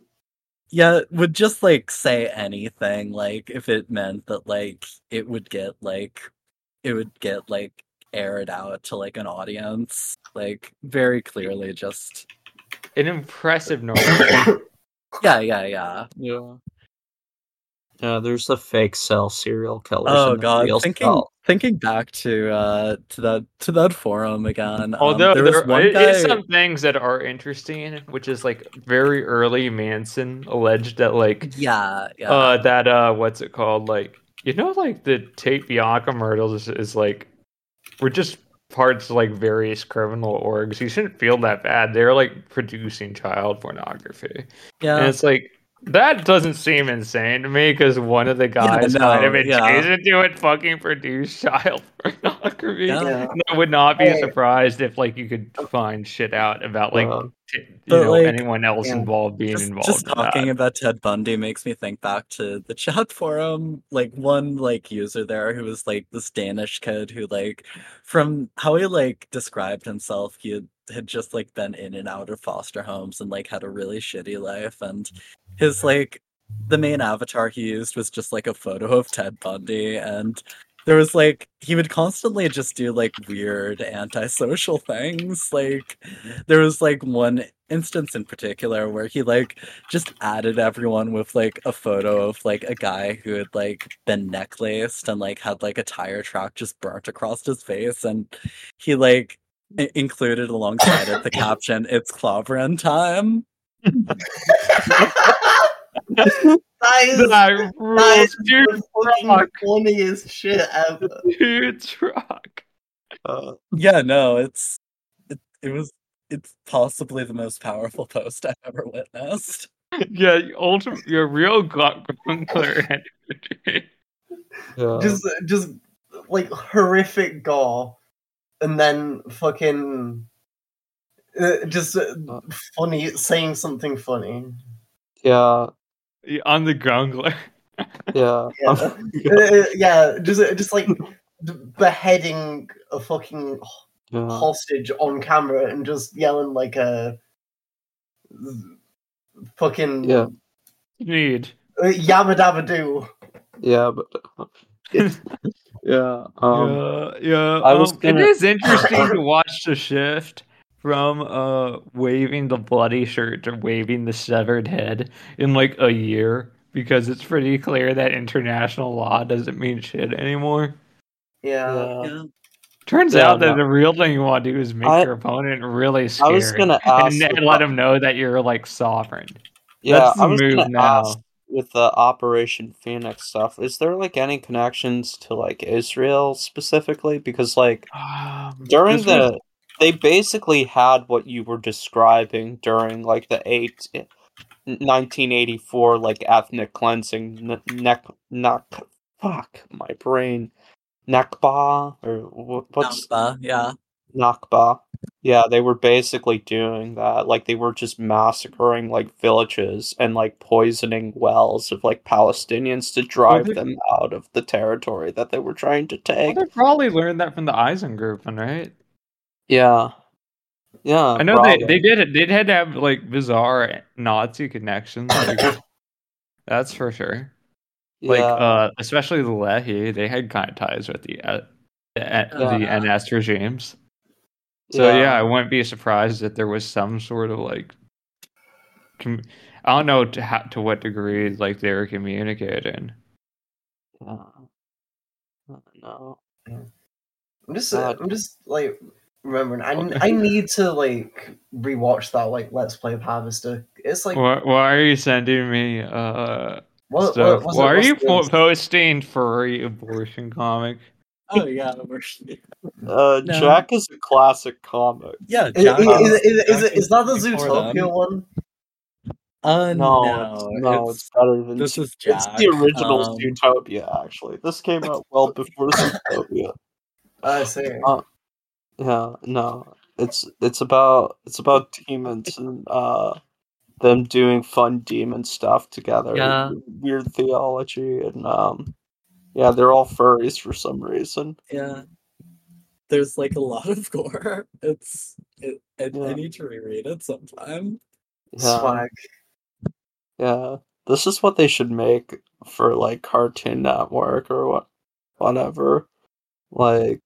Speaker 3: yeah would just like say anything like if it meant that like it would get like it would get like aired out to like an audience like very clearly just
Speaker 2: An impressive normal.
Speaker 3: yeah yeah yeah
Speaker 4: Yeah. Yeah, there's the fake cell serial killers.
Speaker 3: oh
Speaker 4: and the
Speaker 3: god
Speaker 4: real
Speaker 3: thinking
Speaker 4: cell.
Speaker 3: thinking back to uh to that to that forum again um,
Speaker 2: Although
Speaker 3: there
Speaker 2: there,
Speaker 3: was one
Speaker 2: i-
Speaker 3: guy
Speaker 2: is some things that are interesting, which is like very early Manson alleged that like
Speaker 3: yeah yeah
Speaker 2: uh that uh what's it called like you know like the Tate Bianca murders is like we're just parts of like various criminal orgs. You shouldn't feel that bad. They're like producing child pornography.
Speaker 3: yeah
Speaker 2: And it's like that doesn't seem insane to me because one of the guys kind
Speaker 3: no,
Speaker 2: of
Speaker 3: yeah.
Speaker 2: adjacent to it fucking produced child pornography.
Speaker 3: Yeah.
Speaker 1: Yeah.
Speaker 2: And I would not be
Speaker 1: Hey.
Speaker 2: surprised if like you could find shit out about like
Speaker 4: Well,
Speaker 2: t- you
Speaker 3: but,
Speaker 2: know
Speaker 3: like,
Speaker 2: anyone else
Speaker 1: yeah.
Speaker 2: involved being
Speaker 3: just,
Speaker 2: involved.
Speaker 3: just
Speaker 2: in
Speaker 3: talking
Speaker 2: that.
Speaker 3: about Ted Bundy makes me think back to the chat forum. Like one like user there who was like this Danish kid who like from how he like described himself, he had, had just like been in and out of foster homes and like had a really shitty life and his like the main avatar he used was just like a photo of Ted Bundy and there was like he would constantly just do like weird antisocial things like there was like one instance in particular where he like just added everyone with like a photo of like a guy who had like been necklaced and like had like a tire track just burnt across his face and he like i- included alongside it the caption it's clobbering time
Speaker 1: That is, that
Speaker 2: I
Speaker 1: is
Speaker 2: rules,
Speaker 1: the
Speaker 2: dude.
Speaker 1: fucking
Speaker 2: rock.
Speaker 1: funniest shit ever.
Speaker 2: Dude, rock.
Speaker 4: Uh,
Speaker 3: yeah, no, it's it, it was it's possibly the most powerful post I've ever witnessed.
Speaker 2: Yeah, you ultimate, you're a real grunkler energy.
Speaker 4: yeah.
Speaker 1: Just, just like horrific gore, and then fucking uh, just uh, funny saying something funny.
Speaker 4: yeah,
Speaker 2: Yeah, I'm the grunkler.
Speaker 4: yeah,
Speaker 1: Yeah, uh, uh, yeah just, uh, just like d- beheading a fucking
Speaker 4: yeah.
Speaker 1: hostage on camera and just yelling like a fucking
Speaker 4: Yeah.
Speaker 2: Need.
Speaker 1: uh, yabba dabba do.
Speaker 4: Yeah, but yeah, um,
Speaker 2: yeah, yeah.
Speaker 4: I was
Speaker 2: um,
Speaker 4: gonna-
Speaker 2: It is interesting to watch the shift from uh waving the bloody shirt to waving the severed head in like a year because it's pretty clear that international law doesn't mean shit anymore.
Speaker 1: Yeah.
Speaker 3: Yeah.
Speaker 2: Turns
Speaker 4: Yeah,
Speaker 2: out that
Speaker 4: no.
Speaker 2: the real thing you want to do is make
Speaker 4: I-
Speaker 2: your opponent really
Speaker 4: I
Speaker 2: scared
Speaker 4: was gonna ask,
Speaker 2: and, and
Speaker 4: about-
Speaker 2: let him know that you're like sovereign.
Speaker 4: yeah,
Speaker 2: that's the
Speaker 4: I was
Speaker 2: move
Speaker 4: gonna
Speaker 2: now.
Speaker 4: ask with the Operation Phoenix stuff. Is there like any connections to like Israel specifically? Because like
Speaker 2: Um,
Speaker 4: during
Speaker 2: this
Speaker 4: the
Speaker 2: was-
Speaker 4: they basically had what you were describing during like the eight 1984 like ethnic cleansing n- neck knock fuck my brain nakba or wh- what's
Speaker 3: Namba, yeah.
Speaker 4: nakba yeah they were basically doing that like they were just massacring like villages and like poisoning wells of like palestinians to drive
Speaker 2: they-
Speaker 4: them out of the territory that they were trying to
Speaker 2: well,
Speaker 4: take
Speaker 2: they probably learned that from the Eisengruppen, right?
Speaker 4: yeah yeah
Speaker 2: I know they,
Speaker 4: probably.
Speaker 2: they did it. They had to have like bizarre Nazi connections. like, that's for sure. Like
Speaker 4: Yeah.
Speaker 2: uh, especially the Leahy, they had kind of ties with the uh, the,
Speaker 1: Uh,
Speaker 3: Yeah.
Speaker 2: the NS regimes. So yeah. I wouldn't be surprised if there was some sort of like. Com- I don't know to, how, to what degree like they were communicating.
Speaker 4: Yeah. Oh, I don't know.
Speaker 1: I'm just,
Speaker 4: God.
Speaker 1: I'm just like remembering. I, I need to like rewatch that like Let's Play of Harvester. It's like
Speaker 2: Why, why are you sending me uh
Speaker 1: what,
Speaker 2: stuff?
Speaker 1: what, was it-
Speaker 2: why are you
Speaker 1: what's the-
Speaker 2: po- posting furry abortion comic?
Speaker 3: Oh yeah, we're-
Speaker 4: Uh,
Speaker 3: No.
Speaker 4: Jack is a classic comic.
Speaker 3: yeah.
Speaker 1: Is,
Speaker 3: Jack
Speaker 1: is, is, is, is,
Speaker 3: Jack
Speaker 1: is that the
Speaker 3: before them.
Speaker 1: Zootopia one?
Speaker 3: Uh,
Speaker 4: No,
Speaker 3: no,
Speaker 4: it's, no, it's,
Speaker 3: it's,
Speaker 4: better than
Speaker 3: this
Speaker 4: Zoot-
Speaker 3: is Jack.
Speaker 4: It's the original
Speaker 3: um,
Speaker 4: Zootopia. Actually, this came out well before Zootopia.
Speaker 1: I see.
Speaker 4: Uh, Yeah, no, it's it's about it's about demons and uh them doing fun demon stuff together.
Speaker 3: Yeah.
Speaker 4: weird theology and um, yeah, they're all furries for some reason.
Speaker 3: Yeah. There's like a lot of gore. It's it, I,
Speaker 4: Yeah.
Speaker 3: I need to reread it sometime.
Speaker 4: Yeah.
Speaker 1: Swag.
Speaker 4: Yeah, this is what they should make for like Cartoon Network or what, whatever. Like,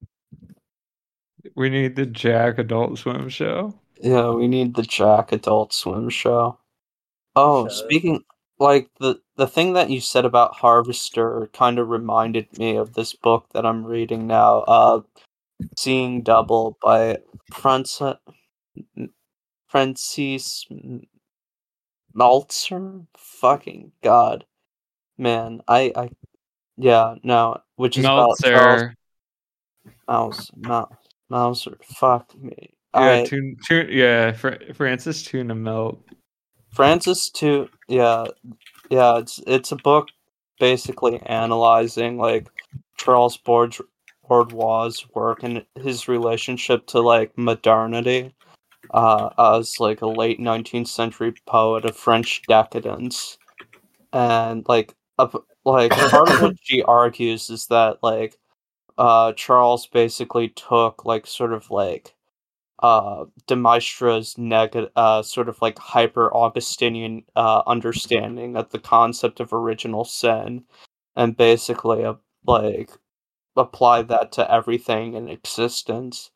Speaker 2: We need the Jack Adult Swim show.
Speaker 4: yeah, we need the Jack Adult Swim show. Oh,
Speaker 3: Show.
Speaker 4: speaking like the the thing that you said about Harvester kind of reminded me of this book that I'm reading now, uh, Seeing Double by Francis Francis Maltzer. Fucking god, man, I I yeah no, which is about Charles
Speaker 2: Meltzer.
Speaker 4: Mouse, mouse, mouser. Fuck me. All
Speaker 2: Yeah,
Speaker 4: right,
Speaker 2: tune, tune, yeah, Fr- Francis Tuna Melt.
Speaker 4: Francis too. Yeah, yeah. It's it's a book basically analyzing like Charles Bourge- Bourgeois' work and his relationship to like modernity uh, as like a late nineteenth century poet of French decadence, and like a, like part of what she argues is that like uh, Charles basically took like sort of like uh de Maistre's neg- uh sort of like hyper augustinian uh understanding of the concept of original sin and basically uh, like apply that to everything in existence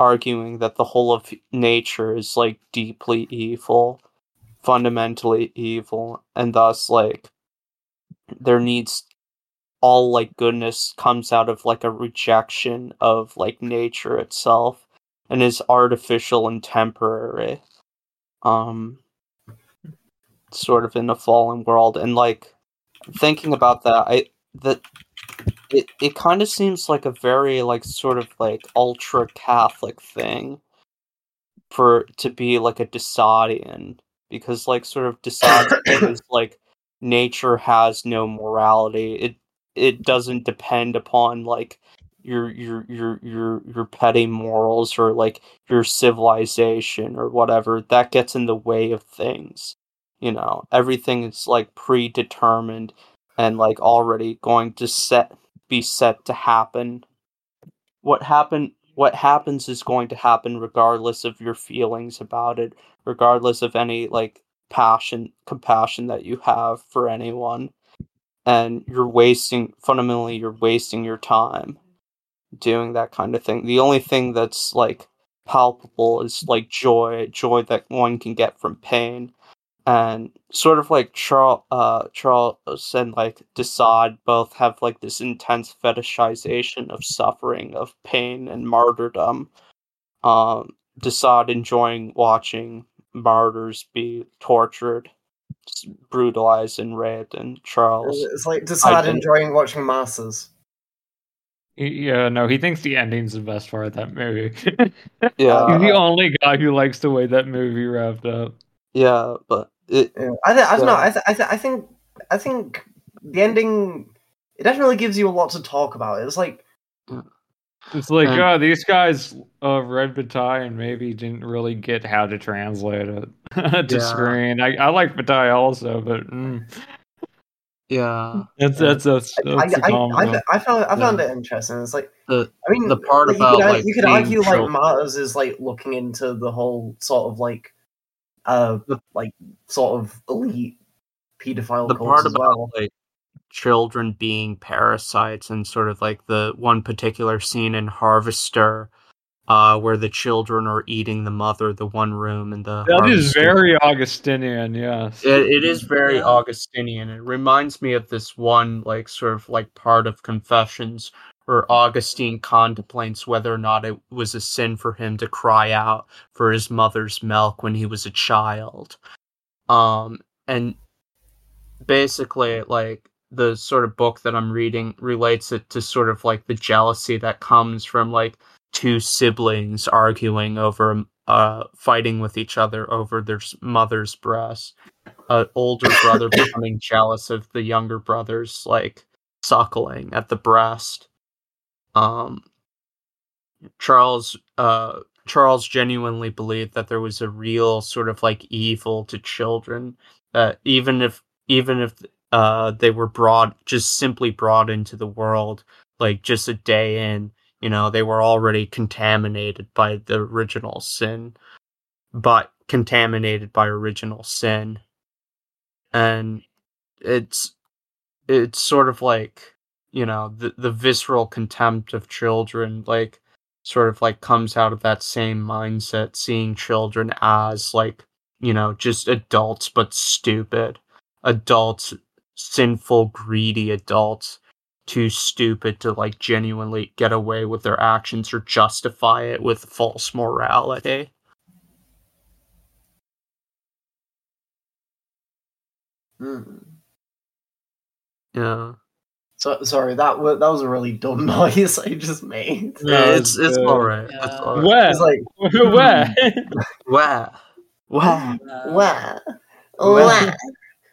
Speaker 4: arguing that the whole of nature is like deeply evil fundamentally evil and thus like there needs all like goodness comes out of like a rejection of like nature itself and is artificial and temporary. Um sort of in a fallen world and like thinking about that i that it, it kind of seems like a very like sort of like ultra catholic thing for to be like a Desadian because like sort of Desadian is like nature has no morality. It it doesn't depend upon like your your your your your petty morals or like your civilization or whatever that gets in the way of things. You know, everything is like predetermined and like already going to set be set to happen. What happened what happens is going to happen regardless of your feelings about it regardless of any like passion compassion that you have for anyone and you're wasting fundamentally you're wasting your time doing that kind of thing the only thing that's like palpable is like joy joy that one can get from pain and sort of like Charles, uh, Charles and like Desaad both have like this intense fetishization of suffering, of pain and martyrdom. Um, Desaad enjoying watching martyrs be tortured, brutalized, and raped, and Charles.
Speaker 1: It's like Desaad
Speaker 4: didn't-
Speaker 1: enjoying watching masses.
Speaker 2: Yeah, no, he thinks the ending's the best part of that movie. He's
Speaker 1: Uh,
Speaker 2: the
Speaker 4: Yeah,
Speaker 2: only guy who likes the way that movie wrapped up.
Speaker 4: yeah, but it,
Speaker 1: Yeah. I, th- I don't know.
Speaker 4: So-
Speaker 1: I, th- I, th- I think I think the ending it definitely gives you a lot to talk about. It's like
Speaker 2: It's like,
Speaker 1: Hmm.
Speaker 4: Um,
Speaker 2: oh, these guys uh, read Battalion maybe didn't really get how to translate it to
Speaker 4: Yeah.
Speaker 2: screen. I, I like Battalion also, but mm,
Speaker 4: yeah.
Speaker 2: that's that's that's,
Speaker 1: I, I,
Speaker 2: that's a
Speaker 1: I,
Speaker 2: combo.
Speaker 1: I, I found I found it interesting. It's like
Speaker 5: The-
Speaker 1: I mean
Speaker 5: the part
Speaker 1: Mm, you could
Speaker 5: about,
Speaker 1: ar-
Speaker 5: like,
Speaker 1: you could
Speaker 5: being
Speaker 1: argue like
Speaker 5: children.
Speaker 1: martyrs is like looking into the whole sort of like uh
Speaker 5: The-
Speaker 1: like sort of elite pedophile
Speaker 4: the
Speaker 1: cults
Speaker 4: part
Speaker 1: as
Speaker 4: about
Speaker 1: well.
Speaker 4: like children being parasites and sort of like the one particular scene in harvester uh where the children are eating the mother the one room in the
Speaker 2: That is
Speaker 4: Harvester.
Speaker 2: very Augustinian, yes.
Speaker 4: it, it is very
Speaker 3: Yeah.
Speaker 4: augustinian it reminds me of this one like sort of like part of confessions where augustine contemplates whether or not it was a sin for him to cry out for his mother's milk when he was a child um and basically like the sort of book that i'm reading relates it to sort of like the jealousy that comes from like two siblings arguing over uh fighting with each other over their s- mother's breast an older brother becoming jealous of the younger brother's like suckling at the breast um charles uh charles genuinely believed that there was a real sort of like evil to children that even if even if uh they were brought just simply brought into the world like just a day in you know they were already contaminated by the original sin but contaminated by original sin and it's it's sort of like you know the the visceral contempt of children like sort of like comes out of that same mindset seeing children as like you know just adults but stupid adults sinful greedy adults too stupid to like genuinely get away with their actions or justify it with false morality
Speaker 1: Mm.
Speaker 4: yeah
Speaker 1: So sorry, that was that was a really dumb noise I just made.
Speaker 2: Yeah,
Speaker 4: it's it's
Speaker 2: uh,
Speaker 4: all right it's
Speaker 3: yeah.
Speaker 4: all right
Speaker 2: Where?
Speaker 1: It's like hmm.
Speaker 2: Where?
Speaker 4: Wah. Wah.
Speaker 3: Uh,
Speaker 1: wah,
Speaker 4: Wah.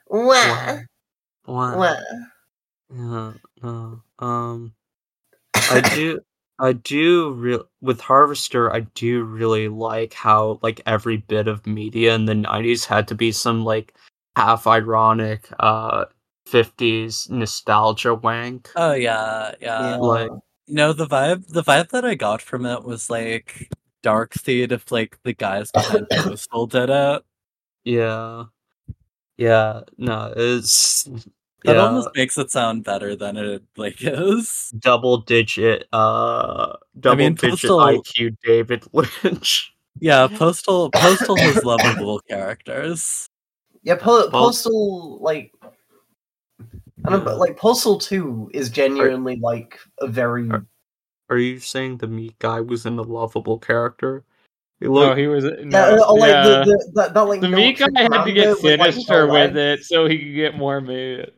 Speaker 1: wah, wah,
Speaker 4: Wah.
Speaker 1: wah.
Speaker 4: Yeah, no. Um, I do, I do. Real with Harvester, I do really like how like every bit of media in the '90s had to be some like half ironic, uh, '50s nostalgia wank.
Speaker 3: Oh yeah, yeah.
Speaker 4: Like,
Speaker 3: No, the vibe the vibe that I got from it was like dark theater if like the guys behind Postal did it.
Speaker 4: yeah, yeah. No, it's
Speaker 3: That
Speaker 4: yeah,
Speaker 3: almost makes it sound better than it like is.
Speaker 4: double digit, uh, double
Speaker 3: mean,
Speaker 4: digit
Speaker 3: Postal-
Speaker 4: IQ David Lynch.
Speaker 3: Yeah, Postal Postal has lovable characters.
Speaker 1: Yeah, po-
Speaker 4: Well-
Speaker 1: Postal like I don't know, like Postal Two is genuinely like a very
Speaker 4: Uh, Are you saying the meat guy was in a lovable character? He looked,
Speaker 2: no, he was
Speaker 1: Yeah,
Speaker 2: no,
Speaker 1: uh, like
Speaker 2: yeah.
Speaker 1: the, the, that, that like
Speaker 2: The
Speaker 1: no
Speaker 2: meat guy had to
Speaker 1: Chicamanda
Speaker 2: get
Speaker 1: with, like,
Speaker 2: sinister
Speaker 1: no
Speaker 2: with
Speaker 1: legs.
Speaker 2: it so he could get more meat.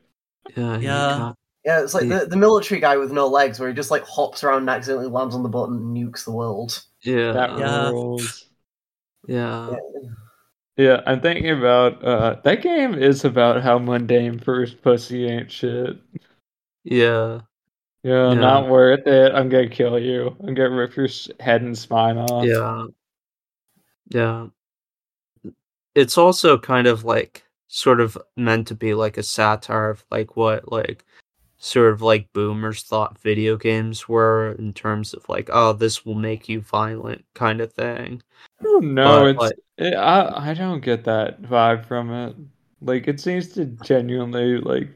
Speaker 4: yeah, he
Speaker 3: Yeah.
Speaker 4: got-
Speaker 1: Yeah, it's like
Speaker 4: Yeah.
Speaker 1: the, the military guy with no legs, where he just like hops around and accidentally lands on the button and nukes the world.
Speaker 4: yeah,
Speaker 2: That
Speaker 3: Yeah.
Speaker 2: rules.
Speaker 4: yeah.
Speaker 2: Yeah, I'm thinking about uh that game is about how mundane first pussy ain't shit.
Speaker 4: yeah.
Speaker 2: Yeah,
Speaker 4: Yeah.
Speaker 2: not worth it. I'm gonna kill you. I'm gonna rip your s- head and spine off.
Speaker 4: Yeah. Yeah. It's also kind of like sort of meant to be like a satire of like what like sort of like boomers thought video games were in terms of like oh this will make you violent kind of thing.
Speaker 2: Oh no,
Speaker 4: But,
Speaker 2: it's
Speaker 4: like-
Speaker 2: it, I I don't get that vibe from it. Like it seems to genuinely like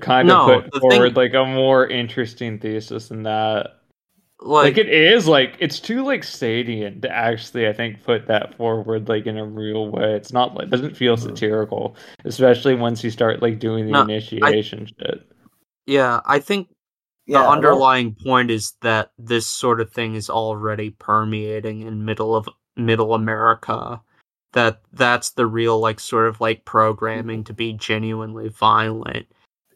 Speaker 2: kind
Speaker 4: No,
Speaker 2: of
Speaker 4: the
Speaker 2: put forward
Speaker 4: thing-
Speaker 2: like a more interesting thesis than that.
Speaker 4: Like,
Speaker 2: Like, it is like it's too like Sadian to actually I think put that forward like in a real way. It's not like doesn't feel
Speaker 4: Mhm.
Speaker 2: satirical, especially once you start like doing the
Speaker 4: No, I-
Speaker 2: initiation shit.
Speaker 4: yeah, I think the
Speaker 1: Yeah, well,
Speaker 4: underlying point is that this sort of thing is already permeating in middle of middle america that that's the real like sort of like programming to be genuinely violent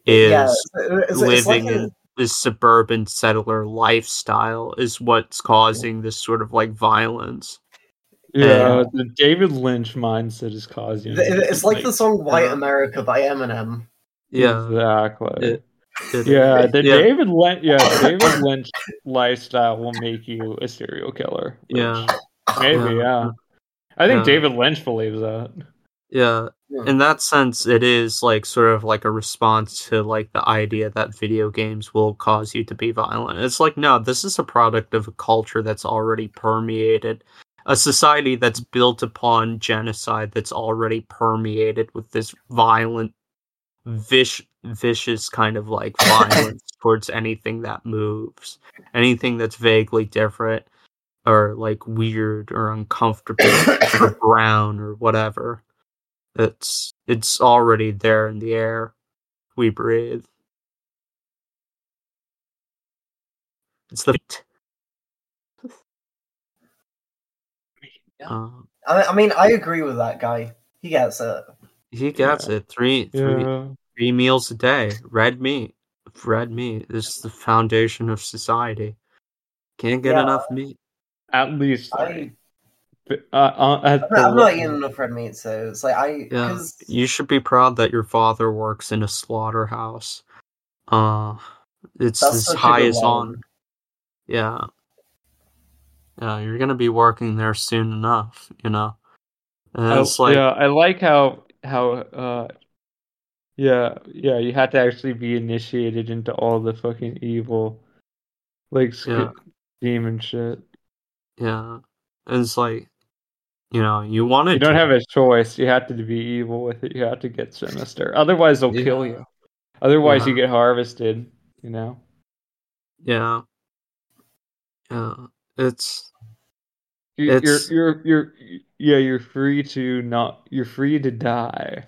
Speaker 4: is
Speaker 1: yeah, it's- it's- it's like
Speaker 4: living
Speaker 1: a-
Speaker 4: in this suburban settler lifestyle is what's causing this sort of like violence
Speaker 2: Yeah, the David Lynch mindset is causing.
Speaker 1: th-
Speaker 2: it.
Speaker 1: It's like the song "White
Speaker 4: uh,
Speaker 1: America" by Eminem.
Speaker 4: yeah
Speaker 2: exactly.
Speaker 4: It- it-
Speaker 2: Yeah, the
Speaker 4: Yeah.
Speaker 2: David Lynch. Yeah, David Lynch lifestyle will make you a serial killer. which
Speaker 4: yeah
Speaker 2: maybe.
Speaker 4: Yeah.
Speaker 2: Yeah, I think
Speaker 4: Yeah.
Speaker 2: David Lynch believes that.
Speaker 4: Yeah.
Speaker 1: Yeah.
Speaker 4: In that sense, it is like sort of like a response to like the idea that video games will cause you to be violent. It's like, no, this is a product of a culture that's already permeated, a society that's built upon genocide that's already permeated with this violent, vish, vicious kind of like violence towards anything that moves, anything that's vaguely different or like weird or uncomfortable or brown or whatever. It's it's already there in the air. We breathe. It's the Um,
Speaker 1: I, I mean, I agree with that guy. He gets it.
Speaker 4: he gets it. Three three
Speaker 2: Yeah.
Speaker 4: three meals a day. Red meat. Red meat. This is the foundation of society. Can't get
Speaker 1: Yeah.
Speaker 4: enough meat.
Speaker 2: At least.
Speaker 1: I,
Speaker 2: Like, uh, uh, at
Speaker 1: I'm not, I'm not
Speaker 2: the-
Speaker 1: eating enough red meat, so it's like I.
Speaker 4: Yeah.
Speaker 1: 'cause-
Speaker 4: You should be proud that your father works in a slaughterhouse. Uh it's
Speaker 1: That's
Speaker 4: his
Speaker 1: such a good
Speaker 4: highest
Speaker 1: line.
Speaker 4: honor. Yeah. Yeah, you're gonna be working there soon enough, you know. And
Speaker 2: I-
Speaker 4: it's like
Speaker 2: Oh, yeah, I like how how uh, yeah, yeah, you have to actually be initiated into all the fucking evil, like sc-
Speaker 4: Yeah.
Speaker 2: demon shit.
Speaker 4: yeah. And it's like you know, you wanted
Speaker 2: You don't
Speaker 4: to.
Speaker 2: have a choice. You have to be evil with it. You have to get sinister. Otherwise, they'll kill
Speaker 4: Yeah. Uh-huh.
Speaker 2: you. Otherwise, you
Speaker 4: Yeah.
Speaker 2: get harvested. You know.
Speaker 4: Yeah. Yeah. It's
Speaker 2: You- You're,
Speaker 4: It's-
Speaker 2: you're, you're, yeah. You're free to not. You're free to die.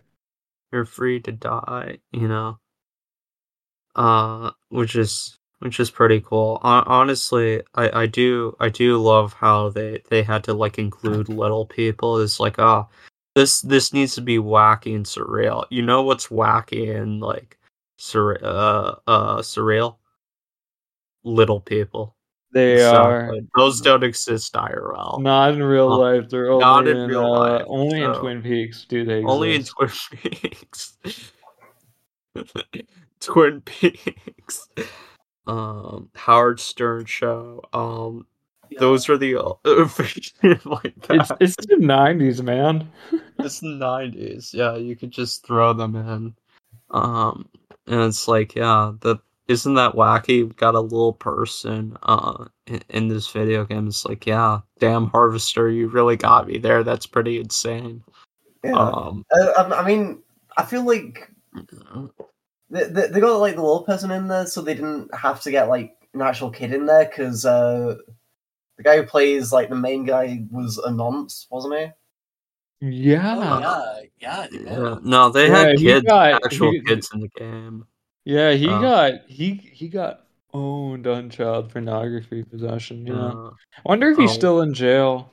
Speaker 4: you're free to die you know uh which is which is pretty cool Hon- honestly i i do i do love how they they had to like include little people it's like ah this this needs to be wacky and surreal you know what's wacky and like sur- uh uh surreal little people
Speaker 2: They are
Speaker 4: Exactly. those don't exist irl
Speaker 2: not in real
Speaker 4: Uh,
Speaker 2: life. They're only
Speaker 4: not in
Speaker 2: in,
Speaker 4: real
Speaker 2: uh,
Speaker 4: life,
Speaker 2: Only in
Speaker 4: so-
Speaker 2: Twin Peaks do they.
Speaker 4: only in
Speaker 2: exist.
Speaker 4: Twin Peaks. Twin Peaks. Um, Howard Stern show. Um, those are the uh, like
Speaker 2: It's
Speaker 4: that.
Speaker 2: it's the nineties, man.
Speaker 4: It's the nineties. Yeah, you could just throw them in. Um, and it's like, yeah, the isn't that wacky? We've got a little person. Uh, in, in this video game, it's like, yeah, damn Harvester, you really got me there. That's pretty insane.
Speaker 1: yeah.
Speaker 4: Um,
Speaker 1: Uh, um, I mean, I feel like they, they, they got like the little person in there, so they didn't have to get like an actual kid in there because uh, the guy who plays like the main guy was a nonce, wasn't he?
Speaker 2: Yeah.
Speaker 3: Oh, yeah, yeah,
Speaker 4: Yeah, Uh, no, they
Speaker 2: Yeah,
Speaker 4: had
Speaker 2: he
Speaker 4: kids,
Speaker 2: got-
Speaker 4: actual
Speaker 2: he-
Speaker 4: kids in the game.
Speaker 2: Yeah, he
Speaker 4: Uh,
Speaker 2: got he he got owned on child pornography possession. Yeah.
Speaker 4: Uh,
Speaker 2: Wonder if he's
Speaker 4: oh.
Speaker 2: still in jail.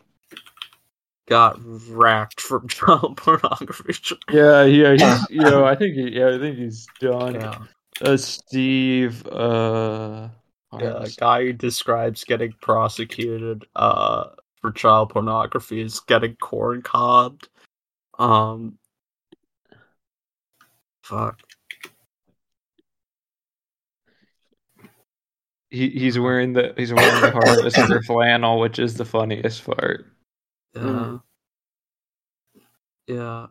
Speaker 4: got racked from child pornography.
Speaker 2: Yeah, yeah, he's you know, I think he, yeah, I think he's done.
Speaker 4: Yeah.
Speaker 2: Uh, Steve uh
Speaker 4: Yeah, a
Speaker 2: Harris.
Speaker 4: guy who describes getting prosecuted uh, for child pornography is getting corn cobbed. Um, fuck.
Speaker 2: he, he's wearing the he's wearing the harvester flannel, which is the funniest part.
Speaker 4: Yeah.
Speaker 2: Hmm.
Speaker 1: Mhm.
Speaker 4: Yeah.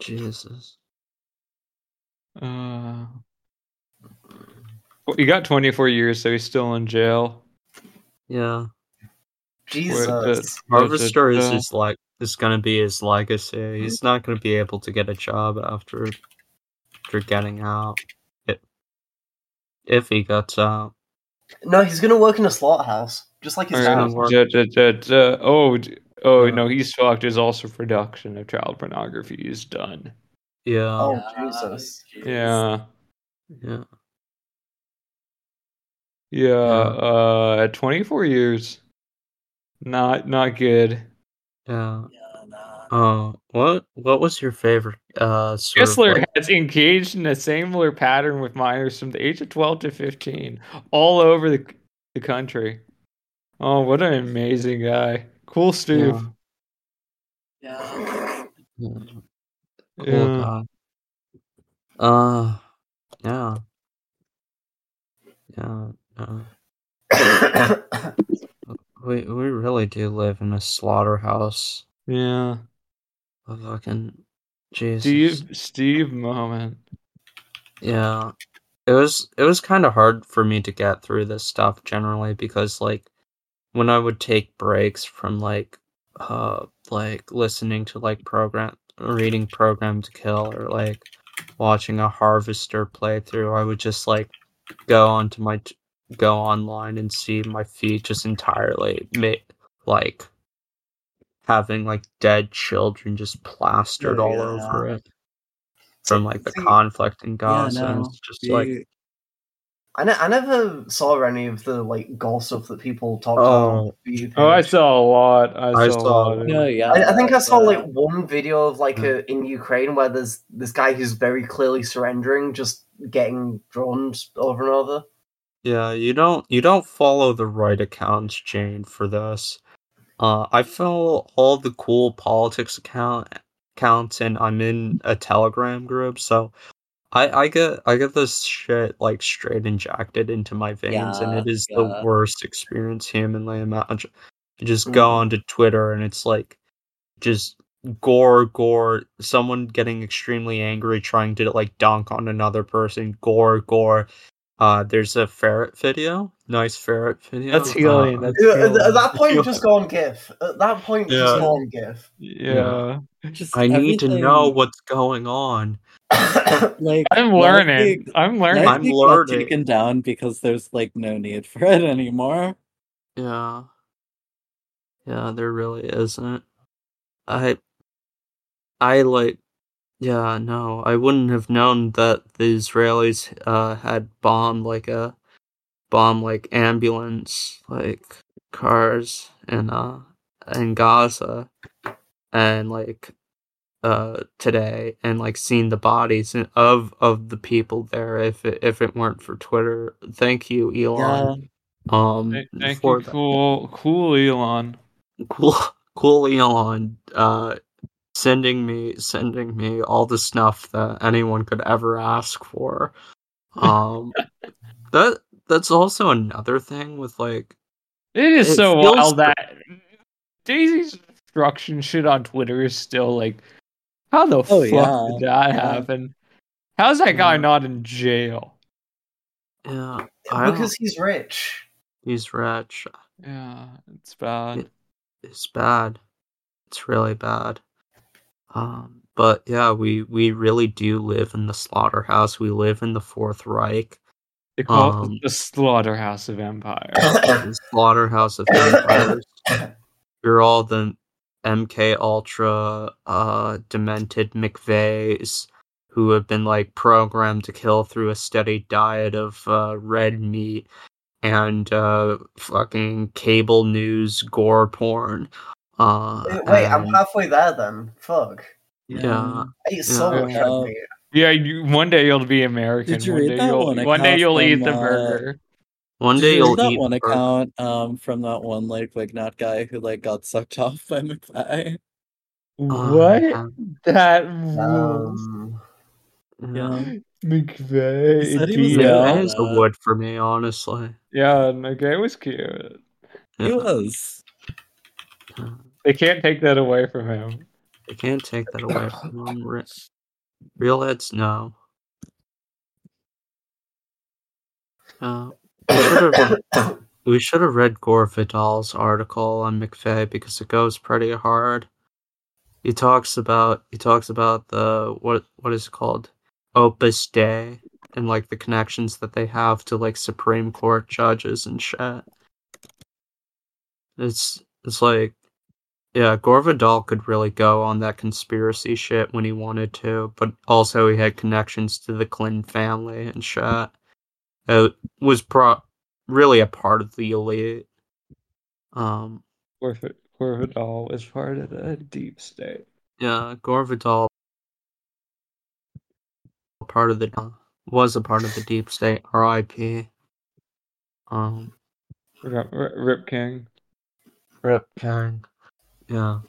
Speaker 4: Jesus.
Speaker 2: Uh, well, he got 24 years, so he's still in jail.
Speaker 4: Yeah.
Speaker 2: Where
Speaker 1: Jesus.
Speaker 2: the-
Speaker 4: Harvester
Speaker 2: the-
Speaker 4: is his like is gonna be his legacy. He's not gonna be able to get a job after after getting out. It, if he gets out.
Speaker 1: No, he's gonna work in a slaughterhouse, just like his
Speaker 2: Or-
Speaker 1: dad.
Speaker 4: gonna work.
Speaker 2: da- da- da- da- Oh, d- oh
Speaker 4: Yeah.
Speaker 2: no, he's fucked. Is also production of child pornography is done.
Speaker 4: Yeah.
Speaker 1: Oh, Jesus.
Speaker 2: Yeah,
Speaker 4: Yeah.
Speaker 2: yeah. Uh, at 24 years, not not good.
Speaker 4: Yeah.
Speaker 3: Yeah, nah.
Speaker 4: Oh, what what was your favorite uh sort of,
Speaker 2: Kessler
Speaker 4: like-
Speaker 2: has engaged in a similar pattern with minors from the age of 12 to 15, all over the, the country. Oh, what an amazing guy! Cool, Steve.
Speaker 4: Yeah.
Speaker 3: Yeah.
Speaker 4: Cool
Speaker 2: Yeah.
Speaker 4: guy. Uh yeah. Yeah, yeah. We we really do live in a slaughterhouse
Speaker 2: Yeah.
Speaker 4: of fucking Jesus.
Speaker 2: Steve Steve moment.
Speaker 4: Yeah. It was it was kind of hard for me to get through this stuff generally because like when I would take breaks from like uh like listening to like program reading program to kill or like watching a harvester playthrough, I would just like go onto my t- go online and see my feed just entirely ma- like having like dead children just plastered
Speaker 1: Oh,
Speaker 4: all
Speaker 1: yeah.
Speaker 4: over it from like the
Speaker 1: See-
Speaker 4: conflict in Gaza.
Speaker 3: no.
Speaker 4: and it's just like
Speaker 3: You-
Speaker 1: I, ne- I never saw any of the like gore stuff that people talked
Speaker 4: Oh.
Speaker 1: about. on
Speaker 2: Oh, I
Speaker 1: saw.
Speaker 2: saw a lot. I saw,
Speaker 4: I
Speaker 2: a
Speaker 4: saw-
Speaker 2: lot. of-
Speaker 3: no, yeah.
Speaker 1: I, I think I saw
Speaker 3: but-
Speaker 1: like one video of
Speaker 4: Hmm.
Speaker 1: like a, in Ukraine where there's this guy who's very clearly surrendering, just getting drones over and over.
Speaker 4: yeah, you don't you don't follow the right accounts, Jane, for this. Uh, I follow all the cool politics account accounts, and I'm in a Telegram group, so I I get I get this shit like straight injected into my veins, and
Speaker 3: Yeah,
Speaker 4: it is
Speaker 3: yeah.
Speaker 4: the worst experience humanly imaginable. You just go
Speaker 3: Mm-hmm.
Speaker 1: Mhm.
Speaker 4: onto Twitter, and it's like just gore, gore. Someone getting extremely angry, trying to like dunk on another person. Gore, gore. Uh, there's a ferret video. Nice ferret video.
Speaker 2: That's healing.
Speaker 4: Uh,
Speaker 2: That's
Speaker 1: At
Speaker 2: healing.
Speaker 1: at that point, just go on GIF. At that point, just
Speaker 4: Yeah.
Speaker 1: go on GIF.
Speaker 2: yeah.
Speaker 3: Just
Speaker 4: I need to know
Speaker 3: everything,
Speaker 4: what's going on.
Speaker 3: Like
Speaker 2: I'm
Speaker 3: none of the
Speaker 2: learning. I'm learning.
Speaker 3: Next
Speaker 4: I'm
Speaker 3: week got
Speaker 4: learning.
Speaker 3: taken down because there's like no need for it anymore.
Speaker 4: Yeah. Yeah, there really isn't. I I like yeah, no, I wouldn't have known that the Israelis uh had bombed like a bomb like ambulance like cars in uh in Gaza and like uh today and like seen the bodies and- of of the people there if it, if it weren't for Twitter. Thank you, Elon. Um
Speaker 2: Thank- Thank
Speaker 4: for
Speaker 2: you,
Speaker 4: that
Speaker 2: cool, cool Elon.
Speaker 4: cool cool Elon uh sending me sending me all the stuff that anyone could ever ask for. Um that that's also another thing with like
Speaker 2: It is
Speaker 4: It
Speaker 2: so
Speaker 4: feels
Speaker 2: wild
Speaker 4: cr-
Speaker 2: that Daisy's destruction shit on Twitter is still like, how the fuck
Speaker 3: Oh, yeah.
Speaker 2: did that
Speaker 3: Yeah.
Speaker 2: happen? How's that guy
Speaker 4: Yeah.
Speaker 2: not in jail?
Speaker 4: yeah, I
Speaker 1: because he's rich.
Speaker 4: he's rich.
Speaker 2: Yeah, it's bad.
Speaker 4: It's bad. It's really bad. Um but yeah, we we really do live in the slaughterhouse. We live in the Fourth Reich.
Speaker 2: They call it
Speaker 4: Um,
Speaker 2: the slaughterhouse of empire.
Speaker 4: the slaughterhouse of vampires. You're all the MK Ultra, uh, demented McVeighs who have been like programmed to kill through a steady diet of uh, red meat and uh, fucking cable news gore porn. Uh,
Speaker 1: Wait, I'm
Speaker 4: and-
Speaker 1: halfway there then. Fuck.
Speaker 4: yeah.
Speaker 3: Mm.
Speaker 1: I eat so
Speaker 4: Yeah.
Speaker 1: much red meat.
Speaker 2: Yeah, you, one day you'll be American.
Speaker 3: Did you
Speaker 2: one
Speaker 3: read
Speaker 2: day
Speaker 3: that
Speaker 2: you'll,
Speaker 3: one
Speaker 2: one day
Speaker 3: account
Speaker 2: you'll eat the
Speaker 3: from, uh,
Speaker 2: burger.
Speaker 4: One
Speaker 3: Did
Speaker 4: day
Speaker 3: you
Speaker 4: you'll
Speaker 3: read that
Speaker 4: eat
Speaker 3: one
Speaker 4: burger.
Speaker 3: account um from that one like Wignot guy who like got sucked off by McFly.
Speaker 4: Uh,
Speaker 2: what?
Speaker 3: um,
Speaker 4: yeah.
Speaker 2: That rules.
Speaker 1: Um,
Speaker 3: Yeah.
Speaker 2: McVeigh.
Speaker 3: He said he was
Speaker 2: DM.
Speaker 3: Yeah.
Speaker 4: That is a
Speaker 3: Uh,
Speaker 4: wood for me, honestly.
Speaker 2: Yeah, McVeigh was cute.
Speaker 3: He
Speaker 4: Yeah.
Speaker 3: was.
Speaker 2: They can't take that away from him.
Speaker 4: I can't take that away from him. Re- Real heads, no. Uh, we should have- we should have read Gore Vidal's article on McFay because it goes pretty hard. He talks about he talks about the what what is it called Opus Dei and like the connections that they have to like Supreme Court judges and shit. It's it's like yeah, Gore Vidal could really go on that conspiracy shit when he wanted to, but also he had connections to the Clinton family and shit. It was pro- really a part of the elite. Um,
Speaker 2: Corvid- Corvidal is part of the deep state.
Speaker 4: yeah, Gore Vidal part of the was a part of the deep state. R.I.P. Um,
Speaker 2: Rip, Rip- Rip King.
Speaker 4: Rip Kang. Yeah.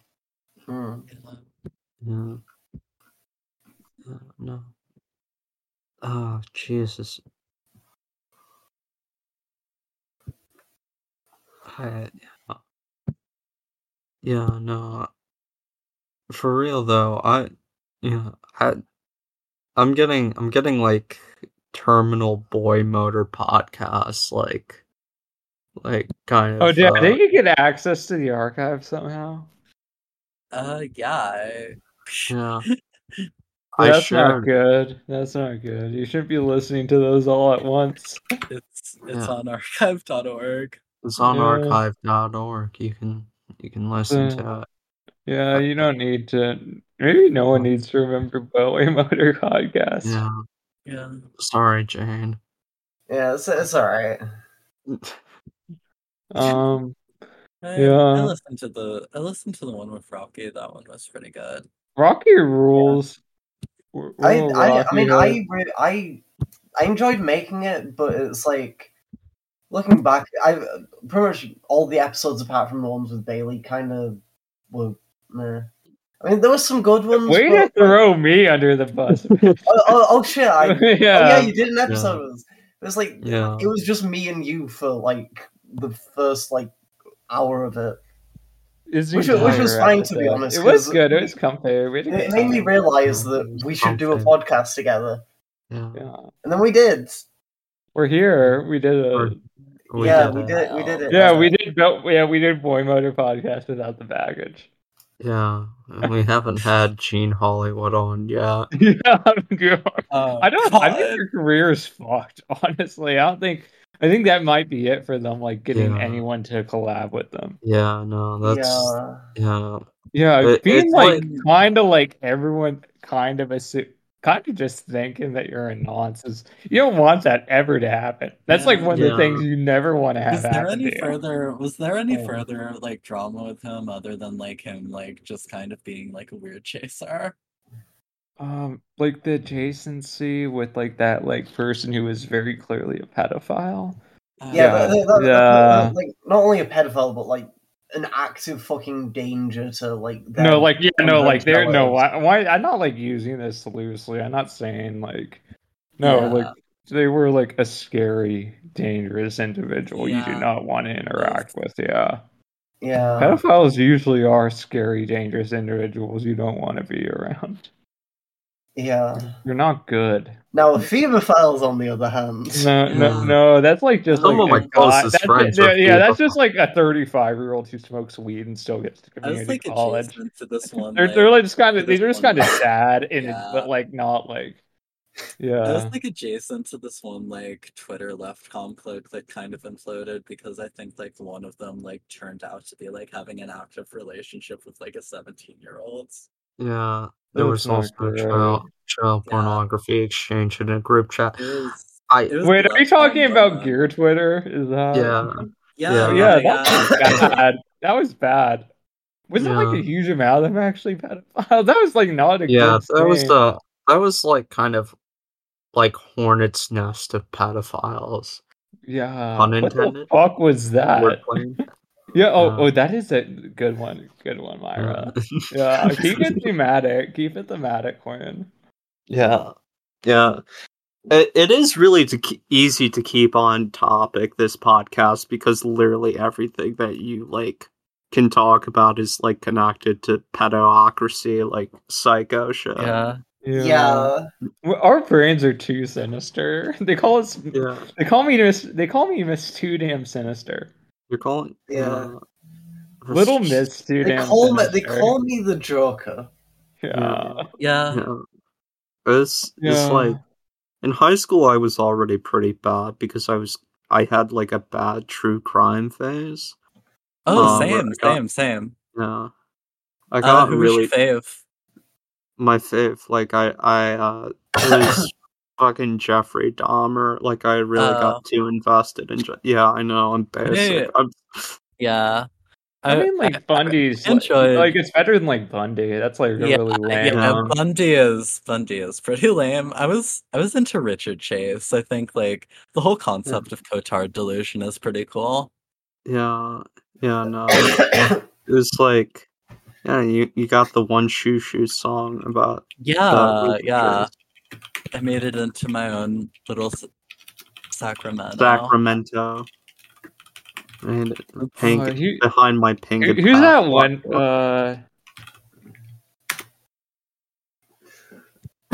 Speaker 1: hmm.
Speaker 4: No. No, Mm-hmm. Uh, no. Oh, Jesus. I, yeah. yeah, no. uh, For real though, I yeah, I I'm getting I'm getting like terminal boy motor podcasts like like kind of
Speaker 2: Oh, damn.
Speaker 4: uh,
Speaker 2: Didn't you get access to the archive somehow?
Speaker 3: Uh yeah. I-
Speaker 4: yeah. I
Speaker 2: That's not
Speaker 4: should
Speaker 2: good. That's not good. You shouldn't be listening to those all at once.
Speaker 3: It's it's
Speaker 4: Yeah.
Speaker 3: on archive.org.
Speaker 4: It's on
Speaker 2: Yeah.
Speaker 4: archive.org. You can you can listen
Speaker 2: Yeah.
Speaker 4: to it.
Speaker 2: Yeah, you don't need to. Maybe no one needs to remember Bowie Motor Podcast.
Speaker 4: Yeah.
Speaker 3: Yeah.
Speaker 4: Sorry, Jane.
Speaker 1: Yeah, it's, it's alright.
Speaker 2: Um,
Speaker 3: I, I
Speaker 2: Yeah.
Speaker 3: listened to the I listened to the one with Rocky. That one was pretty good.
Speaker 2: Rocky rules. We're-
Speaker 1: I,
Speaker 2: we're
Speaker 1: I, I
Speaker 2: Rocky
Speaker 1: mean,
Speaker 2: here.
Speaker 1: I, re- I, I enjoyed making it, but it's like looking back, I pretty much all the episodes apart from the ones with Bailey kind of were. Meh. I mean, there were some good ones.
Speaker 2: Way to
Speaker 1: but-
Speaker 2: throw me under the bus. yeah.
Speaker 1: oh, oh, oh shit! I, oh, yeah, you did an episode
Speaker 4: Yeah.
Speaker 1: with us. It was like
Speaker 4: Yeah.
Speaker 1: it was just me and you for like the first like hour of it.
Speaker 2: Is
Speaker 1: Which
Speaker 2: the
Speaker 1: was- which was
Speaker 2: entire
Speaker 1: fine, to be
Speaker 2: episode.
Speaker 1: honest,
Speaker 2: It was
Speaker 1: 'cause
Speaker 2: good. It was comfy. We had a good
Speaker 1: It made me
Speaker 2: time.
Speaker 1: realize that we should do a
Speaker 4: Okay.
Speaker 1: podcast together,
Speaker 4: Yeah.
Speaker 2: Yeah.
Speaker 1: and then we did.
Speaker 2: We're here. We did
Speaker 4: Or-
Speaker 2: a.
Speaker 1: yeah,
Speaker 4: did
Speaker 1: we
Speaker 4: it.
Speaker 1: did it. We did it.
Speaker 2: Yeah, we did. Bo- Yeah, we did Boy Motor Podcast without the baggage.
Speaker 4: Yeah. and We haven't had Gene Hollywood on yet.
Speaker 2: Yeah, I'm good.
Speaker 3: Oh,
Speaker 2: I don't. I think
Speaker 3: God.
Speaker 2: your career is fucked. Honestly, I don't think. I think that might be it for them. Like getting
Speaker 4: Yeah.
Speaker 2: anyone to collab with them.
Speaker 4: Yeah, no, that's
Speaker 1: Yeah.
Speaker 4: yeah.
Speaker 2: Yeah,
Speaker 4: It-
Speaker 2: being
Speaker 4: it's
Speaker 2: like
Speaker 4: like-
Speaker 2: kind of like everyone kind of assume, kind of just thinking that you're a nonsense. You don't want that ever to happen. That's like
Speaker 3: Yeah.
Speaker 2: one of the
Speaker 4: Yeah.
Speaker 2: things you never want to have
Speaker 3: Was there
Speaker 2: happen.
Speaker 3: any
Speaker 2: to you.
Speaker 3: further was there any
Speaker 2: Oh.
Speaker 3: further like drama with him other than like him like just kind of being like a weird chaser?
Speaker 2: Um, like the adjacency with like that like person who is very clearly a pedophile.
Speaker 3: Uh,
Speaker 1: Yeah, that- that- that-
Speaker 2: Yeah.
Speaker 1: like not only a pedophile, but like an active fucking danger to like. them.
Speaker 2: No, like yeah, no,
Speaker 1: and
Speaker 2: like
Speaker 1: their
Speaker 2: there, no.
Speaker 1: fellows.
Speaker 2: Why, why? I'm not like using this loosely. I'm not saying like, no,
Speaker 3: Yeah.
Speaker 2: like they were like a scary, dangerous individual you
Speaker 3: Yeah. Uh-huh.
Speaker 2: do not want to interact with. Yeah,
Speaker 1: yeah,
Speaker 2: pedophiles usually are scary, dangerous individuals you don't want to be around.
Speaker 1: yeah.
Speaker 2: You're not good.
Speaker 1: Now, femophiles, on the other hand,
Speaker 2: No, no,
Speaker 4: Yeah.
Speaker 2: no. That's like just
Speaker 4: Some
Speaker 2: like
Speaker 4: of my
Speaker 2: a guy-
Speaker 4: closest
Speaker 2: that's-
Speaker 4: friends
Speaker 2: yeah,
Speaker 4: are
Speaker 2: yeah, that's just like a 35 year old who smokes weed and still gets to
Speaker 3: I was
Speaker 2: community
Speaker 3: like
Speaker 2: college.
Speaker 3: adjacent to this one.
Speaker 2: They're,
Speaker 3: like,
Speaker 2: they're like just kind of
Speaker 3: there's
Speaker 2: they're just
Speaker 3: one
Speaker 2: kind of
Speaker 3: guy.
Speaker 2: sad and
Speaker 3: Yeah.
Speaker 2: but like not like
Speaker 3: I
Speaker 2: yeah
Speaker 3: was like adjacent to this one like Twitter left conflict that kind of imploded because I think like one of them like turned out to be like having an active relationship with like a 17 year old.
Speaker 4: Yeah. There
Speaker 2: That's
Speaker 4: was also
Speaker 2: not
Speaker 4: child, child
Speaker 3: Yeah.
Speaker 4: pornography exchange in a group chat.
Speaker 3: It was
Speaker 4: I
Speaker 3: It was
Speaker 2: Wait, are
Speaker 3: less
Speaker 2: we talking
Speaker 3: fun,
Speaker 2: about
Speaker 3: but-
Speaker 2: gear Twitter? Is that
Speaker 4: yeah.
Speaker 3: Yeah, oh
Speaker 2: Yeah,
Speaker 3: my
Speaker 2: that
Speaker 3: God.
Speaker 2: was bad. That was bad. Was it like
Speaker 4: Yeah.
Speaker 2: a huge amount of actually pedophile? That was like not a
Speaker 4: Yeah,
Speaker 2: good
Speaker 4: that was uh,
Speaker 2: thing.
Speaker 4: the that was like kind of like hornet's nest of pedophiles.
Speaker 2: yeah.
Speaker 4: pun
Speaker 2: What the
Speaker 4: intended.
Speaker 2: fuck was that?
Speaker 4: Wordplay.
Speaker 2: Yeah. Oh,
Speaker 4: Yeah.
Speaker 2: oh, that is a good one. Good one, Myra. Yeah, keep it thematic. Keep it thematic, Quinn.
Speaker 5: Yeah. Yeah. It, it is really to ke- easy to keep on topic this podcast because literally everything that you like can talk about is like connected to pedocracy, like psycho shit.
Speaker 3: Yeah.
Speaker 1: Yeah.
Speaker 2: Well, Our brains are too sinister. They call us.
Speaker 4: Yeah,
Speaker 2: They call me. Miss, they call me Miss Too Damn Sinister.
Speaker 4: you're calling.
Speaker 1: Yeah.
Speaker 4: that's
Speaker 2: Little
Speaker 4: just-
Speaker 2: Miss Too
Speaker 1: They
Speaker 2: Damn.
Speaker 1: call me.
Speaker 2: sinister.
Speaker 1: They call me the Joker.
Speaker 2: Yeah.
Speaker 3: Yeah.
Speaker 4: Yeah. It's,
Speaker 2: Yeah.
Speaker 4: it's like in high school I was already pretty bad because I was I had like a bad true crime phase.
Speaker 3: Oh,
Speaker 4: Um,
Speaker 3: same,
Speaker 4: I got-
Speaker 3: same, same.
Speaker 4: Yeah. I
Speaker 3: Uh,
Speaker 4: got
Speaker 3: who was
Speaker 4: really
Speaker 3: your fave?
Speaker 4: my fave. Like I I uh it was fucking Jeffrey Dahmer. Like I really
Speaker 3: Oh.
Speaker 4: got too invested in Je- yeah, I know, I'm basic. I'm
Speaker 3: Yeah.
Speaker 2: I mean, like Bundy's like,
Speaker 3: enjoyed-
Speaker 2: like, it's better than like Bundy. That's like a
Speaker 3: Yeah,
Speaker 2: really lame.
Speaker 3: Yeah,
Speaker 4: Um,
Speaker 3: Bundy is Bundy is pretty lame. I was I was into Richard Chase. I think like the whole concept of Cotard delusion is pretty cool.
Speaker 4: yeah, yeah, no. it was like yeah you, you got the one shoe shoe song about
Speaker 3: Yeah,
Speaker 4: uh,
Speaker 3: yeah. I made it into my own little s- Sacramento.
Speaker 4: sacramento and pink
Speaker 2: Uh, who-
Speaker 4: behind my pink
Speaker 2: who-
Speaker 4: and
Speaker 2: who's
Speaker 4: black
Speaker 2: that one? Uh,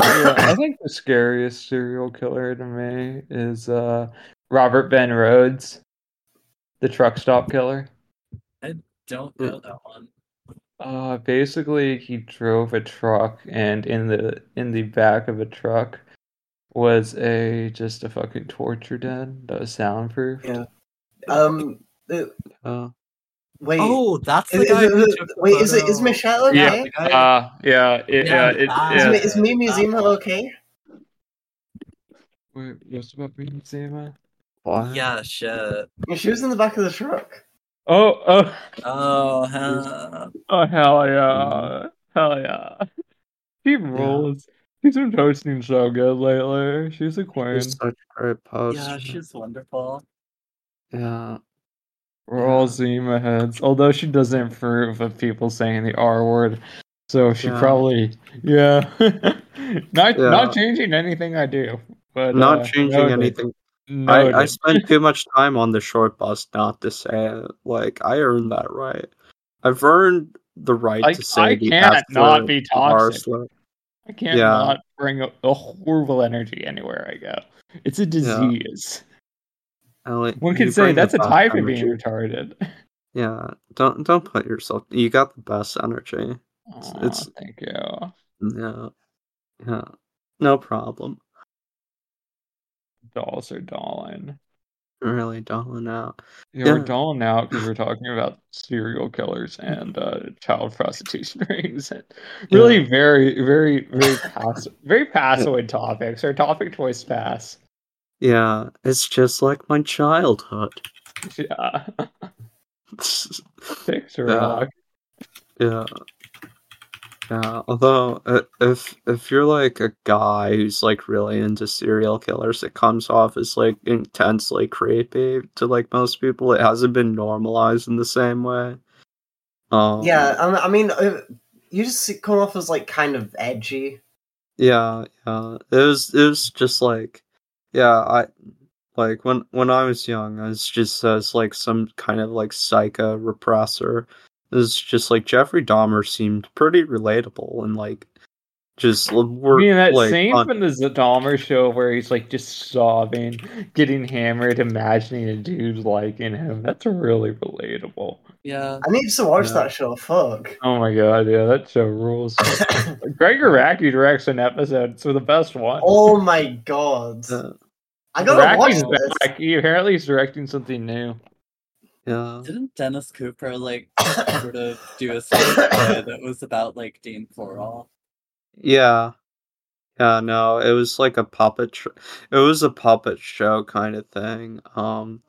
Speaker 2: yeah, I think the scariest serial killer to me is uh, Robert Ben Rhodes, the truck stop killer.
Speaker 3: Don't know that one.
Speaker 2: Uh, basically, he drove a truck, and in the in the back of a truck was a just a fucking torture den that was soundproof.
Speaker 1: Um.
Speaker 4: uh,
Speaker 1: Wait.
Speaker 3: Oh, that's the
Speaker 1: Is-
Speaker 3: guy.
Speaker 1: is-
Speaker 3: who
Speaker 1: is-
Speaker 3: took the
Speaker 1: wait, is it is
Speaker 3: photo.
Speaker 1: Michelle okay?
Speaker 2: Yeah, uh, yeah, it,
Speaker 3: Yeah,
Speaker 2: yeah, it,
Speaker 3: ah.
Speaker 1: Is,
Speaker 2: yeah.
Speaker 1: Mi- is Mimi Zima okay?
Speaker 2: Wait, what's about being Zima?
Speaker 4: what?
Speaker 3: Yeah, shit.
Speaker 1: She was in the back of the truck.
Speaker 2: Oh, oh,
Speaker 3: Oh, huh.
Speaker 2: oh, hell yeah,
Speaker 4: Mm-hmm.
Speaker 2: hell yeah. She rules. She's been posting so good lately. She's a
Speaker 4: It
Speaker 2: queen.
Speaker 4: was such a great post
Speaker 3: yeah, she's wonderful.
Speaker 4: yeah
Speaker 2: We're all Zima heads, although she doesn't approve of people saying the R word. So she
Speaker 4: Yeah.
Speaker 2: probably, yeah, not
Speaker 4: Yeah.
Speaker 2: not changing anything I do, but
Speaker 4: not
Speaker 2: uh,
Speaker 4: changing
Speaker 2: noted.
Speaker 4: anything
Speaker 2: Noted.
Speaker 4: I, I spent too much time on the short bus not to say it like i earned that right i've earned the right
Speaker 2: I-
Speaker 4: to say
Speaker 2: I
Speaker 4: the
Speaker 2: can't
Speaker 4: F
Speaker 2: not
Speaker 4: word,
Speaker 2: be
Speaker 4: the R
Speaker 2: toxic.
Speaker 4: slur.
Speaker 2: I can't
Speaker 4: Yeah.
Speaker 2: not bring a, a horrible energy anywhere I go. It's a disease.
Speaker 4: Ellie,
Speaker 2: One could
Speaker 4: you
Speaker 2: say
Speaker 4: bring the
Speaker 2: that's a
Speaker 4: best
Speaker 2: type of
Speaker 4: energy.
Speaker 2: being retarded.
Speaker 4: Yeah, don't don't put yourself. You got the best energy. It's-
Speaker 2: Aw,
Speaker 4: it's-
Speaker 2: thank you.
Speaker 4: Yeah, yeah, no problem.
Speaker 2: Dolls are dolling.
Speaker 4: Really dolling out.
Speaker 2: Yeah, we're
Speaker 4: Yeah.
Speaker 2: dolling out because we're talking about serial killers and uh, child prostitution rings. And really, very, very, very pass, very passoid topics. Our topic choice pass.
Speaker 4: Yeah, it's just like my childhood.
Speaker 2: Yeah, Thanks, Rock.
Speaker 4: yeah, yeah. Although, i- if if you're like a guy who's like really into serial killers, it comes off as like intensely creepy to like most people. It hasn't been normalized in the same way. Um,
Speaker 1: Yeah. I, I mean, uh, you just come off as like kind of edgy.
Speaker 4: Yeah, yeah. It was it was just like yeah, I like when when I was young, I was just as like some kind of like psycho repressor. It was just like Jeffrey Dahmer seemed pretty relatable and like just l-
Speaker 2: I
Speaker 4: were
Speaker 2: mean, that
Speaker 4: like
Speaker 2: scene
Speaker 4: on-
Speaker 2: from the Z- Dahmer show where he's like just sobbing, getting hammered, imagining a dude liking him. That's really relatable.
Speaker 3: Yeah.
Speaker 1: I need to watch
Speaker 4: Yeah.
Speaker 1: that show. Fuck.
Speaker 2: Oh my god, yeah, that show rules. Greg Araki directs an episode, so the best one.
Speaker 1: Oh my god.
Speaker 4: uh,
Speaker 1: I gotta watch
Speaker 2: Araki's
Speaker 1: this.
Speaker 2: back. He apparently he's directing something new.
Speaker 4: yeah.
Speaker 3: Didn't Dennis Cooper like sort of do a screenplay that was about like Dean Floral?
Speaker 4: Yeah. Yeah, no, it was like a puppet. Tr- it was a puppet show kind of thing. Um,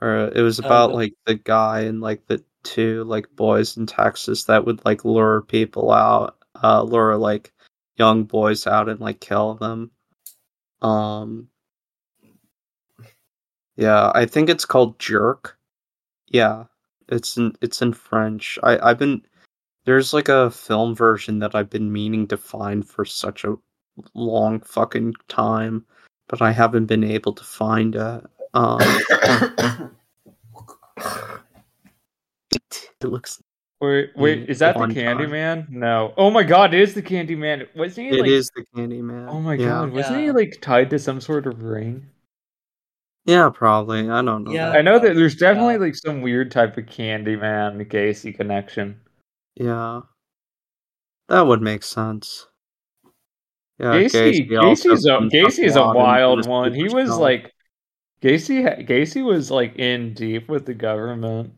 Speaker 4: or it was about
Speaker 3: no.
Speaker 4: like the guy and like the two like boys in Texas that would like lure people out, uh, lure like young boys out and like kill them. Um, yeah, I think it's called Jerk. Yeah, it's in it's in French. I I've been there's like a film version that I've been meaning to find for such a long fucking time, but I haven't been able to find a. Um, it looks.
Speaker 2: Wait, wait,
Speaker 4: Mm,
Speaker 2: is that the
Speaker 4: one time.
Speaker 2: Candyman? No. Oh my god, it is the Candyman. Wasn't he
Speaker 4: It
Speaker 2: like
Speaker 4: is the Candyman.
Speaker 2: Oh my
Speaker 4: yeah.
Speaker 2: god, wasn't he
Speaker 3: Yeah.
Speaker 2: like tied to some sort of ring?
Speaker 4: Yeah, probably. I don't know.
Speaker 3: Yeah.
Speaker 4: that.
Speaker 2: I know that there's
Speaker 3: yeah.
Speaker 2: definitely like some weird type of Candyman Gacy connection.
Speaker 4: Yeah. That would make sense. Yeah,
Speaker 2: Gacy,
Speaker 4: Uh, also
Speaker 2: Gacy's a
Speaker 4: comes up
Speaker 2: Gacy's a
Speaker 4: lot in
Speaker 2: wild
Speaker 4: this
Speaker 2: one. He was
Speaker 4: film.
Speaker 2: like Gacy. ha- Gacy was like in deep with the government.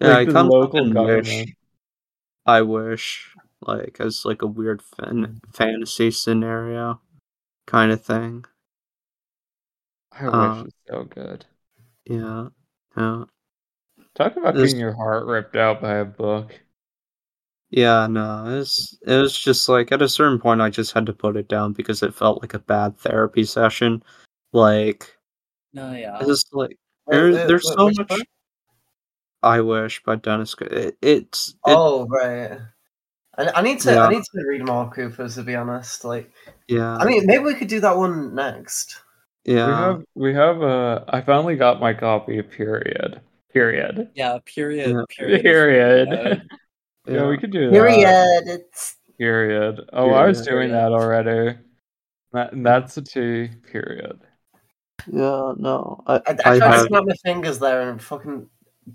Speaker 4: yeah,
Speaker 2: like
Speaker 4: he
Speaker 2: the
Speaker 4: comes up
Speaker 2: local
Speaker 4: in
Speaker 2: government.
Speaker 4: Wish. I wish, like as like a weird fan- fantasy scenario kind of thing.
Speaker 2: I
Speaker 4: Uh,
Speaker 2: wish it's so good.
Speaker 4: Yeah, yeah,
Speaker 2: Talk about
Speaker 4: this-
Speaker 2: getting your heart ripped out by a book.
Speaker 4: yeah. No, it's it was just like at a certain point, I just had to put it down because it felt like a bad therapy session. Like
Speaker 3: No, yeah.
Speaker 4: it's just like there,
Speaker 1: Wait, wait,
Speaker 4: there's
Speaker 1: wait,
Speaker 4: so
Speaker 1: which
Speaker 4: much.
Speaker 1: one?
Speaker 4: I wish by Dennis. Coo- It, it's it,
Speaker 1: Oh right. I, I need to.
Speaker 4: Yeah.
Speaker 1: I need to read more Coopers to be honest. Like,
Speaker 4: yeah,
Speaker 1: I mean, maybe we could do that one next.
Speaker 4: yeah.
Speaker 2: We have we have uh I finally got my copy of Period. Period.
Speaker 3: Yeah, period.
Speaker 4: Yeah.
Speaker 3: Period. is
Speaker 2: Period.
Speaker 3: really good.
Speaker 2: Yeah, we could do that.
Speaker 1: Period. It's
Speaker 2: Period. Oh, I was
Speaker 4: Period.
Speaker 2: doing that already. That, that's a T. Period.
Speaker 4: yeah, no. I,
Speaker 1: I, I
Speaker 4: I
Speaker 1: tried
Speaker 4: have-
Speaker 1: to snap my fingers there and fucking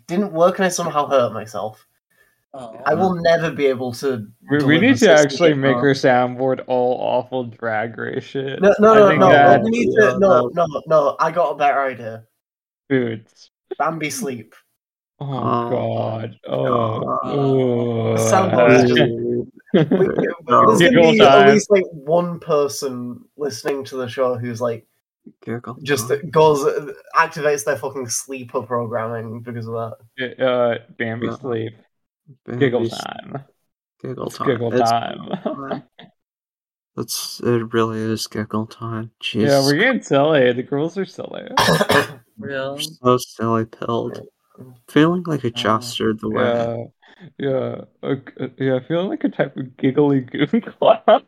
Speaker 1: didn't work, and I somehow hurt myself.
Speaker 3: Oh.
Speaker 1: I will never be able to.
Speaker 2: We, we
Speaker 1: Deliver
Speaker 2: need to
Speaker 1: system
Speaker 2: actually
Speaker 1: shit,
Speaker 2: make
Speaker 1: bro.
Speaker 2: our soundboard all awful drag race shit.
Speaker 1: No, no,
Speaker 2: I
Speaker 1: no,
Speaker 2: think
Speaker 1: no.
Speaker 2: that-
Speaker 1: we need
Speaker 4: Yeah,
Speaker 1: to, no, no, no. I got a better idea.
Speaker 2: Boots.
Speaker 1: Bambi sleep.
Speaker 2: Oh,
Speaker 4: Oh,
Speaker 2: god.
Speaker 4: God.
Speaker 2: Oh.
Speaker 1: Soundboard is just- We-
Speaker 4: Yeah.
Speaker 1: There's gonna
Speaker 2: Giggle
Speaker 1: be
Speaker 2: time.
Speaker 1: at least like one person listening to the show who's like
Speaker 4: Giggle.
Speaker 1: just
Speaker 4: Mm-hmm.
Speaker 1: goes activates their fucking sleeper programming because of that.
Speaker 2: uh, Bambi
Speaker 4: Yeah.
Speaker 2: sleep.
Speaker 4: Bambi's
Speaker 2: Giggle time.
Speaker 4: Giggle
Speaker 2: It's
Speaker 4: time.
Speaker 2: giggle
Speaker 4: It's-
Speaker 2: time.
Speaker 4: That's it. Really is giggle time. Jeez,
Speaker 2: yeah, we're getting silly. The girls are silly.
Speaker 3: Real.
Speaker 4: so silly pilled. Feeling like
Speaker 1: Uh,
Speaker 4: a jester the way.
Speaker 2: Yeah. Yeah. Okay. Yeah, I feel like a type of giggly goon clown.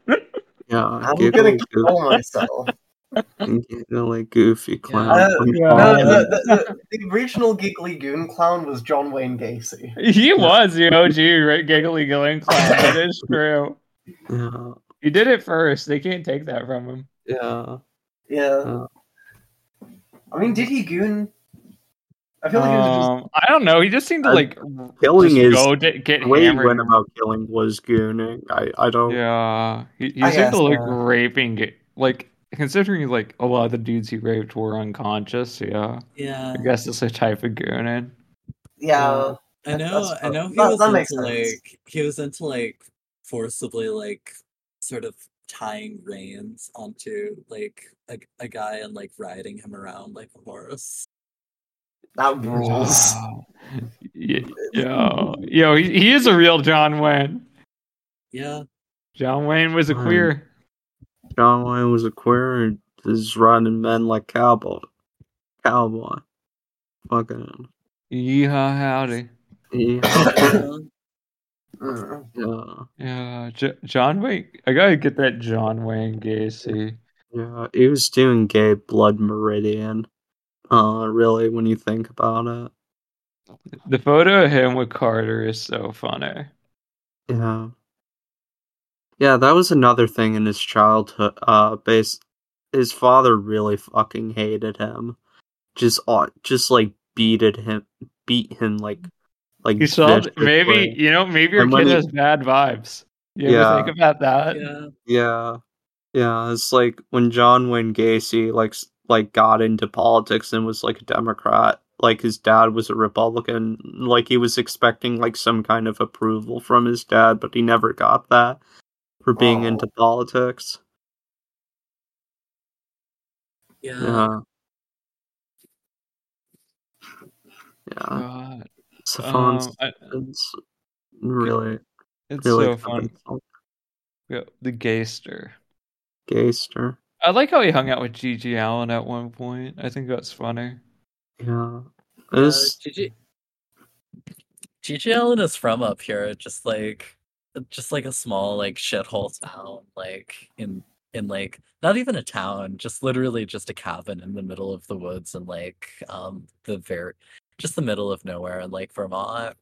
Speaker 4: Yeah,
Speaker 1: I'm
Speaker 4: giggly,
Speaker 1: gonna
Speaker 4: goof,
Speaker 1: kill myself.
Speaker 4: giggly goofy clown.
Speaker 1: Uh,
Speaker 4: I'm
Speaker 1: no,
Speaker 2: yeah.
Speaker 4: calling
Speaker 1: the,
Speaker 2: Um,
Speaker 4: it.
Speaker 1: the, the, the original giggly goon clown was John Wayne Gacy.
Speaker 2: he was the OG right? giggly goon clown. That is true.
Speaker 1: uh,
Speaker 4: yeah,
Speaker 2: He did it first. They can't take that from him.
Speaker 4: yeah.
Speaker 1: Yeah.
Speaker 4: Oh.
Speaker 1: I mean, did he goon? I feel like it was just.
Speaker 2: Um, I don't know. He just seemed to
Speaker 4: Uh,
Speaker 2: like
Speaker 4: Killing
Speaker 2: just
Speaker 4: is
Speaker 2: go to get
Speaker 4: way
Speaker 2: hammered.
Speaker 4: when about killing was gooning. I I don't.
Speaker 2: Yeah, he, he
Speaker 1: I
Speaker 2: seemed
Speaker 1: guess,
Speaker 2: to like
Speaker 1: yeah.
Speaker 2: raping it. Like considering like a lot of the dudes he raped were unconscious. Yeah,
Speaker 3: Yeah.
Speaker 2: I guess it's a type of gooning.
Speaker 4: uh,
Speaker 1: Yeah.
Speaker 3: I know,
Speaker 1: That's
Speaker 3: I
Speaker 1: fun.
Speaker 3: know he
Speaker 1: That-
Speaker 3: was
Speaker 1: that makes
Speaker 3: into
Speaker 1: sense.
Speaker 3: like he was into like forcibly like sort of tying reins onto like a, a guy and like riding him around like a horse.
Speaker 1: That rules.
Speaker 2: Yeah, yo, yo, he, he is a real John Wayne.
Speaker 3: Yeah.
Speaker 2: John Wayne was a
Speaker 4: Um,
Speaker 2: queer.
Speaker 4: John Wayne was a queer and is riding men like cowboy. Cowboy. Fucking.
Speaker 2: Yeehaw, howdy.
Speaker 4: Yeah.
Speaker 3: yeah.
Speaker 1: Mm.
Speaker 4: yeah.
Speaker 2: Yeah, J- John Wayne. I gotta get that John Wayne Gacy.
Speaker 4: Yeah, he was doing gay blood meridian. Uh, really, when you think about it.
Speaker 2: The photo of him with Carter is so funny.
Speaker 4: Yeah. Yeah, that was another thing in his childhood. Uh, base, his father really fucking hated him. Just, au- just like beated him, beat him like, like.
Speaker 2: He saw maybe
Speaker 4: viciously.
Speaker 2: you know maybe your
Speaker 4: And when
Speaker 2: kid
Speaker 4: he-
Speaker 2: has bad vibes. You ever
Speaker 4: Yeah.
Speaker 2: think about that?
Speaker 3: Yeah.
Speaker 4: Yeah, yeah. It's like when John Wayne Gacy like s- like got into politics and was like a Democrat. Like his dad was a Republican. Like he was expecting like some kind of approval from his dad, but he never got that for being
Speaker 1: Oh.
Speaker 4: into politics.
Speaker 3: Yeah.
Speaker 4: Yeah. Yeah.
Speaker 2: God.
Speaker 4: Safan's
Speaker 2: Um, I-
Speaker 4: it's really
Speaker 2: it's
Speaker 4: really
Speaker 2: so fun. Yeah, the gayster.
Speaker 4: Gayster.
Speaker 2: I like how he hung out with Gigi Allen at one point. I think that's funny.
Speaker 4: Yeah.
Speaker 3: Uh,
Speaker 4: This
Speaker 3: Gigi Gigi Allen is from up here, just like just like a small like shithole town, like in in like not even a town, just literally just a cabin in the middle of the woods and like um the very just the middle of nowhere in like Vermont.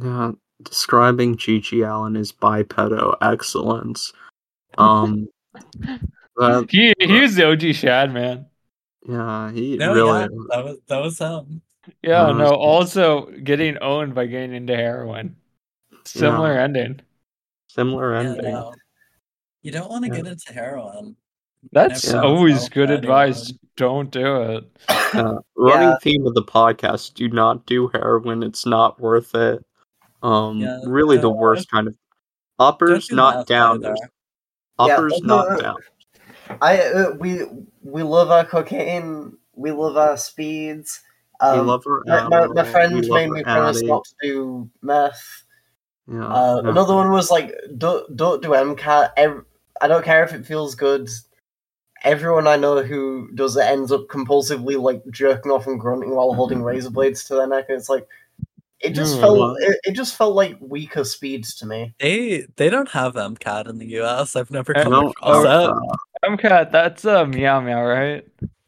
Speaker 4: yeah, describing Gigi Allen as bipedal excellence. Um that,
Speaker 2: He he was the OG Shad man.
Speaker 4: yeah, he
Speaker 3: No,
Speaker 4: really
Speaker 3: yeah, that was that was him.
Speaker 2: Yeah,
Speaker 4: Uh,
Speaker 2: no, also getting owned by getting into heroin. Similar ending.
Speaker 4: similar
Speaker 3: Yeah,
Speaker 4: ending.
Speaker 3: no. You don't want to
Speaker 4: Yeah.
Speaker 3: get into heroin.
Speaker 2: That's
Speaker 4: Yeah.
Speaker 2: always
Speaker 3: Oh,
Speaker 2: good
Speaker 3: that
Speaker 2: advice.
Speaker 3: anyone.
Speaker 2: Don't do it.
Speaker 4: Uh, Running
Speaker 1: Yeah.
Speaker 4: theme of the podcast: Do not do heroin; it's not worth it. Um,
Speaker 3: Yeah,
Speaker 4: really the
Speaker 3: don't-
Speaker 4: worst kind of
Speaker 3: Don't
Speaker 4: uppers,
Speaker 3: do
Speaker 4: not
Speaker 3: meth either.
Speaker 4: downers.
Speaker 1: Yeah,
Speaker 4: Uppers,
Speaker 1: don't do
Speaker 4: not
Speaker 1: meth.
Speaker 4: down.
Speaker 1: I uh, we we love our cocaine. We love our speeds. Um,
Speaker 4: we love her.
Speaker 1: my, my, my
Speaker 4: Adderall,
Speaker 1: friend
Speaker 4: Um, we love
Speaker 1: made
Speaker 4: her
Speaker 1: me promise
Speaker 4: Addy.
Speaker 1: not to do meth.
Speaker 4: Yeah,
Speaker 1: Uh,
Speaker 4: yeah.
Speaker 1: Another one was like, don't don't do MCAT. Ev- I don't care if it feels good. Everyone I know who does it ends up compulsively like jerking off and grunting while holding
Speaker 4: Mm-hmm.
Speaker 1: razor blades to their neck, and it's like it just
Speaker 2: Mm.
Speaker 1: felt it, it just felt like weaker speeds to me.
Speaker 3: They they don't have MCAT in the US. I've never
Speaker 2: Uh,
Speaker 3: come
Speaker 4: No,
Speaker 3: across
Speaker 4: uh,
Speaker 3: it.
Speaker 2: MCAT, that's a meow meow, right?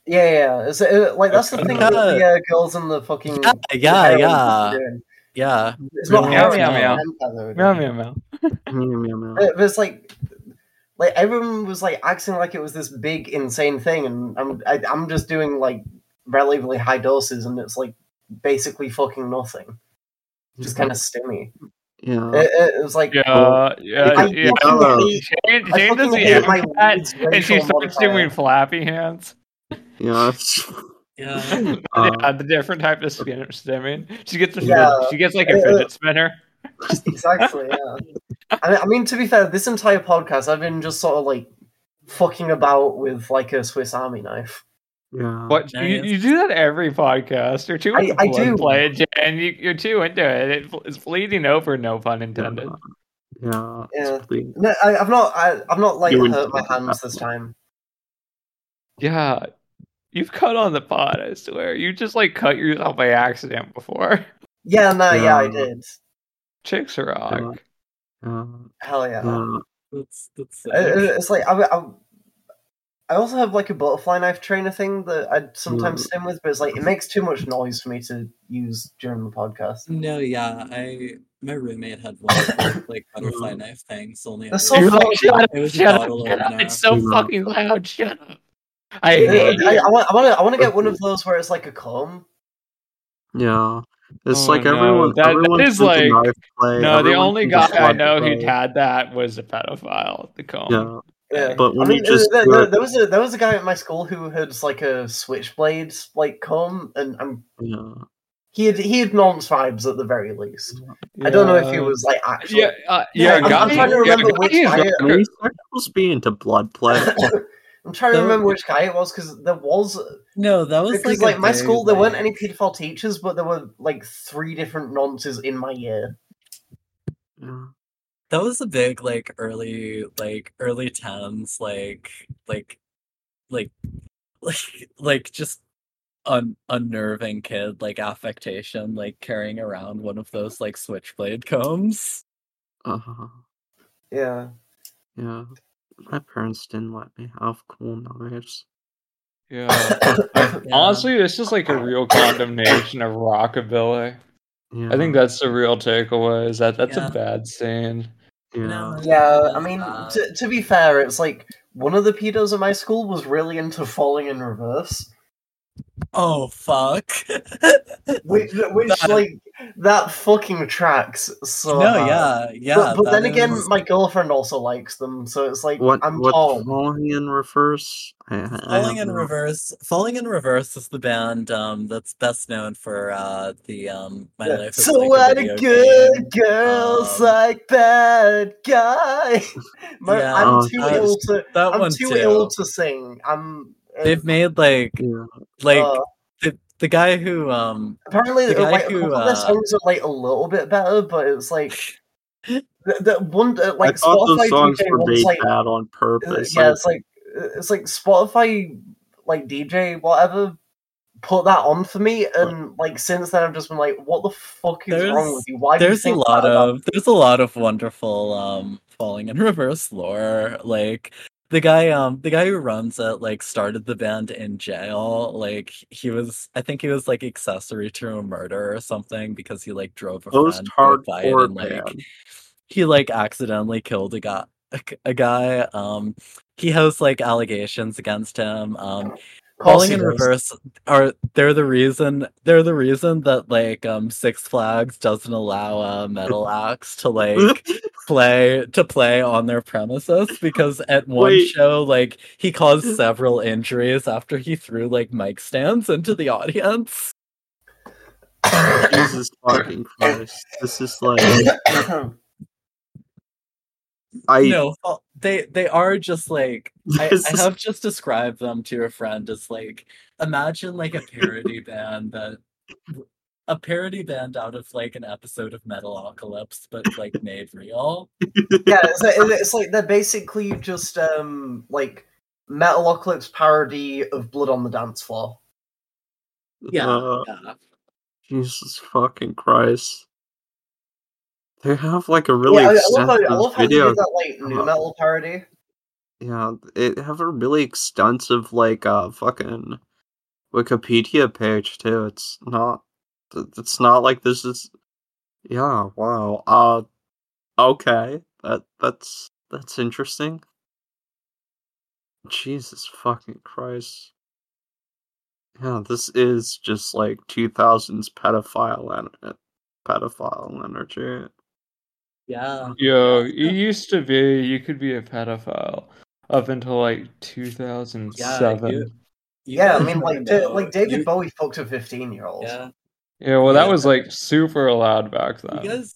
Speaker 1: Yeah, yeah, it's, uh, like that's the thing that the uh, girls in the fucking
Speaker 4: Um,
Speaker 3: Yeah, yeah,
Speaker 1: heroin
Speaker 3: yeah,
Speaker 1: are doing.
Speaker 3: yeah.
Speaker 1: It's not
Speaker 4: Meow,
Speaker 1: heroin,
Speaker 2: meow,
Speaker 1: it's
Speaker 2: meow.
Speaker 1: MCAT they were
Speaker 2: Meow
Speaker 1: doing.
Speaker 2: meow meow.
Speaker 4: meow, meow, meow.
Speaker 1: But, but it's like, like everyone was like acting like it was this big insane thing, and I'm I, I'm just doing like relatively high doses, and it's like basically fucking nothing, just kind of stimmy.
Speaker 4: yeah. Uh-huh.
Speaker 1: It, it, it was like
Speaker 2: Yeah,
Speaker 1: I
Speaker 2: yeah, yeah.
Speaker 1: fucking hate-
Speaker 2: Jane,
Speaker 1: I
Speaker 2: Jane does
Speaker 1: fucking
Speaker 2: the
Speaker 1: hate my
Speaker 2: MCAT
Speaker 1: weed's
Speaker 2: and she
Speaker 1: racial
Speaker 2: starts
Speaker 1: modifier.
Speaker 2: doing flappy hands.
Speaker 4: yeah.
Speaker 3: Yeah.
Speaker 4: Uh,
Speaker 2: yeah, the different type of spin stimming. She gets a
Speaker 1: Yeah.
Speaker 2: fidget, she gets like
Speaker 1: Uh,
Speaker 2: a
Speaker 1: uh,
Speaker 2: fidget spinner.
Speaker 1: exactly. Yeah. I mean, I mean, to be fair, this entire podcast I've been just sort of like fucking about with like a Swiss Army knife.
Speaker 4: yeah.
Speaker 2: What
Speaker 3: There
Speaker 2: you,
Speaker 3: it is.
Speaker 2: you do that every podcast? You're too
Speaker 1: I-
Speaker 2: into
Speaker 1: I
Speaker 2: blood
Speaker 1: do.
Speaker 2: play, Jen. You, you're too into it. it. fl- It's bleeding over, no pun intended.
Speaker 4: Uh-huh. Yeah.
Speaker 1: Yeah.
Speaker 4: it's bleeding.
Speaker 1: No, I, I've not. I, I've not like
Speaker 4: You wouldn't
Speaker 1: hurt my
Speaker 4: do that.
Speaker 1: hands this time.
Speaker 2: Yeah, you've cut on the pod. I swear, you just like cut yourself by accident before.
Speaker 1: Yeah, no, yeah, I
Speaker 4: Yeah.
Speaker 1: did.
Speaker 2: Chicks rock.
Speaker 4: Yeah.
Speaker 1: Hell yeah.
Speaker 4: Yeah.
Speaker 3: That's that's
Speaker 1: I- uh, I-
Speaker 3: sick.
Speaker 1: it's like I, I, I also have like a butterfly knife trainer thing that I sometimes stim with, but it's like it makes too much noise for me to use during the podcast.
Speaker 2: Mm.
Speaker 3: no, yeah. I my roommate had one of those, like butterfly knife things. Only it
Speaker 1: That's
Speaker 3: was,
Speaker 1: so
Speaker 2: You're
Speaker 1: fucking-
Speaker 2: like, shut up,
Speaker 3: it was a
Speaker 2: shut up,
Speaker 3: bottle
Speaker 2: shut up.
Speaker 3: opener.
Speaker 2: It's so
Speaker 4: Yeah.
Speaker 2: fucking loud. Shut up. I
Speaker 1: I,
Speaker 2: hate
Speaker 1: I,
Speaker 2: you.
Speaker 1: I want, I want to, I want to get one of those where it's like a comb.
Speaker 4: Yeah. It's
Speaker 2: Oh,
Speaker 4: like
Speaker 2: no,
Speaker 4: everyone.
Speaker 2: that- that
Speaker 4: everyone
Speaker 2: is
Speaker 4: thinks of
Speaker 2: like-
Speaker 4: knife play,
Speaker 2: No, the
Speaker 4: everyone
Speaker 2: only guy
Speaker 4: thinks of
Speaker 2: I
Speaker 4: knife
Speaker 2: know who
Speaker 4: play.
Speaker 2: had that was a pedophile. The comb.
Speaker 4: Yeah.
Speaker 1: Yeah.
Speaker 4: But when
Speaker 1: I mean,
Speaker 4: you just
Speaker 1: there,
Speaker 4: do
Speaker 1: there-
Speaker 4: it-
Speaker 1: there was a there was a guy at my school who had like a switchblade like comb, and I'm,
Speaker 4: Yeah.
Speaker 1: he had he had nonce vibes at the very least. I don't know if he
Speaker 2: Yeah.
Speaker 1: was like actually.
Speaker 2: Yeah, uh, yeah.
Speaker 3: I'm- I'm
Speaker 2: guy-
Speaker 3: trying to
Speaker 2: yeah,
Speaker 1: remember
Speaker 2: guy
Speaker 1: which
Speaker 2: is
Speaker 1: guy-
Speaker 4: I mean,
Speaker 2: rocker.
Speaker 4: he's not supposed to be into blood play.
Speaker 1: I'm trying to
Speaker 3: There-
Speaker 1: remember which guy it was because there was
Speaker 3: No, that was
Speaker 1: because
Speaker 3: like,
Speaker 1: like,
Speaker 3: a
Speaker 1: my
Speaker 3: very,
Speaker 1: school there weren't
Speaker 3: like-
Speaker 1: any pedophile teachers but there were like three different nonces in my year
Speaker 4: Yeah.
Speaker 3: That was a big like early like early tens like like like like like just un unnerving kid like affectation like carrying around one of those like switchblade combs.
Speaker 4: Uh-huh.
Speaker 1: yeah
Speaker 4: Yeah. My parents didn't let me have cool knives.
Speaker 2: Yeah.
Speaker 3: Yeah.
Speaker 2: Honestly, this is like a real condemnation of rockabilly.
Speaker 4: Yeah.
Speaker 2: I think that's the real takeaway. Is that that's
Speaker 3: Yeah.
Speaker 2: a bad scene.
Speaker 4: yeah.
Speaker 3: No.
Speaker 1: yeah i mean
Speaker 3: Uh,
Speaker 1: to, to be fair it's like one of the pedos at my school was really into falling in reverse
Speaker 3: Oh fuck.
Speaker 1: which, which
Speaker 3: That-
Speaker 1: like that fucking tracks so
Speaker 3: no,
Speaker 1: hard.
Speaker 3: yeah, yeah.
Speaker 1: but, but then
Speaker 3: that
Speaker 1: again
Speaker 3: is-
Speaker 1: my girlfriend also likes them so it's like
Speaker 4: What
Speaker 1: i'm
Speaker 4: what
Speaker 1: torn
Speaker 4: falling in reverse? I, I- I
Speaker 3: Falling
Speaker 4: have
Speaker 3: in
Speaker 4: no-
Speaker 3: Reverse. Falling in Reverse is the band um, that's best known for uh, the um, My
Speaker 1: Yeah.
Speaker 3: Life is
Speaker 1: so
Speaker 3: Like
Speaker 1: what
Speaker 3: a
Speaker 1: a
Speaker 3: Video
Speaker 1: good
Speaker 3: Game.
Speaker 1: girl's
Speaker 3: Um,
Speaker 1: like bad guy. My-
Speaker 3: Yeah.
Speaker 1: I'm
Speaker 4: Oh,
Speaker 1: too
Speaker 3: that
Speaker 1: ill
Speaker 3: is-
Speaker 1: to.
Speaker 3: That
Speaker 1: I'm
Speaker 3: one
Speaker 1: too
Speaker 3: too.
Speaker 1: ill to sing. I'm.
Speaker 3: They've made like
Speaker 6: Yeah.
Speaker 3: like
Speaker 1: Uh,
Speaker 3: the, the guy who um
Speaker 1: apparently,
Speaker 3: the
Speaker 1: the
Speaker 3: guy
Speaker 1: like,
Speaker 3: who,
Speaker 1: couple of their
Speaker 3: uh,
Speaker 1: songs are like a little bit better, but it was like the, the one uh, like
Speaker 4: I thought
Speaker 1: Spotify
Speaker 4: those songs
Speaker 1: DJ
Speaker 4: were
Speaker 1: wants,
Speaker 4: made
Speaker 1: like, uh,
Speaker 4: bad on purpose.
Speaker 1: yeah,
Speaker 4: Like,
Speaker 1: it's like uh, it's like Spotify, like DJ, whatever, put that on for me, and like since then I've just been like, what the fuck is wrong
Speaker 3: There's-
Speaker 1: with you? Why do you
Speaker 3: there's a
Speaker 1: think
Speaker 3: lot
Speaker 1: that about-
Speaker 3: of there's a lot of wonderful um falling in reverse lore like the guy um the guy who runs it like started the band in jail like he was i think he was like accessory to a murder or something because he like drove a friend
Speaker 4: Most
Speaker 3: to a fight
Speaker 4: hardcore
Speaker 3: and like
Speaker 4: band.
Speaker 3: he like accidentally killed a guy a guy um he has like allegations against him um
Speaker 1: Of course
Speaker 3: Falling
Speaker 1: he
Speaker 3: in
Speaker 1: does.
Speaker 3: reverse are they're the reason they're the reason that like um Six Flags doesn't allow a metal acts to like play to play on their premises because at one
Speaker 4: Wait.
Speaker 3: show like he caused several injuries after he threw like mic stands into the audience.
Speaker 4: Jesus fucking Christ. This is like I
Speaker 3: no, well, they they are just like I,
Speaker 4: This
Speaker 3: I
Speaker 4: is-
Speaker 3: have just described them to a friend as like imagine like a parody band that a parody band out of like an episode of Metalocalypse, but like made real.
Speaker 1: yeah, it's like, it's like they're basically just um like Metalocalypse parody of Blood on the Dance Floor.
Speaker 3: Yeah,
Speaker 4: uh,
Speaker 3: yeah.
Speaker 4: Jesus fucking Christ. They have like a really
Speaker 1: yeah, I, I love how, I
Speaker 4: extensive
Speaker 1: love how they
Speaker 4: video.
Speaker 1: did that like new
Speaker 4: Uh,
Speaker 1: metal parody.
Speaker 4: Yeah, it have a really extensive like uh fucking Wikipedia page too. It's not th- it's not like this is Yeah, wow. Uh okay. That that's that's interesting. Jesus fucking Christ. Yeah, this is just like 2000s pedophile en- pedophile energy.
Speaker 3: yeah.
Speaker 2: Yo, it used to be you could be a pedophile up until like 2007. Yeah,
Speaker 3: you- You
Speaker 1: Yeah, I
Speaker 3: guys
Speaker 1: mean, like,
Speaker 3: know-
Speaker 1: da- like David
Speaker 3: you-
Speaker 1: Bowie fucked a fifteen-year-old. Yeah,
Speaker 3: Yeah,
Speaker 2: well, that
Speaker 3: Yeah.
Speaker 2: was like super allowed back then.
Speaker 3: you guys.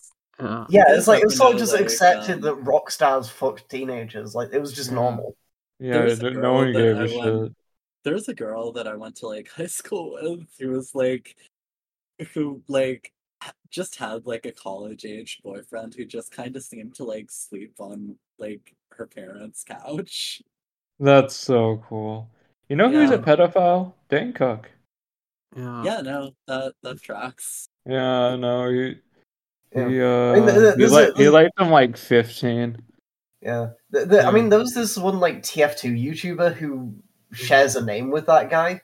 Speaker 4: Yeah.
Speaker 1: it's like it was
Speaker 3: You
Speaker 1: sort of
Speaker 3: know,
Speaker 1: just
Speaker 3: like,
Speaker 1: accepted
Speaker 3: um,
Speaker 1: that rock stars fucked teenagers. Like it was just
Speaker 2: Yeah.
Speaker 1: normal.
Speaker 2: yeah,
Speaker 3: there's a
Speaker 2: no
Speaker 3: girl
Speaker 2: one
Speaker 3: that
Speaker 2: gave
Speaker 3: I
Speaker 2: a
Speaker 3: went-
Speaker 2: shit.
Speaker 3: there's a girl that I went to like high school with who was like who like h- just had like a college age boyfriend who just kind of seemed to like sleep on like her parents' couch.
Speaker 2: That's so cool. You know who's a
Speaker 3: Yeah.
Speaker 2: pedophile? Dan Cook.
Speaker 4: Yeah.
Speaker 3: Yeah, no, that that tracks.
Speaker 2: Yeah, no, he
Speaker 1: Yeah.
Speaker 2: he uh,
Speaker 1: mean, th- th-
Speaker 2: he,
Speaker 1: this
Speaker 2: li-
Speaker 1: is-
Speaker 2: he liked him like 15.
Speaker 1: Yeah, The- the- I
Speaker 2: Yeah.
Speaker 1: mean, there was this one like TF2 YouTuber who shares a name with that guy,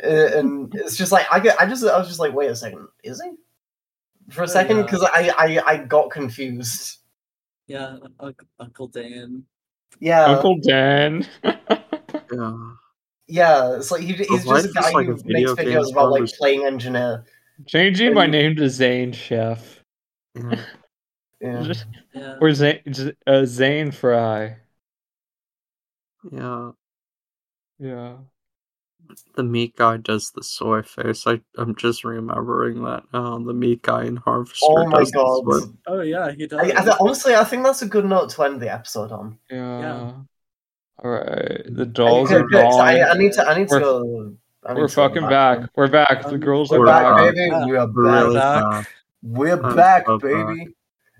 Speaker 1: uh, and it's just like I get. I just I was just like, wait a second, is he? For a
Speaker 3: Oh,
Speaker 1: second,
Speaker 3: yeah.
Speaker 1: because I, I I got confused.
Speaker 3: Yeah, Unc Uncle Dan.
Speaker 1: Yeah,
Speaker 2: Uncle Dan.
Speaker 4: yeah.
Speaker 1: yeah. It's like he, he's
Speaker 4: life
Speaker 1: just a
Speaker 4: is
Speaker 1: guy
Speaker 4: like
Speaker 1: who
Speaker 4: a
Speaker 1: makes
Speaker 4: video game
Speaker 1: videos about like
Speaker 4: conversation.
Speaker 1: playing engineer.
Speaker 2: Changing my name to Zane Chef.
Speaker 4: yeah.
Speaker 1: Yeah.
Speaker 3: Yeah.
Speaker 2: Or Zane, Z- uh, Zane Fry.
Speaker 4: Yeah.
Speaker 2: Yeah.
Speaker 4: The meat guy does the soy face. I I'm just remembering that. now. the meat guy in Harvester.
Speaker 1: Oh my
Speaker 4: does the
Speaker 1: god.
Speaker 4: soy-
Speaker 3: Oh yeah, he does.
Speaker 1: I, I, th- honestly, I think that's a good note to end the episode on.
Speaker 2: Yeah. All right. The
Speaker 1: I need
Speaker 2: dolls
Speaker 1: to-
Speaker 2: are gone.
Speaker 1: I, I need to. I need to
Speaker 2: We're-
Speaker 1: go. I need
Speaker 2: We're
Speaker 1: to go
Speaker 2: fucking back. We're back. The
Speaker 3: Um,
Speaker 2: girls
Speaker 1: We're
Speaker 2: are
Speaker 4: We're
Speaker 1: back,
Speaker 2: back.
Speaker 4: back.
Speaker 1: baby.
Speaker 3: Yeah.
Speaker 1: We are back.
Speaker 4: Really
Speaker 3: back.
Speaker 4: bad.
Speaker 1: We're
Speaker 4: I'm
Speaker 1: back,
Speaker 4: so
Speaker 1: baby.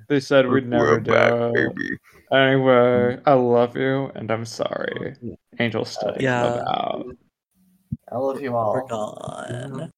Speaker 2: They said we'd never do it. Anyway, I love you and I'm sorry. Angel study.
Speaker 3: Yeah.
Speaker 2: Love out.
Speaker 1: I love you
Speaker 3: We're
Speaker 1: all.
Speaker 3: gone.